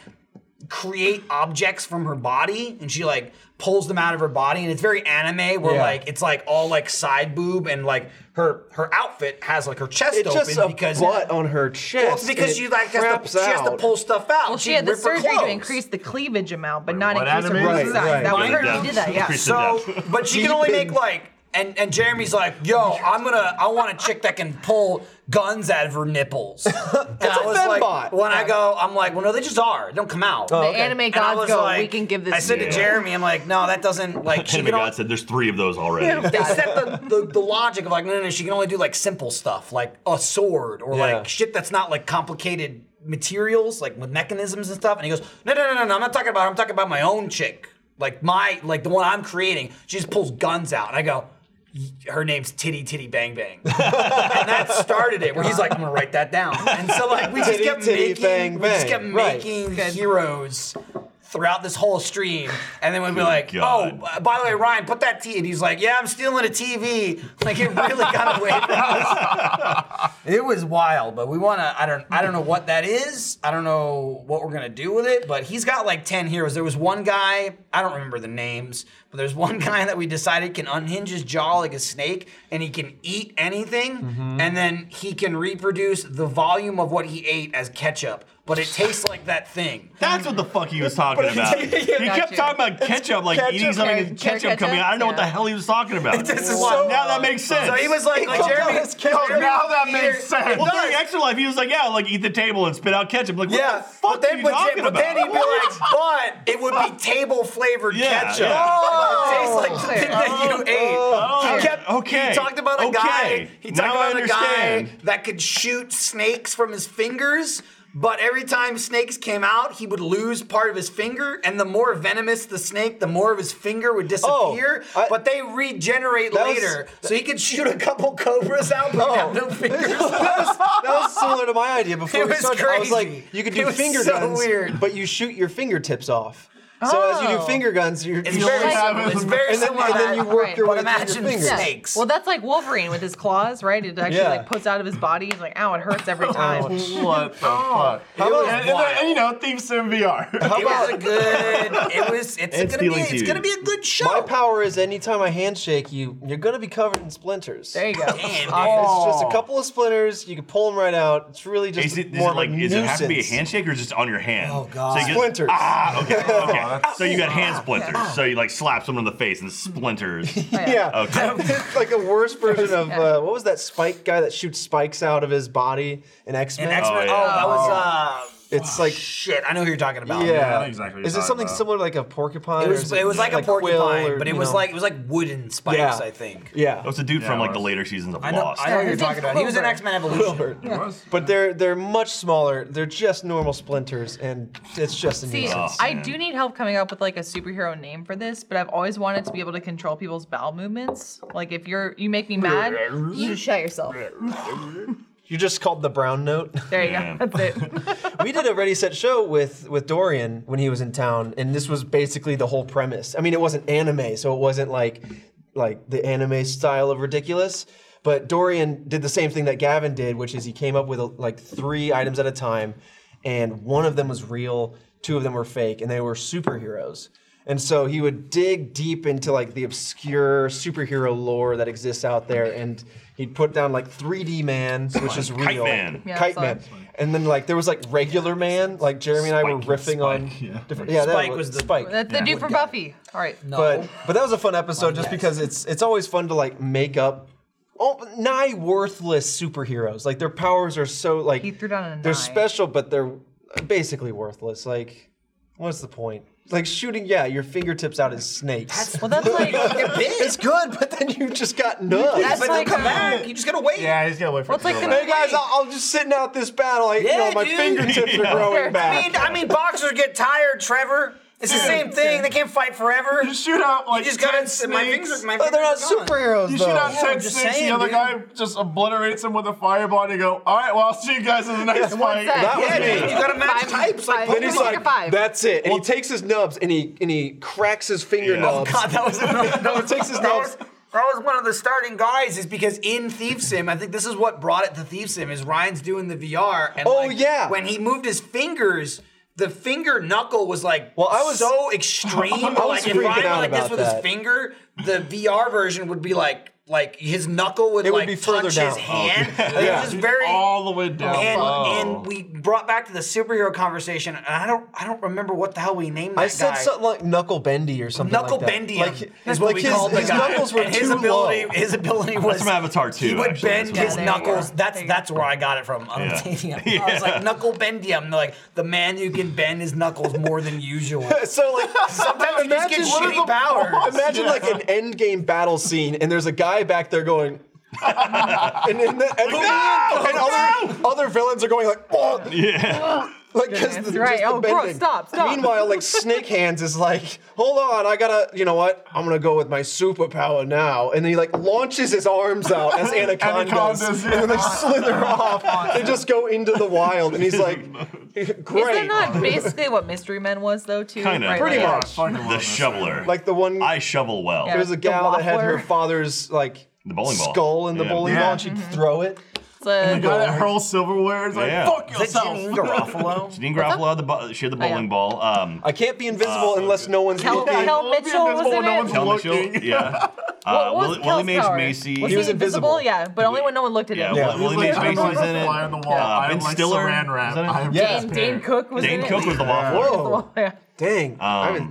Speaker 3: create objects from her body and she like pulls them out of her body and it's very anime where
Speaker 6: Yeah.
Speaker 3: like it's like all like side boob and like her her outfit has like her chest
Speaker 6: It's
Speaker 3: open
Speaker 6: just a
Speaker 3: because
Speaker 6: butt on her chest.
Speaker 3: well, it's because
Speaker 6: and
Speaker 3: she
Speaker 6: it
Speaker 3: like has
Speaker 6: craps
Speaker 3: to, she has to
Speaker 6: out.
Speaker 3: pull stuff out.
Speaker 4: well, she had the
Speaker 3: rip her
Speaker 4: surgery to
Speaker 3: clothes.
Speaker 4: increase the cleavage amount, but not
Speaker 2: what
Speaker 4: increase her
Speaker 2: anime
Speaker 4: right,
Speaker 2: is
Speaker 4: size.
Speaker 2: this?
Speaker 6: Right,
Speaker 4: That was
Speaker 6: right.
Speaker 4: her
Speaker 5: Yeah.
Speaker 4: who did that. Yeah.
Speaker 5: Increase the
Speaker 3: So,
Speaker 5: depth.
Speaker 3: but she can only
Speaker 6: Deep in-
Speaker 3: make like, and and Jeremy's like, yo, I'm gonna, I want a chick that can pull guns out of her nipples. That's
Speaker 6: a fembot. Oh,
Speaker 3: like, when I go, I'm like, well, no, they just are. They don't come out.
Speaker 4: The
Speaker 6: okay.
Speaker 4: anime
Speaker 3: And I
Speaker 4: gods
Speaker 3: was
Speaker 4: go.
Speaker 3: like-
Speaker 4: we can give this.
Speaker 3: I said
Speaker 4: to
Speaker 3: to
Speaker 4: you."
Speaker 3: Jeremy, I'm like, no, that doesn't like. She
Speaker 5: Anime
Speaker 3: can only,
Speaker 5: God said there's three of those already.
Speaker 3: they set the, the, the logic of like, no, no, no, she can only do like simple stuff, like a sword or
Speaker 6: Yeah.
Speaker 3: like shit that's not like complicated materials, like with mechanisms and stuff. And he goes, no, no, no, no, no, I'm not talking about. her. I'm talking about my own chick, like my, like the one I'm creating. She just pulls guns out, and I go. "Y- Her name's Titty Titty Bang Bang, and that started it. Where he's like, "I'm gonna write that down," and so like we just
Speaker 6: Titty,
Speaker 3: kept
Speaker 6: titty,
Speaker 3: making,
Speaker 6: bang,
Speaker 3: we just
Speaker 6: bang.
Speaker 3: kept
Speaker 6: Right.
Speaker 3: making heroes throughout this whole stream, and then we'd be like,
Speaker 5: God.
Speaker 3: "Oh, uh, by the way, Ryan, put that T. And he's like, yeah, I'm stealing a TV. Like it really got away from us. it was wild, but we want to. I don't. I don't know what that is. I don't know what we're gonna do with it. But he's got like ten heroes. There was one guy. I don't remember the names, but there's one guy that we decided can unhinge his jaw like a snake, and he can eat anything, and then he can reproduce the volume of what he ate as ketchup. but it tastes like that thing.
Speaker 5: That's what the fuck he was talking about. He kept
Speaker 4: Gotcha.
Speaker 5: talking about ketchup, like
Speaker 6: ketchup,
Speaker 5: eating something
Speaker 4: okay.
Speaker 5: and
Speaker 4: Pure
Speaker 5: ketchup, coming out.
Speaker 4: ketchup?
Speaker 5: I don't know what the
Speaker 4: Yeah.
Speaker 5: hell he was talking about.
Speaker 3: This is
Speaker 5: Wow,
Speaker 3: so-
Speaker 5: now that makes sense.
Speaker 3: So he was like, like
Speaker 6: called
Speaker 3: Jeremy,
Speaker 6: us ketchup.
Speaker 3: Jeremy
Speaker 2: Now that
Speaker 3: Peter-
Speaker 2: makes sense.
Speaker 5: well, during Extra Life, he was like, yeah, like eat the table and spit out ketchup. Like, what
Speaker 3: Yeah,
Speaker 5: the fuck
Speaker 3: but then,
Speaker 5: are you
Speaker 3: but,
Speaker 5: talking
Speaker 3: then, but
Speaker 5: about?
Speaker 3: then he'd be like, but it would be table flavored
Speaker 5: Yeah,
Speaker 3: ketchup.
Speaker 5: yeah.
Speaker 3: It tastes like the thing that you ate.
Speaker 5: oh,
Speaker 3: he kept,
Speaker 5: okay,
Speaker 3: He talked about a
Speaker 5: okay.
Speaker 3: guy. He talked
Speaker 5: Now I
Speaker 3: about a guy
Speaker 5: understand.
Speaker 3: that could shoot snakes from his fingers. But every time snakes came out, he would lose part of his finger, and the more venomous the snake, the more of his finger would
Speaker 5: Oh,
Speaker 3: disappear.
Speaker 6: I-
Speaker 3: but they regenerate
Speaker 6: That was-
Speaker 3: later, so he could shoot a couple cobras out, but have no fingers.
Speaker 6: Oh. that was similar to my idea before
Speaker 3: It
Speaker 6: we
Speaker 3: was
Speaker 6: started. I was
Speaker 3: crazy.
Speaker 6: like, you could
Speaker 3: It
Speaker 6: do
Speaker 3: was
Speaker 6: finger
Speaker 3: so
Speaker 6: guns,
Speaker 3: weird.
Speaker 6: but you shoot your fingertips off. So as you do
Speaker 4: Oh.
Speaker 6: finger guns, you're
Speaker 3: It's
Speaker 6: you
Speaker 3: very
Speaker 6: only
Speaker 2: have
Speaker 3: similar.
Speaker 2: his-
Speaker 3: It's very
Speaker 6: and then,
Speaker 3: similar.
Speaker 6: and
Speaker 3: to
Speaker 6: then you
Speaker 3: that.
Speaker 6: work your
Speaker 3: But
Speaker 6: way through
Speaker 3: imagine
Speaker 6: your fingers.
Speaker 3: snake. snakes.
Speaker 4: Well, that's like Wolverine with his claws, right? It actually
Speaker 6: Yeah.
Speaker 4: like puts out of his body. He's like, ow, it hurts every time.
Speaker 2: What the fuck?
Speaker 6: about-
Speaker 2: and, and, and, you know, Thieves in VR.
Speaker 3: It was a good. It was. It's,
Speaker 5: And
Speaker 3: gonna be.
Speaker 5: stealing
Speaker 3: It's
Speaker 5: TV.
Speaker 3: gonna be a good show.
Speaker 6: My power is anytime I handshake you, you're gonna be covered in splinters.
Speaker 4: there you go.
Speaker 3: Damn,
Speaker 4: Awesome.
Speaker 6: It's just a couple of splinters. You can pull them right out. It's really just
Speaker 5: Is it, is
Speaker 6: more
Speaker 5: it like,
Speaker 6: of a
Speaker 5: is it have to be a
Speaker 6: nuisance.
Speaker 5: handshake or just on your hand?
Speaker 3: Oh, God.
Speaker 5: you just-
Speaker 6: Splinters.
Speaker 5: Ah, okay, okay.
Speaker 2: Oh, that's-
Speaker 5: so you got hand splinters. So you like slap someone in the face and splinters.
Speaker 6: Yeah.
Speaker 5: Okay.
Speaker 6: it's like a worse version of uh, what was that spike guy that shoots spikes out of his body in X
Speaker 3: And
Speaker 6: Men?
Speaker 3: X Men.
Speaker 5: Oh,
Speaker 3: Oh,
Speaker 5: yeah.
Speaker 3: that was. Uh,
Speaker 6: It's
Speaker 5: Oh,
Speaker 6: like
Speaker 3: shit. I know who you're talking about.
Speaker 6: yeah.
Speaker 2: Yeah, I know exactly what
Speaker 6: is
Speaker 2: you're
Speaker 6: it
Speaker 2: talking
Speaker 6: something
Speaker 2: about.
Speaker 6: similar like a porcupine?
Speaker 3: It
Speaker 6: or
Speaker 3: was.
Speaker 6: is
Speaker 3: It was like a porcupine,
Speaker 6: quill or,
Speaker 3: but it
Speaker 6: you
Speaker 3: was
Speaker 6: know?
Speaker 3: like it was like wooden spikes.
Speaker 6: Yeah.
Speaker 3: I think.
Speaker 5: That
Speaker 6: yeah.
Speaker 5: was a dude
Speaker 2: Yeah,
Speaker 5: from
Speaker 2: it
Speaker 5: like the
Speaker 2: was.
Speaker 5: later seasons of
Speaker 3: I know.
Speaker 5: Lost.
Speaker 3: I know who you're
Speaker 4: His
Speaker 3: talking
Speaker 4: name's
Speaker 3: about. He was in
Speaker 4: Wilbur.
Speaker 3: X Men Evolution.
Speaker 2: It was.
Speaker 6: But they're they're much smaller. They're just normal splinters, and it's just a
Speaker 4: See,
Speaker 6: nuisance.
Speaker 4: I
Speaker 5: man.
Speaker 4: do need help coming up with like a superhero name for this, but I've always wanted to be able to control people's bowel movements. Like if you're you make me mad, you just shut yourself.
Speaker 6: You're just called the brown note.
Speaker 4: There you
Speaker 5: Yeah.
Speaker 4: go. That's it.
Speaker 6: we did a ready set show with with Dorian when he was in town, and this was basically the whole premise. I mean, it wasn't anime, so it wasn't like like the anime style of ridiculous. But Dorian did the same thing that Gavin did, which is he came up with uh, like three items at a time, and one of them was real, two of them were fake, and they were superheroes. And so he would dig deep into like the obscure superhero lore that exists out there, and he'd put down like 3D Man, which is
Speaker 5: Kite
Speaker 6: real,
Speaker 5: Man.
Speaker 4: Yeah,
Speaker 6: Kite
Speaker 4: I saw
Speaker 6: Man,
Speaker 4: that.
Speaker 6: and then like there was like regular man, like Jeremy and I were riffing on
Speaker 2: yeah.
Speaker 6: different. Yeah,
Speaker 3: Spike
Speaker 6: that
Speaker 3: was the-
Speaker 6: Spike.
Speaker 4: That's the dude for Buffy. All right.
Speaker 3: No.
Speaker 6: but but that was a fun episode just because it's it's always fun to like make up all, nigh worthless superheroes. Like their powers are so like
Speaker 4: He threw down a
Speaker 6: they're
Speaker 4: nigh.
Speaker 6: special, but they're basically worthless. Like what's the point? Like shooting, yeah, your fingertips out as snakes.
Speaker 4: Well, that's like
Speaker 6: it's good, but then you just got nuts.
Speaker 4: That's
Speaker 3: but
Speaker 4: like
Speaker 3: they'll come
Speaker 4: a-
Speaker 3: back. You just gotta wait.
Speaker 2: Yeah, he's got to wait for
Speaker 4: Well, it's
Speaker 2: it to
Speaker 4: like
Speaker 2: go
Speaker 4: the-
Speaker 2: back.
Speaker 6: Hey guys, I- I'm just sitting out this battle. Like, you
Speaker 3: Yeah,
Speaker 6: know, my
Speaker 3: dude.
Speaker 6: fingertips are growing
Speaker 3: I
Speaker 6: back.
Speaker 3: mean, I mean, boxers get tired, Trevor. It's the same thing. They can't fight forever.
Speaker 2: You shoot out like
Speaker 3: You just
Speaker 2: 10
Speaker 3: gotta. My
Speaker 2: snakes.
Speaker 3: fingers. My
Speaker 6: Oh, they're not
Speaker 3: fingers are gone.
Speaker 6: superheroes.
Speaker 2: You
Speaker 6: though.
Speaker 2: shoot out
Speaker 3: Yeah,
Speaker 2: 10
Speaker 3: I'm just
Speaker 2: snakes,
Speaker 3: saying,
Speaker 2: the other
Speaker 3: dude.
Speaker 2: guy just obliterates him with a fireball, and you go, all right, well, I'll see you guys in the next fight.
Speaker 4: sec.
Speaker 6: That was
Speaker 3: Yeah,
Speaker 6: me.
Speaker 3: dude, you gotta match
Speaker 4: Five-
Speaker 3: types. Like,
Speaker 4: five-
Speaker 3: Pokemon.
Speaker 6: And he's
Speaker 4: Who's
Speaker 6: like,
Speaker 4: your five?
Speaker 6: that's it. And he takes his nubs and he and he cracks his
Speaker 5: Oh,
Speaker 6: fingernails.
Speaker 3: God, that was that was,
Speaker 6: takes his
Speaker 3: that
Speaker 6: notes.
Speaker 3: was that was one of the starting guys is because in Thief Sim, I think this is what brought it to Thief Sim is Ryan's doing the VR and
Speaker 6: Oh,
Speaker 3: like,
Speaker 6: yeah.
Speaker 3: when he moved his fingers. The finger knuckle was like
Speaker 6: Well, I was-
Speaker 3: so extreme.
Speaker 6: I was
Speaker 3: like if Ryan
Speaker 6: freaking
Speaker 3: went
Speaker 6: out
Speaker 3: like this
Speaker 6: about
Speaker 3: with
Speaker 6: that.
Speaker 3: his finger, the VR version would be like like his knuckle would
Speaker 6: It would
Speaker 3: like
Speaker 6: be further
Speaker 3: touch
Speaker 6: down. Oh.
Speaker 3: his hand. It was
Speaker 6: Yeah.
Speaker 3: just very
Speaker 2: All the way down.
Speaker 3: and,
Speaker 2: Oh.
Speaker 3: and we brought back to the superhero conversation, and I don't I don't remember what the hell we named that
Speaker 6: I said
Speaker 3: guy.
Speaker 6: something like knuckle bendy or something.
Speaker 3: Knuckle
Speaker 6: like that.
Speaker 3: bendy.
Speaker 6: Like,
Speaker 3: him.
Speaker 6: his,
Speaker 3: That's what
Speaker 6: like
Speaker 3: we
Speaker 6: his,
Speaker 3: called the
Speaker 6: his
Speaker 3: guy.
Speaker 6: knuckles were
Speaker 3: and
Speaker 6: too
Speaker 3: his ability,
Speaker 6: low.
Speaker 3: His ability was
Speaker 5: from Avatar
Speaker 3: He
Speaker 5: 2,
Speaker 3: would
Speaker 5: actually.
Speaker 3: bend
Speaker 5: That's what
Speaker 3: his
Speaker 4: I'm thinking.
Speaker 3: knuckles. That's that's where I got it from. I'm
Speaker 5: Yeah.
Speaker 3: taking it. I was like knuckle bendium, like the man who can bend his knuckles more than usual.
Speaker 6: So like
Speaker 3: Sometimes you just get
Speaker 6: imagine what are
Speaker 3: shitty
Speaker 6: the
Speaker 3: powers.
Speaker 6: Imagine like an end game battle scene, and there's a guy back there going. and then the, and, and other, other villains are going like, oh,
Speaker 5: Yeah.
Speaker 6: like because
Speaker 4: Goodness,
Speaker 6: the, just
Speaker 4: right.
Speaker 6: the
Speaker 4: Oh, gross,
Speaker 6: bending.
Speaker 4: stop, stop.
Speaker 6: Meanwhile, like Snake Hands is like, hold on, I gotta, you know what? I'm gonna go with my superpower now, and then he like launches his arms out as anacondas,
Speaker 2: Anacondas, yeah.
Speaker 6: and then they slither off. They just go into the wild, and he's like,
Speaker 4: Is that
Speaker 6: great.
Speaker 4: not basically what Mystery Men was though too?
Speaker 5: Kinda.
Speaker 4: Right,
Speaker 6: Pretty
Speaker 4: like-
Speaker 6: much.
Speaker 2: Fucking love
Speaker 5: The
Speaker 2: this
Speaker 5: shoveler.
Speaker 6: Like the one,
Speaker 5: I shovel well.
Speaker 4: Yeah.
Speaker 6: there's a
Speaker 4: the
Speaker 6: gal that had her
Speaker 4: waffler.
Speaker 6: father's like
Speaker 5: The bowling ball.
Speaker 6: skull in the
Speaker 5: Yeah.
Speaker 6: bowling
Speaker 2: Yeah.
Speaker 6: ball, and she'd
Speaker 4: Mm-hmm.
Speaker 6: throw it.
Speaker 4: So-
Speaker 6: Oh
Speaker 2: The guy
Speaker 5: Uh,
Speaker 2: that hurls silverware is like,
Speaker 5: Yeah.
Speaker 2: fuck
Speaker 3: Is that
Speaker 2: yourself.
Speaker 3: Janine Garofalo?
Speaker 5: Janine Garofalo had the bo- she had the
Speaker 4: Oh, yeah.
Speaker 5: bowling ball. Um, Ah,
Speaker 6: I can't be invisible unless no one's
Speaker 4: Kel-
Speaker 6: looking.
Speaker 4: Kel
Speaker 2: It won't be
Speaker 4: Mitchell was
Speaker 2: invisible
Speaker 4: in
Speaker 2: when no
Speaker 4: it?
Speaker 2: one's
Speaker 5: Kel Mitchell,
Speaker 2: looking.
Speaker 5: yeah. Uh,
Speaker 4: what was
Speaker 5: Willie, Willie
Speaker 4: Kell's
Speaker 5: Mays
Speaker 4: power?
Speaker 5: Macy.
Speaker 4: Was
Speaker 6: He
Speaker 4: he
Speaker 6: was
Speaker 4: invisible?
Speaker 6: invisible.
Speaker 4: Yeah, but only when no one looked at
Speaker 5: yeah,
Speaker 4: him.
Speaker 5: Willie-
Speaker 6: Yeah.
Speaker 5: Willie
Speaker 2: He's
Speaker 5: Mays
Speaker 2: like, I'm
Speaker 5: Macy's
Speaker 2: like
Speaker 5: in
Speaker 2: a
Speaker 5: it.
Speaker 2: fly on the wall.
Speaker 5: Uh,
Speaker 2: I
Speaker 5: ben
Speaker 2: am like
Speaker 5: Stiller.
Speaker 2: Saran wrap.
Speaker 5: Is that it?
Speaker 2: I am
Speaker 6: Yeah.
Speaker 4: Dane, Dane
Speaker 2: transparent.
Speaker 4: Cook was
Speaker 5: Dane
Speaker 4: in
Speaker 5: Cook
Speaker 4: it.
Speaker 5: was the waffle.
Speaker 6: Whoa.
Speaker 4: Yeah.
Speaker 6: Dang. I'm in,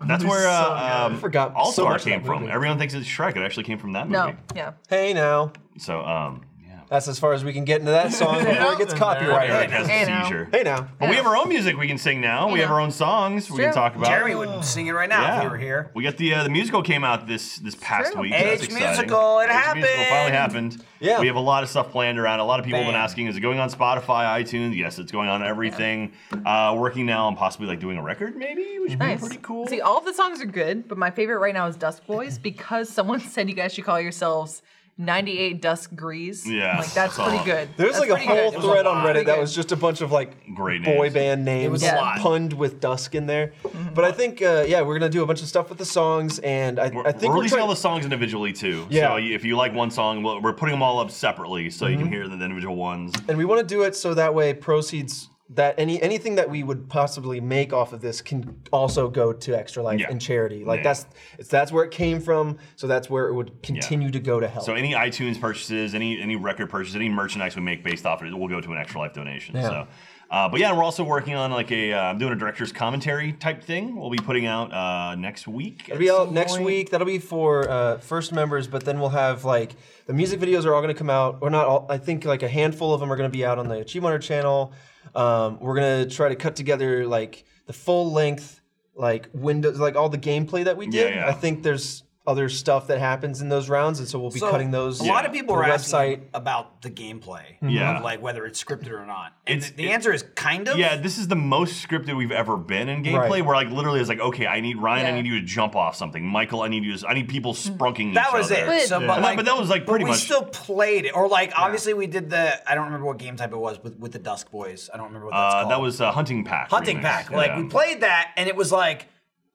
Speaker 5: Um, that's where
Speaker 2: so
Speaker 5: uh, um,
Speaker 6: I forgot
Speaker 5: All
Speaker 6: so
Speaker 5: Star
Speaker 6: much about
Speaker 5: came
Speaker 6: that
Speaker 5: from.
Speaker 6: movie.
Speaker 5: Everyone thinks it's Shrek. It actually came from that movie.
Speaker 4: No, yeah.
Speaker 6: hey now.
Speaker 5: So, um, yeah.
Speaker 6: That's as far as we can get into that song before
Speaker 2: Yeah.
Speaker 6: it gets
Speaker 2: Yeah.
Speaker 5: Eric
Speaker 6: copyrighted.
Speaker 5: has
Speaker 4: Hey,
Speaker 5: a
Speaker 4: now.
Speaker 5: seizure.
Speaker 6: Hey now.
Speaker 5: But we have our own music we can sing now. we
Speaker 4: Yeah.
Speaker 5: have our own songs we can
Speaker 4: True.
Speaker 5: talk about.
Speaker 3: Jeremy would sing it right now if he were here.
Speaker 5: We got the uh, the musical came out this this past
Speaker 4: true.
Speaker 5: week. so that's
Speaker 3: Age
Speaker 5: exciting.
Speaker 3: musical, it
Speaker 5: Musical finally
Speaker 3: happened.
Speaker 5: happened.
Speaker 6: Yeah.
Speaker 5: We have a lot of stuff planned around. A lot of people have been
Speaker 3: Bam.
Speaker 5: asking, is it going on Spotify, iTunes? Yes, it's going on everything. Uh, working now on possibly like doing a record, maybe, which would
Speaker 4: Nice.
Speaker 5: be pretty cool.
Speaker 4: See, all of the songs are good, but my favorite right now is Dusk Boys because someone said you guys should call yourselves 98 Dusk Grease.
Speaker 5: Yeah,
Speaker 4: Like, that's
Speaker 5: I saw
Speaker 4: pretty
Speaker 5: that.
Speaker 4: good.
Speaker 6: There's
Speaker 4: That's
Speaker 6: like a
Speaker 4: pretty
Speaker 6: whole
Speaker 4: good.
Speaker 6: thread on
Speaker 4: Pretty
Speaker 6: Reddit that
Speaker 4: good.
Speaker 6: was just a bunch of like
Speaker 5: Great
Speaker 6: boy
Speaker 5: names.
Speaker 6: band names
Speaker 4: a lot. Mm-hmm.
Speaker 6: punned with dusk in there. But I think uh, yeah, we're gonna do a bunch of stuff with the songs, and I,
Speaker 5: We're,
Speaker 6: I think
Speaker 5: we're
Speaker 6: we're
Speaker 5: releasing
Speaker 6: trying-
Speaker 5: all the songs individually too.
Speaker 6: Yeah.
Speaker 5: So you- if you like one song, we'll- we're putting them all up separately so you can hear the individual ones.
Speaker 6: and we want to do it so that way proceeds that any anything that we would possibly make off of this can also go to Extra Life
Speaker 5: Yeah.
Speaker 6: and charity. Like
Speaker 5: Yeah.
Speaker 6: that's it's, that's where it came from, so that's where it would continue to go to help.
Speaker 5: So any iTunes purchases, any any record purchases, any merchandise we make based off of it will go to an Extra Life donation. So, uh, but yeah, we're also working on like a uh, I'm doing a director's commentary type thing. We'll be putting out uh, next week.
Speaker 6: It'll be out next week. That'll be for uh, first members, but then we'll have like the music videos are all going to come out, or not all. I think like a handful of them are going to be out on the Achievement Hunter channel. Um, we're going to try to cut together like the full length, like windows, like all the gameplay that we did.
Speaker 5: Yeah, yeah.
Speaker 6: I think there's other stuff that happens in those rounds, and so we'll be
Speaker 3: So,
Speaker 6: cutting those.
Speaker 3: A lot of
Speaker 5: Yeah.
Speaker 3: people
Speaker 6: The
Speaker 3: are asking
Speaker 6: website.
Speaker 3: about the gameplay.
Speaker 5: Mm-hmm. Yeah.
Speaker 3: Of like whether it's scripted or not. And
Speaker 5: It's-
Speaker 3: the
Speaker 5: it-
Speaker 3: answer is kind of.
Speaker 5: Yeah, this is the most scripted we've ever been in gameplay.
Speaker 6: Right.
Speaker 5: Where like literally it's like, okay, I need Ryan, I
Speaker 4: Yeah.
Speaker 5: need you to jump off something. Michael, I need you. To, I need people sprunking.
Speaker 3: That
Speaker 5: each
Speaker 3: was
Speaker 5: other.
Speaker 3: it. So,
Speaker 5: But,
Speaker 3: like,
Speaker 5: but that was like
Speaker 3: but
Speaker 5: pretty
Speaker 3: we
Speaker 5: much.
Speaker 3: still played it, or like obviously we did the. I don't remember what game type it was with, with the Dusk Boys. I don't remember what that's
Speaker 5: uh,
Speaker 3: called.
Speaker 5: that was uh, hunting pack.
Speaker 3: Hunting
Speaker 5: remix.
Speaker 3: Pack. Like
Speaker 5: Yeah.
Speaker 3: we played that, and it was like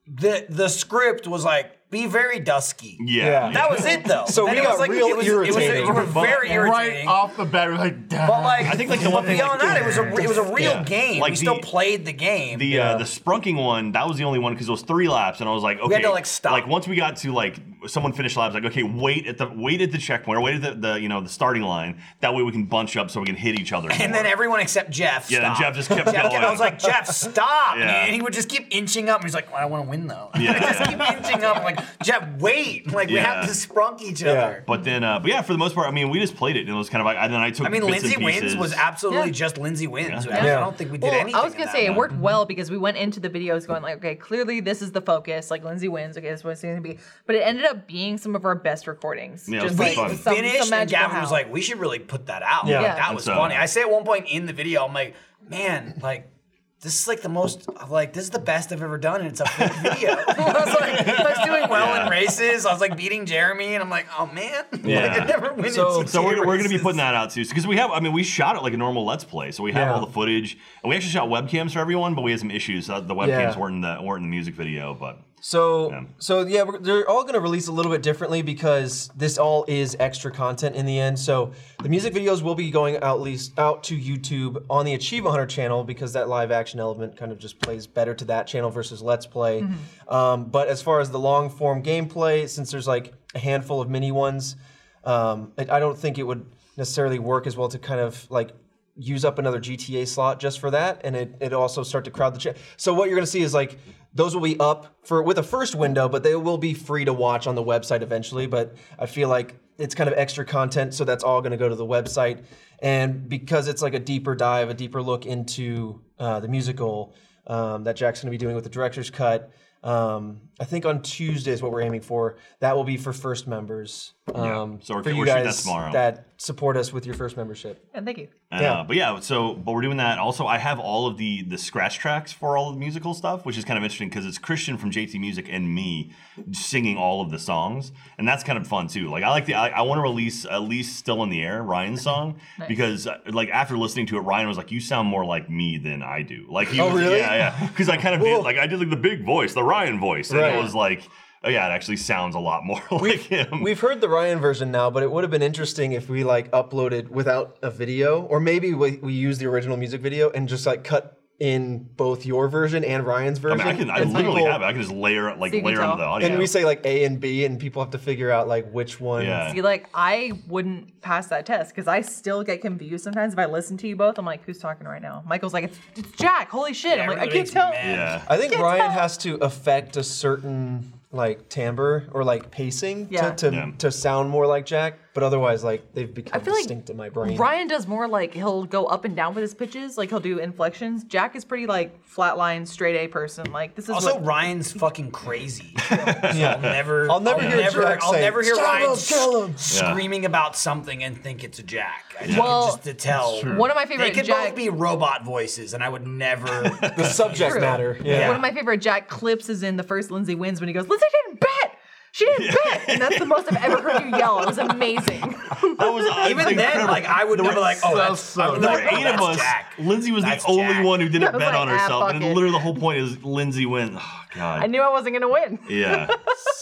Speaker 3: the the script was like be very dusky.
Speaker 5: Yeah.
Speaker 6: Yeah.
Speaker 3: That was it though.
Speaker 6: So
Speaker 3: Then
Speaker 6: we
Speaker 3: it
Speaker 6: got
Speaker 3: was like,
Speaker 6: real
Speaker 3: it was, It
Speaker 6: irritated.
Speaker 3: was, you were very
Speaker 2: Right
Speaker 3: irritating.
Speaker 2: off the bat, we're like, Dad.
Speaker 3: but like,
Speaker 5: I think, like, the one
Speaker 3: but
Speaker 5: thing, like,
Speaker 3: beyond that, it was a it was a real
Speaker 5: Yeah.
Speaker 3: game.
Speaker 5: Like
Speaker 3: we
Speaker 5: the-
Speaker 3: still played the game.
Speaker 5: The uh, the sprunking one, that was the only one because it was three laps, and I was like, okay,
Speaker 3: had to, like, stop.
Speaker 5: once we got to like someone finished laps, like okay, wait at the wait at the checkpoint, or wait at the, the you know the starting line. That way we can bunch up so we can hit each other.
Speaker 3: and
Speaker 5: more.
Speaker 3: then everyone except Jeff.
Speaker 5: Yeah, then
Speaker 3: stopped.
Speaker 5: Jeff just kept
Speaker 3: Jeff
Speaker 5: going.
Speaker 3: I was like, Jeff, stop!
Speaker 5: Yeah.
Speaker 3: And he would just keep inching up. He's like, well, I want to win though.
Speaker 5: Yeah,
Speaker 3: just
Speaker 5: yeah.
Speaker 3: keep inching up. Like, Jeff, wait! Like we
Speaker 5: Yeah.
Speaker 3: have to sprunk each other.
Speaker 5: but then uh, but yeah, for the most part, I mean, we just played it, and it was kind of like, and then I took.
Speaker 3: I mean,
Speaker 5: bits
Speaker 3: Lindsay
Speaker 5: and
Speaker 3: Wins
Speaker 5: pieces.
Speaker 3: was absolutely
Speaker 4: Yeah.
Speaker 3: just Lindsay Wins.
Speaker 5: Yeah.
Speaker 3: I don't think we did
Speaker 4: Well,
Speaker 3: anything.
Speaker 4: I was
Speaker 3: in
Speaker 4: gonna
Speaker 3: that
Speaker 4: say it
Speaker 3: one.
Speaker 4: worked well because we went into the videos going like, okay, clearly this is the focus. Like Lindsay wins. Okay, this is what it's gonna be. But it ended up being some of our best recordings.
Speaker 5: Yeah, it was
Speaker 3: We
Speaker 5: pretty fun.
Speaker 4: some- some
Speaker 3: finished, and
Speaker 4: magical
Speaker 3: Gavin was
Speaker 4: how.
Speaker 3: like, "We should really put that out.
Speaker 6: Yeah.
Speaker 3: Like,
Speaker 4: Yeah.
Speaker 3: that
Speaker 4: And
Speaker 3: was
Speaker 5: so-
Speaker 3: funny." I say at one point in the video, I'm like, "Man, like." This is like the most, like, this is the best I've ever done, and it's a fake video. I was like, I was doing well in races. I was like beating Jeremy, and I'm like, oh man, like,
Speaker 5: Yeah.
Speaker 3: I never win.
Speaker 6: So-
Speaker 3: in
Speaker 5: So we're, we're going to be
Speaker 3: races.
Speaker 5: putting that out too, because we have. I mean, we shot it like a normal Let's Play, so we have
Speaker 6: Yeah.
Speaker 5: all the footage, and we actually shot webcams for everyone, but we had some issues. So the webcams
Speaker 6: Yeah.
Speaker 5: weren't in the weren't in the music video, but
Speaker 6: So,
Speaker 5: Yeah.
Speaker 6: so yeah, we're, they're all going to release a little bit differently because this all is extra content in the end. So, the music videos will be going out least out to YouTube on the Achievement Hunter channel because that live action element kind of just plays better to that channel versus Let's Play. Um, but as far as the long form gameplay, since there's like a handful of mini ones, um, I, I don't think it would necessarily work as well to kind of like use up another GTA slot just for that, and it it also start to crowd the chat. So what you're gonna see is like those will be up for with a first window, but they will be free to watch on the website eventually. But I feel like it's kind of extra content, so that's all gonna go to the website, and because it's like a deeper dive, a deeper look into uh, the musical um, that Jack's gonna be doing with the director's cut. Um, I think on Tuesday is what we're aiming for. That will be for first members. Um,
Speaker 5: so we're-
Speaker 6: for you
Speaker 5: we're shooting that
Speaker 6: guys
Speaker 5: tomorrow.
Speaker 6: that support us with your first membership.
Speaker 4: and thank you.
Speaker 5: Yeah.
Speaker 6: Yeah.
Speaker 5: Uh, but yeah, so but we're doing that. Also, I have all of the the scratch tracks for all of the musical stuff, which is kind of interesting because it's Christian from JT Music and me singing all of the songs, and that's kind of fun too. Like I like the I, I want to release at least "Still in the Air" Ryan's song because uh, like after listening to it, Ryan was like, "You sound more like me than I do." Like he
Speaker 6: Oh,
Speaker 5: was,
Speaker 6: really?
Speaker 5: yeah yeah because I kind of did like I did like the big voice, the Ryan voice, and it
Speaker 6: Right.
Speaker 5: was like. Oh yeah, it actually sounds a lot more like him.
Speaker 6: We've heard the Ryan version now, but it would have been interesting if we like uploaded without a video, or maybe we, we use the original music video and just like cut in both your version and Ryan's
Speaker 5: I
Speaker 6: version.
Speaker 5: mean, I can. I
Speaker 6: and
Speaker 5: literally
Speaker 6: people-
Speaker 5: have it. I can just layer it, like
Speaker 4: So you can
Speaker 5: layer onto the
Speaker 4: tell.
Speaker 5: audio.
Speaker 6: And we say like A and B, and people have to figure out like which one.
Speaker 5: Yeah.
Speaker 4: See, like I wouldn't pass that test because I still get confused sometimes if I listen to you both. I'm like, who's talking right now? Michael's like, it's, it's Jack. Holy shit! I'm
Speaker 7: it
Speaker 4: like,
Speaker 7: really
Speaker 4: I can't
Speaker 7: makes me
Speaker 4: tell.
Speaker 7: mad.
Speaker 5: Yeah.
Speaker 6: I think
Speaker 4: Get
Speaker 6: Ryan
Speaker 4: out.
Speaker 6: has to affect a certain like timbre or like pacing
Speaker 4: Yeah.
Speaker 6: to to,
Speaker 5: Yeah.
Speaker 6: to sound more like Jack, but otherwise like they've become
Speaker 4: I feel like
Speaker 6: distinct in my brain.
Speaker 4: Ryan does more like he'll go up and down with his pitches, like he'll do inflections. Jack is pretty like flatline, straight A person. Like this is
Speaker 3: Also,
Speaker 4: what,
Speaker 3: Ryan's fucking crazy. I'll never,
Speaker 6: I'll never hear
Speaker 3: never,
Speaker 6: Jack
Speaker 3: I'll
Speaker 6: say,
Speaker 3: never hear
Speaker 6: "Kill
Speaker 3: Ryan
Speaker 6: him, kill him."
Speaker 3: s- screaming about something and think it's a Jack. I just,
Speaker 4: Well,
Speaker 3: just to tell.
Speaker 4: one of my
Speaker 3: They
Speaker 4: favorite
Speaker 3: could
Speaker 4: Jack.
Speaker 3: both be robot voices, and I would never.
Speaker 6: the subject
Speaker 4: True.
Speaker 6: matter. Yeah.
Speaker 4: One of my favorite Jack clips is in the first Lindsay wins when he goes, Lindsay didn't bet. She didn't bet, and that's the most I've ever heard you yell. It was amazing.
Speaker 5: That was I
Speaker 3: Even
Speaker 5: was
Speaker 3: then,
Speaker 5: incredible.
Speaker 3: like I would
Speaker 5: There
Speaker 3: never
Speaker 5: were-
Speaker 3: like, oh,
Speaker 2: That
Speaker 3: that's
Speaker 2: was so
Speaker 3: I would
Speaker 5: There
Speaker 3: never,
Speaker 5: were
Speaker 3: like, oh,
Speaker 5: eight of
Speaker 3: that's
Speaker 5: us.
Speaker 3: Jack.
Speaker 5: Lindsay was
Speaker 3: That's
Speaker 5: the only
Speaker 3: Jack.
Speaker 5: one who
Speaker 4: I
Speaker 5: didn't
Speaker 4: was
Speaker 5: bet
Speaker 4: like,
Speaker 5: on
Speaker 4: ah,
Speaker 5: herself.
Speaker 4: fuck
Speaker 5: and
Speaker 4: it.
Speaker 5: literally the whole point is Lindsay wins. Oh, God.
Speaker 4: I knew I wasn't gonna win.
Speaker 5: yeah.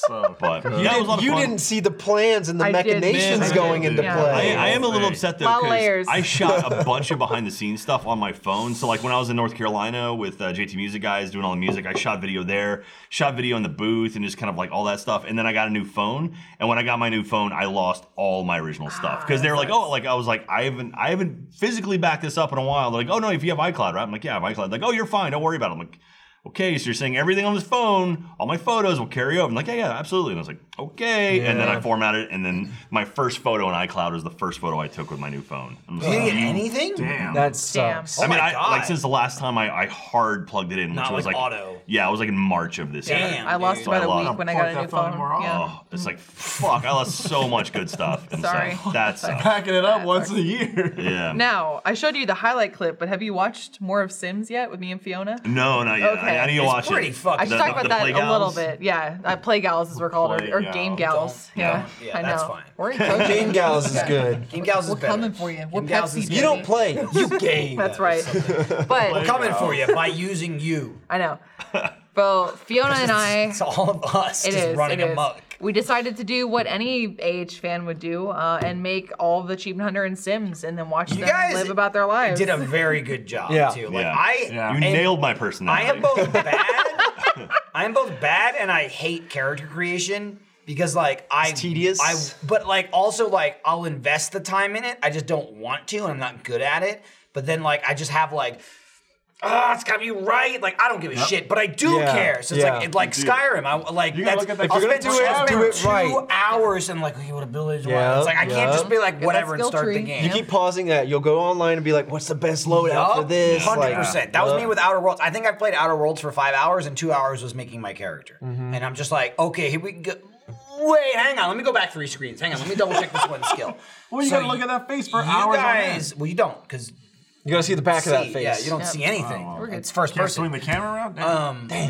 Speaker 2: So
Speaker 5: But
Speaker 2: good.
Speaker 5: that was a lot of
Speaker 6: You
Speaker 5: fun.
Speaker 6: didn't see the plans and the
Speaker 4: I did.
Speaker 6: machinations
Speaker 4: Man, I
Speaker 6: going
Speaker 4: did.
Speaker 6: into
Speaker 4: Yeah.
Speaker 5: I,
Speaker 6: play.
Speaker 5: I am a little
Speaker 10: Right.
Speaker 5: upset though
Speaker 4: Lot of
Speaker 5: because
Speaker 4: layers.
Speaker 5: I shot a bunch of behind the scenes stuff on my phone. So like when I was in North Carolina with uh, JT Music guys doing all the music, I shot video there, shot video in the booth, and just kind of like all that stuff. And then I got a new phone, and when I got my new phone, I lost all my original stuff because they were like, oh, like I was like, I haven't, I haven't physically backed this up in a while. They're like, oh no, if you have iCloud, right? I'm like, yeah, I have iCloud. Like, oh, you're fine, don't worry about it. I'm like. Okay, so you're saying everything on this phone, all my photos will carry over. I'm like, yeah, yeah, absolutely. And I was like, okay. And then I formatted it, and then my first photo in iCloud was the first photo I took with my new phone. I'm
Speaker 3: You
Speaker 5: just-
Speaker 3: didn't get anything?
Speaker 2: damn.
Speaker 6: That
Speaker 4: Oh
Speaker 6: sucks.
Speaker 5: I mean,
Speaker 3: my
Speaker 5: I,
Speaker 3: God.
Speaker 5: like since the last time I, I hard plugged it in, which
Speaker 3: Not
Speaker 5: was
Speaker 3: like
Speaker 5: like
Speaker 3: auto.
Speaker 5: Yeah, it was like in March of this year.
Speaker 3: Damn.
Speaker 4: I lost
Speaker 5: So I
Speaker 4: about a
Speaker 5: lost.
Speaker 4: week when I
Speaker 2: Fuck
Speaker 4: got a
Speaker 2: that
Speaker 4: new
Speaker 2: phone
Speaker 4: phone.
Speaker 2: more
Speaker 4: Yeah.
Speaker 5: Oh, it's like fuck! I lost so much good stuff. And
Speaker 4: Sorry.
Speaker 5: so that's
Speaker 2: Packing it up once a year.
Speaker 5: yeah.
Speaker 4: Now, I showed you the highlight clip, but have you watched more of Sims yet with me and Fiona?
Speaker 5: No, not yet. I,
Speaker 4: Okay.
Speaker 5: I need to
Speaker 3: It's
Speaker 5: watch
Speaker 3: pretty
Speaker 5: it.
Speaker 3: fucking-
Speaker 4: I should
Speaker 5: The-
Speaker 4: talk
Speaker 5: the-
Speaker 4: about
Speaker 5: the
Speaker 4: that
Speaker 5: play
Speaker 4: a little
Speaker 5: gals?
Speaker 4: bit. Yeah, uh, play gals is we're called, or, or
Speaker 2: Play
Speaker 4: game
Speaker 2: gals.
Speaker 4: gals. Yeah,
Speaker 5: Yeah.
Speaker 3: Yeah,
Speaker 4: I know.
Speaker 3: that's fine.
Speaker 4: We're in coaching.
Speaker 6: Game gals is good.
Speaker 3: Game gals is
Speaker 4: We're
Speaker 3: better.
Speaker 4: coming for you. We're
Speaker 3: Game gals
Speaker 4: Pepsi
Speaker 3: is
Speaker 4: Jack.
Speaker 6: You don't play. You game.
Speaker 4: That's right. But
Speaker 3: coming for you by using you.
Speaker 4: I know. Well, Fiona and I
Speaker 3: It's all of us
Speaker 4: It is
Speaker 3: just running
Speaker 4: it is.
Speaker 3: amok.
Speaker 4: We decided to do what any AH fan would do uh, and make all of the Achievement Hunter and Sims and then watch
Speaker 3: You
Speaker 4: them
Speaker 3: guys
Speaker 4: live about their lives.
Speaker 3: Did a very good job
Speaker 6: Yeah.
Speaker 3: too. Like
Speaker 5: Yeah.
Speaker 3: I,
Speaker 2: Yeah.
Speaker 5: You
Speaker 3: and
Speaker 5: nailed my
Speaker 3: I
Speaker 5: personality.
Speaker 3: am both bad. I am both bad, and I hate character creation because like I
Speaker 6: It's tedious.
Speaker 3: I but like also like I'll invest the time in it. I just don't want to, and I'm not good at it. But then like I just have like. Oh, it's gotta be right. Like I don't give a shit, but I do
Speaker 6: Yeah.
Speaker 3: care. So it's
Speaker 6: Yeah.
Speaker 3: like it, like
Speaker 2: You do.
Speaker 3: Skyrim. I like
Speaker 2: You gotta look
Speaker 3: that's,
Speaker 2: at that-
Speaker 3: I'll
Speaker 2: If you're
Speaker 3: spend
Speaker 2: gonna
Speaker 3: two,
Speaker 2: do it,
Speaker 3: I'll
Speaker 6: do
Speaker 3: spend
Speaker 6: it right.
Speaker 3: two hours and like okay, what abilities? do I
Speaker 6: Yeah,
Speaker 3: have? It's like I can't
Speaker 6: yeah.
Speaker 3: just be like
Speaker 4: that
Speaker 3: whatever and
Speaker 4: skill
Speaker 3: start the
Speaker 4: tree.
Speaker 3: game.
Speaker 6: You keep pausing that. You'll go online and be like, "What's the best loadout for
Speaker 3: Yup,
Speaker 6: this?"
Speaker 3: Hundred
Speaker 6: Like,
Speaker 3: percent. That was me with Outer Worlds. I think I played Outer Worlds for five hours, and two hours was making my character.
Speaker 2: Mm-hmm.
Speaker 3: And I'm just like, okay, here we go. Wait, hang on. Let me go back three screens. Hang on. Let me double check this one skill.
Speaker 2: Well, you
Speaker 3: So
Speaker 2: gotta look at that face for
Speaker 3: you
Speaker 2: hours.
Speaker 3: guys, well, you don't because
Speaker 6: you gotta see the back
Speaker 3: see,
Speaker 6: of that face.
Speaker 3: yeah, you don't
Speaker 4: Yep.
Speaker 3: see anything.
Speaker 4: We're good.
Speaker 3: It's first
Speaker 2: Oh, Can't swing the
Speaker 3: person.
Speaker 2: camera around. Damn.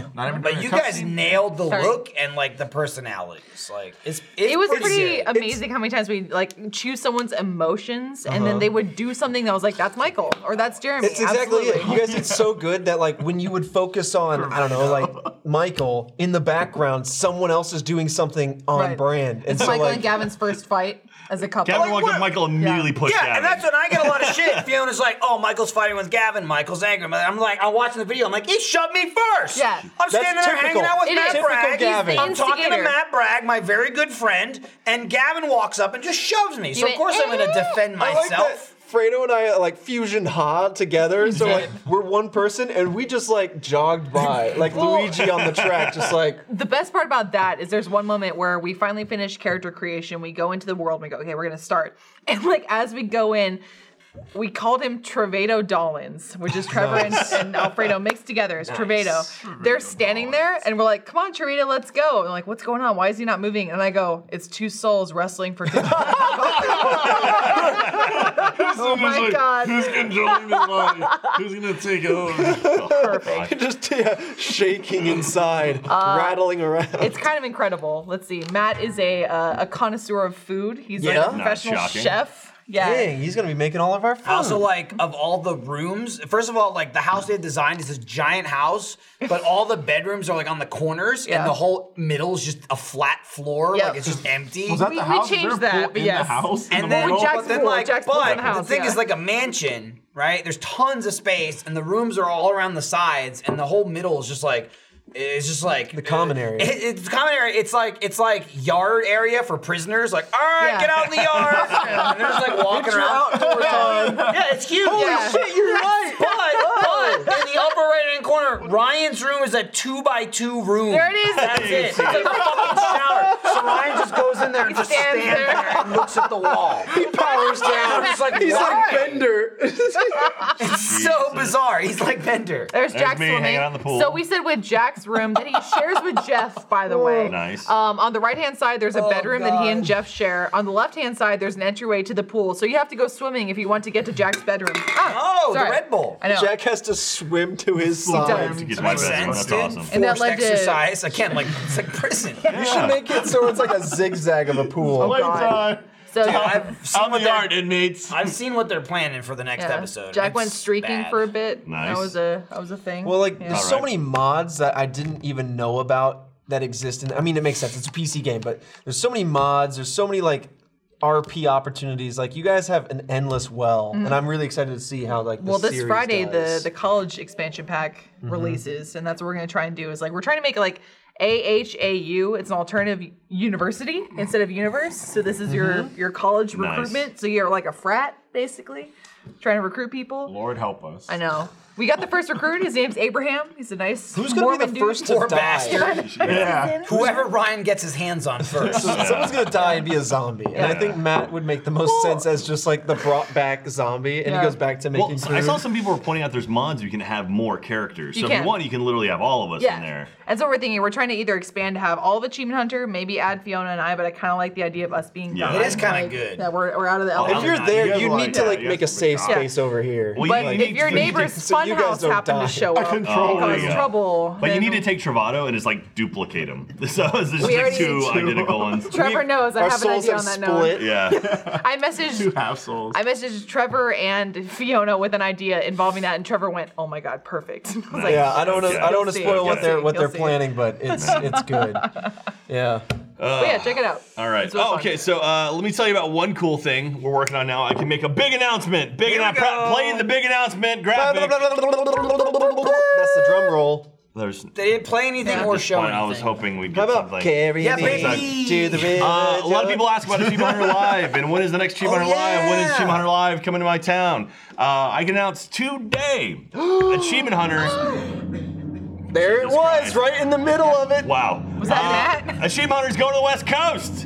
Speaker 3: Um,
Speaker 2: Not even
Speaker 3: But
Speaker 2: during
Speaker 3: you
Speaker 2: a
Speaker 3: guys
Speaker 2: cutscene?
Speaker 3: nailed the
Speaker 4: Sorry.
Speaker 3: look and like the personalities. Like it's, it's
Speaker 4: it was pretty,
Speaker 3: good.
Speaker 4: amazing how many times we like choose someone's emotions and then they
Speaker 5: Uh-huh.
Speaker 4: would do something that was like, that's Michael or that's Jeremy.
Speaker 6: It's exactly
Speaker 4: Absolutely.
Speaker 6: it. You guys did so good that like when you would focus on I don't know like Michael in the background, someone else is doing something on
Speaker 4: Right.
Speaker 6: brand, and
Speaker 4: It's
Speaker 6: so
Speaker 4: Michael
Speaker 6: like
Speaker 4: and Gavin's first fight as a couple.
Speaker 5: Gavin walked
Speaker 3: what-
Speaker 5: up. Michael immediately pushed
Speaker 3: Oh, yeah,
Speaker 5: Gavin.
Speaker 3: and that's when I get a lot of shit. Fiona's like, "Oh, Michael's fighting with Gavin. Michael's angry." I'm like, I'm watching the video. I'm like, "He shoved me first.
Speaker 4: Yeah.
Speaker 3: I'm
Speaker 6: That's
Speaker 3: standing there
Speaker 6: typical.
Speaker 3: hanging out with
Speaker 4: It is.
Speaker 3: Matt
Speaker 4: Typical
Speaker 3: Bragg.
Speaker 6: Gavin.
Speaker 3: I'm
Speaker 4: He's the
Speaker 3: talking to
Speaker 4: instigator.
Speaker 3: Matt Bragg, my very good friend, and Gavin walks up and just shoves me. So of
Speaker 4: went,
Speaker 3: course I'm going to
Speaker 4: "Eh."
Speaker 3: defend
Speaker 6: I like that
Speaker 3: myself.
Speaker 6: Fredo and I are like fusion ha together, so like we're one person and we just like jogged by like
Speaker 4: Well-
Speaker 6: Luigi on the track, just like
Speaker 4: the best part about that is there's one moment where we finally finish character creation. We go into the world. and We go, okay, we're gonna start. And like as we go in, we called him Trevedo Dollins, which is Trevor and, and Alfredo mixed together. It's Trevedo. They're standing there, and we're like, come on, Trevedo, let's go. And like, what's going on? Why is he not moving? And I go, it's two souls wrestling for.
Speaker 2: oh
Speaker 4: my God.
Speaker 2: Who's controlling this body? Who's gonna take it over?
Speaker 6: just yeah, shaking inside, rattling around.
Speaker 4: It's kind of incredible. Let's see. Matt is a uh, a connoisseur of food. He's
Speaker 6: Yeah?
Speaker 4: like a
Speaker 6: Not
Speaker 4: professional
Speaker 5: shocking.
Speaker 4: chef. Yeah.
Speaker 6: Dang, he's gonna be making all of our food.
Speaker 3: Also, like, of all the rooms, first of all, like, the house they had designed is this giant house, but all the bedrooms are, like, on the corners,
Speaker 4: Yeah.
Speaker 3: and the whole middle is just a flat floor.
Speaker 4: Yep.
Speaker 3: Like, it's just empty.
Speaker 2: Was that
Speaker 4: We-
Speaker 2: the
Speaker 4: we
Speaker 2: house? Is
Speaker 4: changed
Speaker 2: there a
Speaker 4: that,
Speaker 2: pool
Speaker 4: but
Speaker 2: in
Speaker 4: yes.
Speaker 2: the house? in
Speaker 3: and
Speaker 2: the
Speaker 3: then,
Speaker 4: Well,
Speaker 2: world?
Speaker 4: Jack's
Speaker 3: but then
Speaker 4: pool,
Speaker 3: like,
Speaker 4: Jack's pool
Speaker 3: but
Speaker 4: in the house,
Speaker 3: the thing
Speaker 4: yeah.
Speaker 3: is, like a mansion right? There's tons of space, and the rooms are all around the sides, and the whole middle is just like it's just like the
Speaker 6: common area.
Speaker 3: it's common area. It's like it's like yard area for prisoners. Like, all right,
Speaker 4: Yeah.
Speaker 3: get out in the yard. and they're just like walking around. yeah, it's huge.
Speaker 6: Holy
Speaker 3: Yeah.
Speaker 6: shit, you're right.
Speaker 3: But, but in the upper right hand corner, Ryan's room is a two by two room.
Speaker 4: There it is.
Speaker 3: That's it. It's like a fucking shower. So Ryan just goes in there and
Speaker 4: He
Speaker 3: just stands
Speaker 4: stands
Speaker 3: there.
Speaker 4: there.
Speaker 3: and looks at the wall.
Speaker 6: He powers down.
Speaker 3: It's like,
Speaker 6: He's
Speaker 3: why?
Speaker 6: like Bender.
Speaker 3: It's so bizarre. He's like Bender.
Speaker 4: There's Jack
Speaker 5: me
Speaker 4: swimming.
Speaker 5: hanging out in the pool.
Speaker 4: So we said with Jack's room that he shares with Jeff, by the way.
Speaker 5: Nice.
Speaker 4: Um, on the right hand side, there's a
Speaker 3: Oh,
Speaker 4: bedroom that he and
Speaker 3: God.
Speaker 4: Jeff share. On the left hand side, there's an entryway to the pool. So you have to go swimming if you want to get to Jack's bedroom. Ah,
Speaker 3: Oh, the
Speaker 4: sorry.
Speaker 3: Red Bull.
Speaker 4: I know.
Speaker 6: Jack has to swim to his
Speaker 2: does.
Speaker 6: side.
Speaker 5: Get my best one. That's
Speaker 3: dude.
Speaker 5: awesome.
Speaker 4: And that
Speaker 3: Forced
Speaker 4: led to-
Speaker 3: exercise. Again, like it's like prison.
Speaker 6: You should make it so it's like a zigzag of a pool.
Speaker 2: Play
Speaker 4: God.
Speaker 2: time.
Speaker 4: So
Speaker 3: I've seen
Speaker 5: Out
Speaker 3: what
Speaker 5: the
Speaker 3: they're-
Speaker 5: yard, inmates.
Speaker 3: I've seen what they're planning for the next
Speaker 4: yeah.
Speaker 3: episode.
Speaker 4: Jack
Speaker 3: It's
Speaker 4: went streaking
Speaker 3: bad.
Speaker 4: for a bit.
Speaker 5: Nice.
Speaker 4: That was a that was a thing.
Speaker 6: Well, like
Speaker 4: Yeah.
Speaker 6: there's so many mods that I didn't even know about that exist. And I mean, it makes sense. It's a PC game, but there's so many mods. There's so many like RP opportunities. Like you guys have an endless well, and I'm really excited to see how like. The
Speaker 4: Mm. well this
Speaker 6: series
Speaker 4: friday
Speaker 6: does. Mm-hmm.
Speaker 4: the the college expansion pack releases and that's what we're going to try and do is like we're trying to make it like AHAU, it's an alternative university
Speaker 6: Mm-hmm.
Speaker 4: instead of universe. So this is your your college
Speaker 5: Nice.
Speaker 4: recruitment. So you're like a frat basically, trying to recruit people.
Speaker 2: Lord help us.
Speaker 4: I know. We got the first recruit. His name's Abraham. He's a nice.
Speaker 6: Who's gonna be
Speaker 4: Mormon
Speaker 6: the
Speaker 4: dude.
Speaker 6: first to
Speaker 3: Poor
Speaker 6: die?
Speaker 3: bastard.
Speaker 2: Yeah.
Speaker 3: Whoever Ryan gets his hands on first.
Speaker 6: So Someone's gonna die and be a zombie, and I
Speaker 4: Yeah.
Speaker 6: think Matt would make the most sense as just like the brought back zombie, and
Speaker 4: Yeah.
Speaker 6: he goes back to making.
Speaker 5: Well, so- I saw
Speaker 6: food.
Speaker 5: some people were pointing out there's mods you can have more characters.
Speaker 4: You
Speaker 5: so if
Speaker 4: can.
Speaker 5: you want, you can literally have all of us
Speaker 4: Yeah.
Speaker 5: in there.
Speaker 4: And so we're thinking we're trying to either expand to have all of Achievement Hunter, maybe add Fiona and I, but I kind of like the idea of us being.
Speaker 5: Yeah.
Speaker 4: done,
Speaker 5: It
Speaker 3: is kinda
Speaker 4: like,
Speaker 3: good.
Speaker 4: That we're, we're out of the.
Speaker 5: Well,
Speaker 4: element.
Speaker 6: If you're
Speaker 5: You
Speaker 6: there,
Speaker 5: guys
Speaker 6: you
Speaker 5: are
Speaker 6: need
Speaker 5: like-
Speaker 6: to
Speaker 5: yeah,
Speaker 6: like
Speaker 5: you
Speaker 6: make a
Speaker 5: guys are
Speaker 6: safe
Speaker 5: like-
Speaker 6: space over here.
Speaker 5: Well,
Speaker 4: But
Speaker 5: you
Speaker 4: if
Speaker 5: need
Speaker 4: your
Speaker 5: to-
Speaker 4: neighbor's
Speaker 6: so you guys
Speaker 4: funhouse
Speaker 6: don't
Speaker 4: happened
Speaker 6: die.
Speaker 4: to show
Speaker 2: I
Speaker 4: up and
Speaker 2: control
Speaker 5: there
Speaker 4: cause
Speaker 5: you go.
Speaker 4: trouble,
Speaker 5: But you
Speaker 4: then
Speaker 5: need to take Travado and just like duplicate him. So it's just
Speaker 4: We
Speaker 5: like
Speaker 4: already
Speaker 5: two
Speaker 4: did two.
Speaker 5: identical ones.
Speaker 4: Trevor
Speaker 6: We've-
Speaker 4: knows. I
Speaker 6: our
Speaker 4: have an
Speaker 6: souls
Speaker 4: idea
Speaker 6: have
Speaker 4: on that
Speaker 6: split.
Speaker 4: note.
Speaker 5: Yeah.
Speaker 4: I messaged.
Speaker 2: Two half souls.
Speaker 4: I messaged Trevor and Fiona with an idea involving that, and Trevor went, "Oh my god, perfect!" I was like,
Speaker 6: Yeah, I don't know.
Speaker 5: Yeah.
Speaker 6: I don't
Speaker 4: You'll
Speaker 6: want to
Speaker 4: see.
Speaker 6: spoil what
Speaker 5: You'll
Speaker 6: they're
Speaker 4: see.
Speaker 6: what they're
Speaker 4: You'll see.
Speaker 6: planning, but it's it's good. Yeah.
Speaker 4: but yeah, check it out.
Speaker 5: All right.
Speaker 4: It's really
Speaker 5: Oh,
Speaker 4: fun.
Speaker 5: okay. So uh, let me tell you about one cool thing we're working on now. I can make a big announcement. Big
Speaker 3: Here we
Speaker 5: announcement.
Speaker 3: go.
Speaker 5: Play the big announcement
Speaker 6: That's
Speaker 5: graphic.
Speaker 6: the drum roll.
Speaker 5: There's
Speaker 3: They didn't play anything
Speaker 5: at
Speaker 3: or
Speaker 5: this
Speaker 3: show
Speaker 5: point, I was
Speaker 3: anything.
Speaker 5: hoping we'd
Speaker 6: How
Speaker 5: get
Speaker 6: about
Speaker 5: something.
Speaker 6: carry
Speaker 3: Yeah,
Speaker 6: me
Speaker 3: baby.
Speaker 6: to the river?
Speaker 5: Uh, a lot of people ask about Achievement Hunter Live and when is the next Achievement
Speaker 3: Oh,
Speaker 5: Hunter Live? When is
Speaker 3: yeah.
Speaker 5: Achievement Hunter Live coming to my town? Uh, I can announce today Achievement Hunter.
Speaker 6: There it
Speaker 5: Jesus
Speaker 6: was,
Speaker 5: Christ.
Speaker 6: right in the middle of it.
Speaker 5: Wow. Uh,
Speaker 4: Was that Matt?
Speaker 5: Achievement Hunters going to the West Coast.